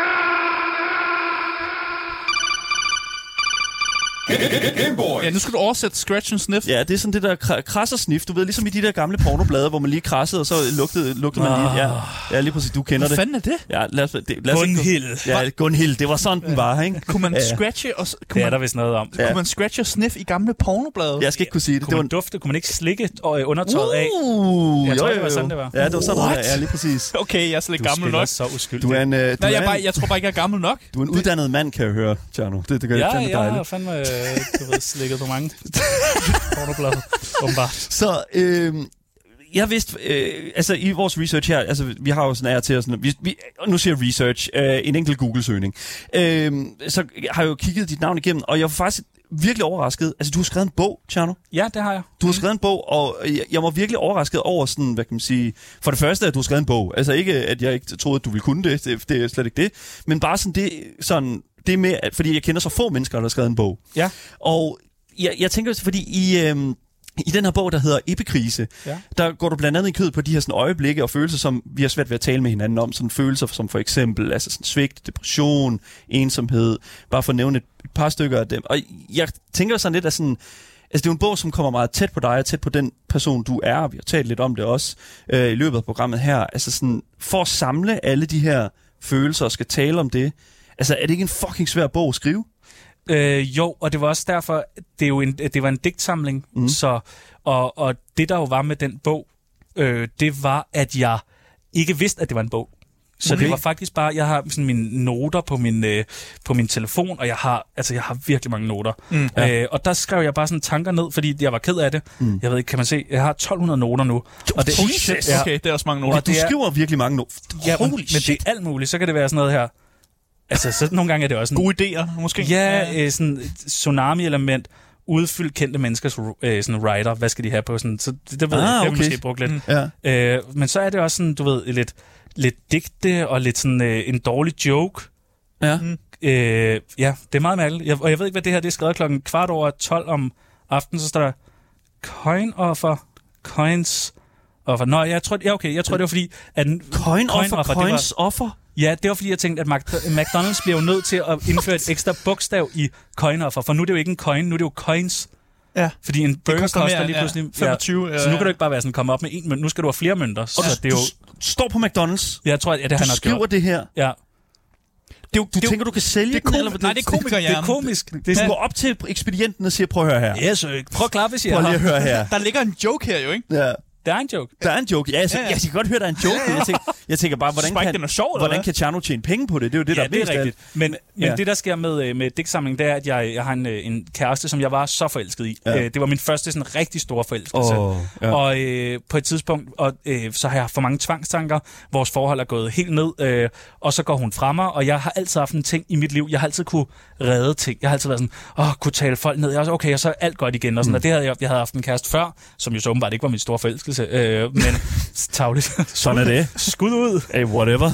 [SPEAKER 4] Game Boys.
[SPEAKER 2] Ja, nu skal du oversætte Scratch and Sniff.
[SPEAKER 1] Ja, det er sådan det der kra- kras og snif. Du ved, ligesom i de der gamle pornoblade, hvor man lige krassede, og så lugtede, lugtede man lige.
[SPEAKER 3] Ah.
[SPEAKER 1] Ja, ja, lige præcis. Du kender
[SPEAKER 2] Hvad
[SPEAKER 1] det.
[SPEAKER 2] fanden er det?
[SPEAKER 1] Ja, lad os, det, lad os ikke-
[SPEAKER 3] Gunhild.
[SPEAKER 1] Ja, Gunhild. Det var sådan, den var, ikke?
[SPEAKER 2] Kunne man
[SPEAKER 1] Ja.
[SPEAKER 2] scratche og s- kunne
[SPEAKER 3] Det er der
[SPEAKER 2] man,
[SPEAKER 3] vist noget om.
[SPEAKER 2] kunne man scratche og sniff i gamle pornoblade?
[SPEAKER 1] Jeg skal ikke kunne sige det.
[SPEAKER 3] Kunne man
[SPEAKER 1] det
[SPEAKER 3] dufte? Kunne man ikke slikke øh, undertøjet af?
[SPEAKER 1] Uh,
[SPEAKER 3] Jeg
[SPEAKER 1] jo,
[SPEAKER 3] tror,
[SPEAKER 1] jo,
[SPEAKER 3] det var
[SPEAKER 1] jo.
[SPEAKER 3] sådan, det var.
[SPEAKER 1] Ja, det var sådan, det
[SPEAKER 2] What?
[SPEAKER 1] var. Ja, lige præcis.
[SPEAKER 2] Okay, jeg er slet ikke gammel
[SPEAKER 3] spiller
[SPEAKER 2] nok.
[SPEAKER 3] så uskyldig.
[SPEAKER 1] Du er en, øh, du
[SPEAKER 2] Nej,
[SPEAKER 1] er
[SPEAKER 2] jeg, er bare,
[SPEAKER 1] en,
[SPEAKER 2] jeg tror bare ikke, jeg er gammel nok.
[SPEAKER 1] du er en uddannet mand, kan jeg høre, Tjerno. Det, det gør
[SPEAKER 3] Ja,
[SPEAKER 1] det fandme
[SPEAKER 3] jeg har
[SPEAKER 1] dejligt.
[SPEAKER 3] fandme, øh, du ved, slikket på
[SPEAKER 1] <laughs>
[SPEAKER 3] mange pornoblade, åbenbart.
[SPEAKER 1] Så øh, jeg vidste, øh, altså i vores research her, altså vi har jo sådan af til og sådan, vi, vi, og nu siger jeg research, øh, en enkelt Google-søgning, øh, så har jeg jo kigget dit navn igennem, og jeg var faktisk virkelig overrasket. Altså du har skrevet en bog, Tjerno.
[SPEAKER 3] Ja, det har jeg.
[SPEAKER 1] Du har skrevet en bog, og jeg, jeg var virkelig overrasket over sådan, hvad kan man sige, for det første, at du har skrevet en bog. Altså ikke, at jeg ikke troede, at du ville kunne det, det, det er slet ikke det, men bare sådan det, sådan, det med, at, fordi jeg kender så få mennesker, der har skrevet en bog.
[SPEAKER 3] Ja.
[SPEAKER 1] Og jeg, jeg tænker også, fordi i, øhm, i den her bog, der hedder Epikrise, ja.
[SPEAKER 3] Ja.
[SPEAKER 1] der går du blandt andet i kød på de her sådan, øjeblikke og følelser, som vi har svært ved at tale med hinanden om. Sådan følelser som for eksempel altså sådan, svigt, depression, ensomhed. Bare for at nævne et par stykker af dem. Og jeg tænker sådan lidt, at sådan, Altså, det er jo en bog, som kommer meget tæt på dig, og tæt på den person, du er. Vi har talt lidt om det også øh, i løbet af programmet her. Altså, sådan, for at samle alle de her følelser og skal tale om det, altså, er det ikke en fucking svær bog at skrive?
[SPEAKER 3] Øh, jo, og det var også derfor, det, er jo en, det var en digtsamling, mm. så, og, og det der jo var med den bog, øh, det var, at jeg ikke vidste, at det var en bog. Så okay.
[SPEAKER 1] Okay.
[SPEAKER 3] det var faktisk bare, jeg har sådan mine noter på min, øh, på min telefon, og jeg har, altså jeg har virkelig mange noter. Mm, ja. øh, og der skrev jeg bare sådan tanker ned, fordi jeg var ked af det. Mm. Jeg ved ikke, kan man se, jeg har 1200 noter nu. Og det,
[SPEAKER 1] Jesus!
[SPEAKER 3] Ja,
[SPEAKER 2] Okay, det er også mange
[SPEAKER 1] Og
[SPEAKER 2] noter.
[SPEAKER 1] du
[SPEAKER 3] det er-
[SPEAKER 1] skriver virkelig mange nu.
[SPEAKER 3] ja, men, men det er alt muligt, så kan det være sådan noget her. Altså, så nogle gange er det også sådan,
[SPEAKER 2] Gode idéer, måske.
[SPEAKER 3] Ja, øh, sådan et tsunami-element, udfyldt kendte menneskers øh, sådan writer, hvad skal de have på? Sådan, så det, det ved
[SPEAKER 1] Ah,
[SPEAKER 3] ah, jeg, det har vi
[SPEAKER 1] okay.
[SPEAKER 3] måske brugt lidt.
[SPEAKER 1] Ja.
[SPEAKER 3] Mm. Øh, men så er det også sådan, du ved, lidt, lidt digte og lidt sådan øh, en dårlig joke.
[SPEAKER 1] Ja.
[SPEAKER 3] Øh, ja, det er meget mærkeligt. Jeg, og jeg ved ikke, hvad det her det er skrevet klokken kvart over 12 om aftenen, så står der coin offer, coins offer. Nå, jeg tror, ja, okay, jeg tror, det var fordi, at
[SPEAKER 1] Coin, offer,
[SPEAKER 3] offer, det var-
[SPEAKER 1] coins offer.
[SPEAKER 3] Ja, det var fordi, jeg tænkte, at Mac- McDonald's bliver jo nødt til at indføre et ekstra bogstav i coinoffer, for nu er det jo ikke en coin, nu er det jo coins.
[SPEAKER 2] Ja.
[SPEAKER 3] Fordi en burger
[SPEAKER 2] koster
[SPEAKER 3] koster,
[SPEAKER 2] mere,
[SPEAKER 3] koster lige
[SPEAKER 2] ja.
[SPEAKER 3] pludselig...
[SPEAKER 2] 25, ja,
[SPEAKER 3] Så nu
[SPEAKER 2] ja.
[SPEAKER 3] kan du ikke bare være sådan, komme op med en mønt, nu skal du have flere mønter. Så
[SPEAKER 1] Og øh, Altså, du,
[SPEAKER 3] det er jo...
[SPEAKER 1] du s- står på McDonald's.
[SPEAKER 3] Jeg tror, at ja, det har
[SPEAKER 1] Du
[SPEAKER 3] han nok
[SPEAKER 1] skriver
[SPEAKER 3] gjort.
[SPEAKER 1] det her.
[SPEAKER 3] Ja.
[SPEAKER 1] Det, du det, tænker, du kan sælge
[SPEAKER 2] det er
[SPEAKER 1] den?
[SPEAKER 2] kom-
[SPEAKER 1] eller hvad?
[SPEAKER 2] nej, det er
[SPEAKER 3] Det er
[SPEAKER 2] komikerhjernen.
[SPEAKER 3] komisk. Det er
[SPEAKER 1] Du
[SPEAKER 3] sådan,
[SPEAKER 1] går op til ekspedienten og siger, prøv at høre her.
[SPEAKER 3] yes, øh, prøv at klappe, hvis jeg
[SPEAKER 1] Prøv lige at
[SPEAKER 3] har.
[SPEAKER 1] høre her.
[SPEAKER 2] Der ligger en joke her jo, ikke?
[SPEAKER 1] Ja.
[SPEAKER 3] Det er en joke.
[SPEAKER 1] Der er en joke. Ja, altså,
[SPEAKER 2] Ja, ja.
[SPEAKER 1] Jeg kan godt høre, der er en joke. men Jeg, tænker, jeg tænker bare, hvordan
[SPEAKER 2] Spike,
[SPEAKER 1] kan,
[SPEAKER 2] den er sjov, eller
[SPEAKER 1] hvordan
[SPEAKER 2] hvad?
[SPEAKER 1] kan Tjerno tjene penge på det? Det er jo det, der
[SPEAKER 3] ja, det
[SPEAKER 1] mest af
[SPEAKER 3] er
[SPEAKER 1] alt.
[SPEAKER 3] rigtigt. Men, men
[SPEAKER 1] Ja.
[SPEAKER 3] ja. det, der sker med, øh, med digtsamlingen, det er, at jeg, jeg har en, øh, en kæreste, som jeg var så forelsket i.
[SPEAKER 1] Ja.
[SPEAKER 3] Ja. Det var min første sådan, rigtig store forelskelse.
[SPEAKER 1] Åh, ja.
[SPEAKER 3] Og øh, på et tidspunkt, og, øh, så har jeg haft for mange tvangstanker. Vores forhold er gået helt ned, øh, og så går hun fra mig, og jeg har altid haft en ting i mit liv. Jeg har altid kunne redde ting. Jeg har altid været sådan, åh, kunne tale folk ned. Jeg er også, okay, og så er alt godt igen. Og, sådan, mm. og det havde jeg, jeg havde haft en kæreste før, som jo så åbenbart ikke var min store forelskelse.
[SPEAKER 1] <laughs>
[SPEAKER 3] Øh, men tavligt.
[SPEAKER 1] Sådan er det.
[SPEAKER 3] Skud ud.
[SPEAKER 1] Hey, whatever.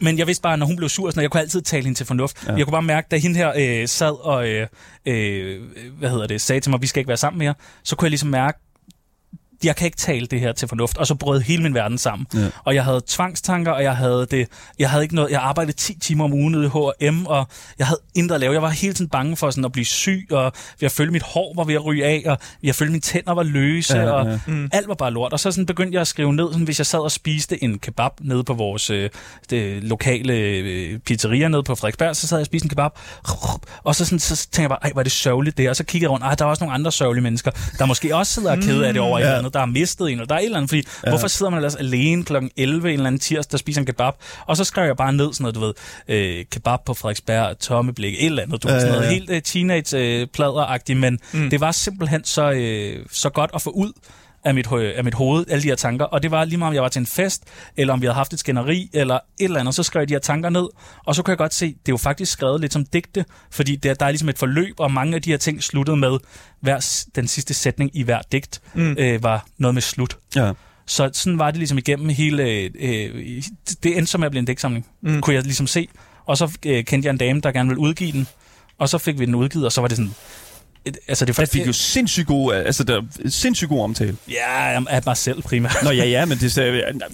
[SPEAKER 3] Men jeg vidste bare, når hun blev sur, sådan, at jeg kunne altid tale hende til fornuft. Ja. Jeg kunne bare mærke, da hende her øh, sad og øh, øh, hvad hedder det, sagde til mig, vi skal ikke være sammen mere, så kunne jeg ligesom mærke, jeg kan ikke tale det her til fornuft. Og så brød hele min verden sammen.
[SPEAKER 1] Ja.
[SPEAKER 3] Ja. Og jeg havde tvangstanker, og jeg havde det, jeg havde ikke noget, jeg arbejdede 10 timer om ugen nede i H&M, og jeg havde intet at lave. Jeg var hele tiden bange for sådan at blive syg, og jeg følte mit hår var ved at ryge af, og jeg følte mine tænder var løse,
[SPEAKER 1] Ja,
[SPEAKER 3] ja,
[SPEAKER 1] ja.
[SPEAKER 3] ja. og mm. alt var bare lort. Og så sådan begyndte jeg at skrive ned, sådan, hvis jeg sad og spiste en kebab nede på vores øh, det, lokale øh, pizzeria nede på Frederiksberg, så sad jeg og spiste en kebab, og så, sådan, så tænkte jeg bare, ej, hvor er det sørgeligt det, og så kiggede jeg rundt, ej, der er også nogle andre sørgelige mennesker, der måske også sidder og er kede af det over et eller andet, der har mistet en, eller der er et eller andet, fordi ja. hvorfor sidder man ellers alene kl. 11 en eller anden tirsdag og spiser en kebab, og så skrev jeg bare ned sådan noget, du ved, øh, kebab på Frederiksberg, tomme blik, et eller andet, du ved, sådan noget, helt øh, teenage-plader-agtigt, men mm. det var simpelthen så, øh, så godt at få ud, af mit, hø- af mit hoved, alle de her tanker. Og det var lige meget, om jeg var til en fest, eller om vi havde haft et skænderi, eller et eller andet, så skrev jeg de her tanker ned. Og så kunne jeg godt se, det er jo faktisk skrevet lidt som digte, fordi der, der er ligesom et forløb, og mange af de her ting sluttede med, hver, s- den sidste sætning i hver digt mm. øh, var noget med slut.
[SPEAKER 1] Ja.
[SPEAKER 3] Så sådan var det ligesom igennem hele... Øh, øh, det endte som at blive en digtsamling, mm. kunne jeg ligesom se. Og så øh, kendte jeg en dame, der gerne ville udgive den, og så fik vi den udgivet, og så var det sådan... Et, altså det,
[SPEAKER 1] Der fik jo sindssygt god, altså der er sindssygt god omtale.
[SPEAKER 3] Ja, af mig selv primært.
[SPEAKER 1] Nå ja, ja, men det,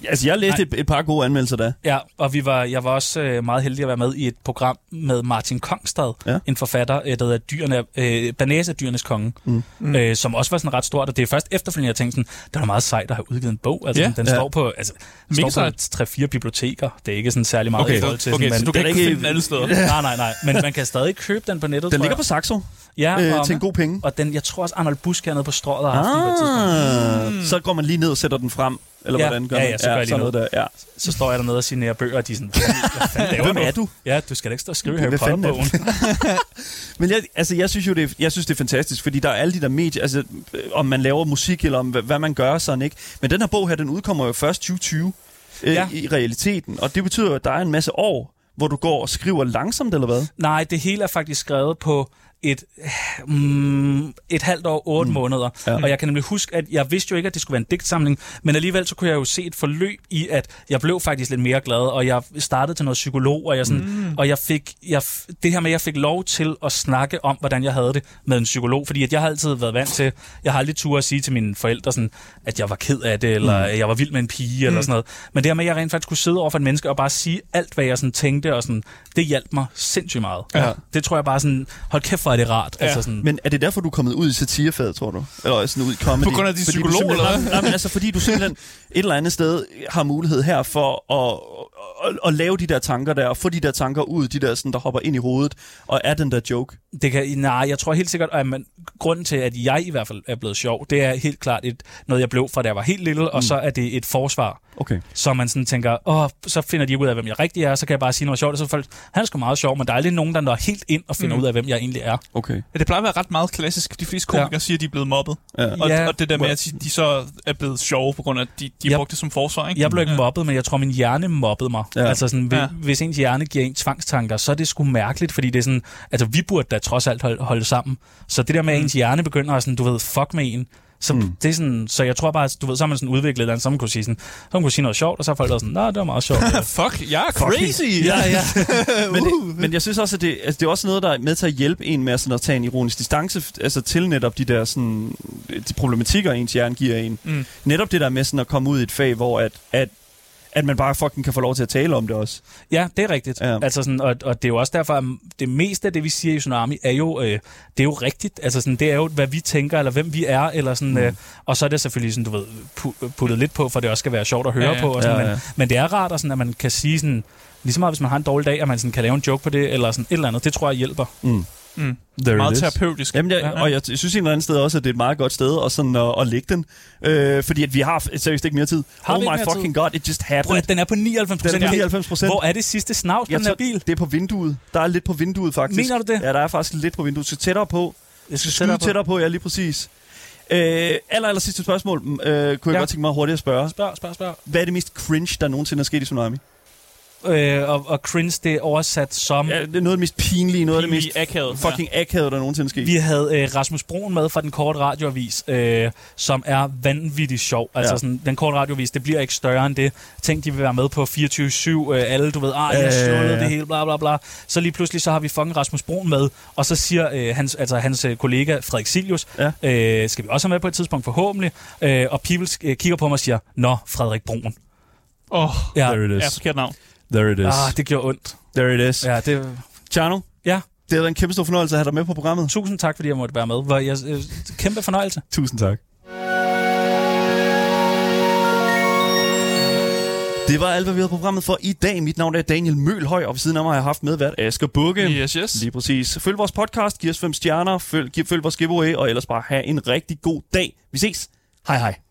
[SPEAKER 1] altså, jeg læste et, et, par gode anmeldelser der.
[SPEAKER 3] Ja, og vi var, jeg var også øh, meget heldig at være med i et program med Martin Kongstad,
[SPEAKER 1] Ja.
[SPEAKER 3] ja. en forfatter, øh, der hedder dyrene, øh, Banæs af dyrenes konge, mm. øh, som også var sådan ret stort, og det er først efterfølgende, jeg tænkte sådan, det var meget sejt at have udgivet en bog. Altså,
[SPEAKER 2] Ja.
[SPEAKER 3] ja. Den
[SPEAKER 1] Ja.
[SPEAKER 3] står på, altså,
[SPEAKER 2] Mega
[SPEAKER 3] står
[SPEAKER 2] sejt.
[SPEAKER 3] på 3-4 biblioteker. Det er ikke sådan særlig meget
[SPEAKER 1] Okay.
[SPEAKER 3] i forhold til.
[SPEAKER 2] Okay,
[SPEAKER 3] sådan,
[SPEAKER 2] så du
[SPEAKER 1] det
[SPEAKER 2] kan
[SPEAKER 1] er
[SPEAKER 2] ikke
[SPEAKER 1] ikke-
[SPEAKER 2] finde den alle steder.
[SPEAKER 3] men, <laughs> nej, nej, nej. Men man kan stadig købe den på nettet,
[SPEAKER 1] Den
[SPEAKER 3] tror
[SPEAKER 1] ligger
[SPEAKER 3] jeg.
[SPEAKER 1] på Saxo
[SPEAKER 3] ja,
[SPEAKER 1] øh,
[SPEAKER 3] og,
[SPEAKER 1] til en god penge.
[SPEAKER 3] Og den, jeg tror også, Arnold Busk hernede på Strået har haft den på et tidspunkt.
[SPEAKER 1] Ah, så går man lige ned og sætter den frem, eller
[SPEAKER 3] Ja.
[SPEAKER 1] hvordan gør
[SPEAKER 3] Ja,
[SPEAKER 1] man?
[SPEAKER 3] ja, så gør jeg lige
[SPEAKER 1] sådan noget der. Ja.
[SPEAKER 3] Så står jeg dernede og signerer bøger, og de er sådan, hvad fanden laver
[SPEAKER 1] <laughs> Hvem er du?
[SPEAKER 3] Ja, du skal da ikke stå og skrive Harry
[SPEAKER 1] Hvad fanden er
[SPEAKER 3] Potter-bogen.
[SPEAKER 1] Men jeg, altså, jeg synes jo, det er, jeg synes, det er fantastisk, fordi der er alle de der medier, altså, øh, om man laver musik, eller om hvad, hvad man gør, sådan, ikke? Men den her bog her, den udkommer jo først 2020 øh, ja.
[SPEAKER 3] Ja.
[SPEAKER 1] i realiteten, og det betyder jo, at der er en masse år, hvor du går og skriver langsomt, eller hvad?
[SPEAKER 3] Nej, det hele er faktisk skrevet på et, mm, et halvt år, otte mm. måneder. Ja. Og jeg kan nemlig huske, at jeg vidste jo ikke, at det skulle være en digtsamling, men alligevel så kunne jeg jo se et forløb i, at jeg blev faktisk lidt mere glad, og jeg startede til noget psykolog, og, jeg sådan, mm. og jeg fik, jeg, f- det her med, at jeg fik lov til at snakke om, hvordan jeg havde det med en psykolog, fordi at jeg har altid været vant til, jeg har aldrig tur at sige til mine forældre, sådan, at jeg var ked af det, eller mm. at jeg var vild med en pige, mm. eller sådan noget. Men det her med, at jeg rent faktisk kunne sidde over for en menneske og bare sige alt, hvad jeg sådan tænkte, og sådan, det hjalp mig sindssygt meget. Ja. Det tror jeg bare sådan, hold kæft, hvor er det rart. Ja. Altså sådan,
[SPEAKER 1] Men er det derfor, du er kommet ud i satirefaget, tror du? Eller sådan ud i comedy?
[SPEAKER 2] På grund af de
[SPEAKER 1] Fordi du
[SPEAKER 2] psykologer,
[SPEAKER 1] simpelthen-
[SPEAKER 2] eller hvad?
[SPEAKER 1] Nej, men altså, fordi du simpelthen et eller andet sted har mulighed her for at, at, at, at lave de der tanker der, og få de der tanker ud, de der, sådan, der hopper ind i hovedet, og er den der joke.
[SPEAKER 3] Det kan, nej, jeg tror helt sikkert, at man, grunden til, at jeg i hvert fald er blevet sjov, det er helt klart et, noget, jeg blev fra, da jeg var helt lille, mm. og så er det et forsvar.
[SPEAKER 1] Okay.
[SPEAKER 3] Så man sådan tænker, åh, så finder de ud af, hvem jeg rigtig er, så kan jeg bare sige noget sjovt, og så er folk, han er sgu meget sjov, men der er aldrig nogen, der når helt ind og finder mm. ud af, hvem jeg egentlig er.
[SPEAKER 1] Okay.
[SPEAKER 2] Ja, det plejer at være ret meget klassisk. De fleste komikere ja.
[SPEAKER 3] Ja.
[SPEAKER 2] siger, at de er blevet mobbet.
[SPEAKER 1] Ja.
[SPEAKER 2] Og,
[SPEAKER 3] Ja.
[SPEAKER 2] og det der med, at de- de så er blevet sjove, på grund af, at de, de
[SPEAKER 3] Jeg-
[SPEAKER 2] brugte det som forsvar, ikke?
[SPEAKER 3] Jeg blev ikke mobbet, men jeg tror, min hjerne mobbede mig.
[SPEAKER 1] Ja.
[SPEAKER 3] Ja. Altså sådan, hvis,
[SPEAKER 2] Mm. Ja.
[SPEAKER 3] ja. hvis ens hjerne giver en tvangstanker, så er det sgu mærkeligt, fordi det er sådan, altså vi burde da trods alt holde, holde sammen. Så det der med, at ens hjerne begynder at sådan, du ved, fuck med en, så, mm. det er sådan, så jeg tror bare, at du ved, så har man sådan udviklet et eller andet, så man kunne sige, sådan, så man kunne sige noget sjovt, og så har folk været sådan, nej, det var meget sjovt.
[SPEAKER 2] Fuck, jeg er crazy!
[SPEAKER 3] ja, ja.
[SPEAKER 1] Men, det, men jeg synes også, at det, altså, det er også noget, der er med til at hjælpe en med at, sådan, at tage en ironisk distance f- altså, til netop de der sådan, de problematikker, ens hjerne giver en. Mm. Netop det der med sådan, at komme ud i et fag, hvor at, at, at man bare fucking kan få lov til at tale om det også.
[SPEAKER 3] Ja, det er rigtigt.
[SPEAKER 1] Ja.
[SPEAKER 3] Ja. Altså sådan, og, og det er jo også derfor, at det meste af det, vi siger i Tsunami, er jo, øh, det er jo rigtigt. Altså sådan, det er jo, hvad vi tænker, eller hvem vi er, eller sådan, mm. øh, og så er det selvfølgelig sådan, du ved, pu- puttet lidt på, for det også skal være sjovt at høre
[SPEAKER 2] Ja,
[SPEAKER 3] ja,
[SPEAKER 2] ja.
[SPEAKER 3] ja. på. Og sådan,
[SPEAKER 1] Ja,
[SPEAKER 3] ja,
[SPEAKER 1] ja.
[SPEAKER 3] ja. Men, men det er rart, og sådan, at man kan sige sådan, lige så meget hvis man har en dårlig dag, at man sådan, kan lave en joke på det, eller sådan et eller andet. Det tror jeg hjælper.
[SPEAKER 1] Mm. There
[SPEAKER 2] Meget terapeutisk.
[SPEAKER 1] Jamen, jeg,
[SPEAKER 2] Ja.
[SPEAKER 1] og jeg t- synes et eller andet sted også, at det er et meget godt sted at, sådan, at, at lægge den. Øh, fordi at vi har f- seriøst ikke mere tid.
[SPEAKER 3] Har
[SPEAKER 1] oh
[SPEAKER 3] vi ikke
[SPEAKER 1] my
[SPEAKER 3] mere
[SPEAKER 1] fucking god, it just
[SPEAKER 3] Prøv
[SPEAKER 1] happened.
[SPEAKER 3] at den er på 99
[SPEAKER 1] Den er på
[SPEAKER 3] Ja.
[SPEAKER 1] 99%.
[SPEAKER 3] Hvor er det sidste snavs på
[SPEAKER 1] Jeg
[SPEAKER 3] den her
[SPEAKER 1] tror,
[SPEAKER 3] bil?
[SPEAKER 1] det er på vinduet. Der er lidt på vinduet, faktisk.
[SPEAKER 3] Mener du det?
[SPEAKER 1] Ja, der er faktisk lidt på vinduet. Så tættere på.
[SPEAKER 3] Jeg skal
[SPEAKER 1] Skyde tættere på, ja, lige præcis. Øh, aller, aller sidste spørgsmål, øh, kunne jeg ja.
[SPEAKER 3] Ja.
[SPEAKER 1] godt tænke mig hurtigt at spørge.
[SPEAKER 3] Spørg, spørg, spørg. Mm.
[SPEAKER 1] Hvad er det mest cringe, der nogensinde er sket i Tsunami?
[SPEAKER 3] øh, og, og cringe, det er oversat som...
[SPEAKER 1] Ja, det er noget af det mest pinlige, noget af det mest
[SPEAKER 2] Pinlige, akavet,
[SPEAKER 1] fucking akavet, der nogensinde sker.
[SPEAKER 3] Vi havde øh, Rasmus Broen med fra den korte radioavis, øh, som er vanvittigt sjov. Altså
[SPEAKER 1] Ja.
[SPEAKER 3] ja. sådan, den korte radioavis, det bliver ikke større end det. Tænk, de vil være med på 24-7, øh, alle, du ved, ah, jeg
[SPEAKER 1] Ja, ja,
[SPEAKER 3] stjålede
[SPEAKER 1] ja.
[SPEAKER 3] det hele, bla bla bla. Så lige pludselig, så har vi fucking Rasmus Broen med, og så siger øh, hans, altså, hans øh, kollega Frederik Silius,
[SPEAKER 1] Ja.
[SPEAKER 3] ja. øh, skal vi også have med på et tidspunkt forhåbentlig, øh, og Pibels øh, kigger på mig og siger, nå, Frederik Broen.
[SPEAKER 2] Åh, oh,
[SPEAKER 3] Ja,
[SPEAKER 1] There it
[SPEAKER 2] ja,
[SPEAKER 1] is.
[SPEAKER 2] forkert navn.
[SPEAKER 1] There it is.
[SPEAKER 3] ah, det gjorde ondt.
[SPEAKER 1] There it is.
[SPEAKER 3] Ja, det,
[SPEAKER 1] Tjerno,
[SPEAKER 3] ja,
[SPEAKER 1] det har været en kæmpe stor fornøjelse at have dig med på programmet.
[SPEAKER 3] tusind tak, fordi jeg måtte være med. Var jeg, øh, kæmpe fornøjelse.
[SPEAKER 1] Tusind tak. Det var alt, hvad vi havde på programmet for i dag. Mit navn er Daniel Mølhøj, og ved siden af mig har jeg haft medvært Asger Bukke.
[SPEAKER 2] Yes, yes.
[SPEAKER 1] Lige præcis. Følg vores podcast, giv os fem stjerner, følg, giv, følg vores giveaway, og ellers bare have en rigtig god dag. Vi ses. Hej hej.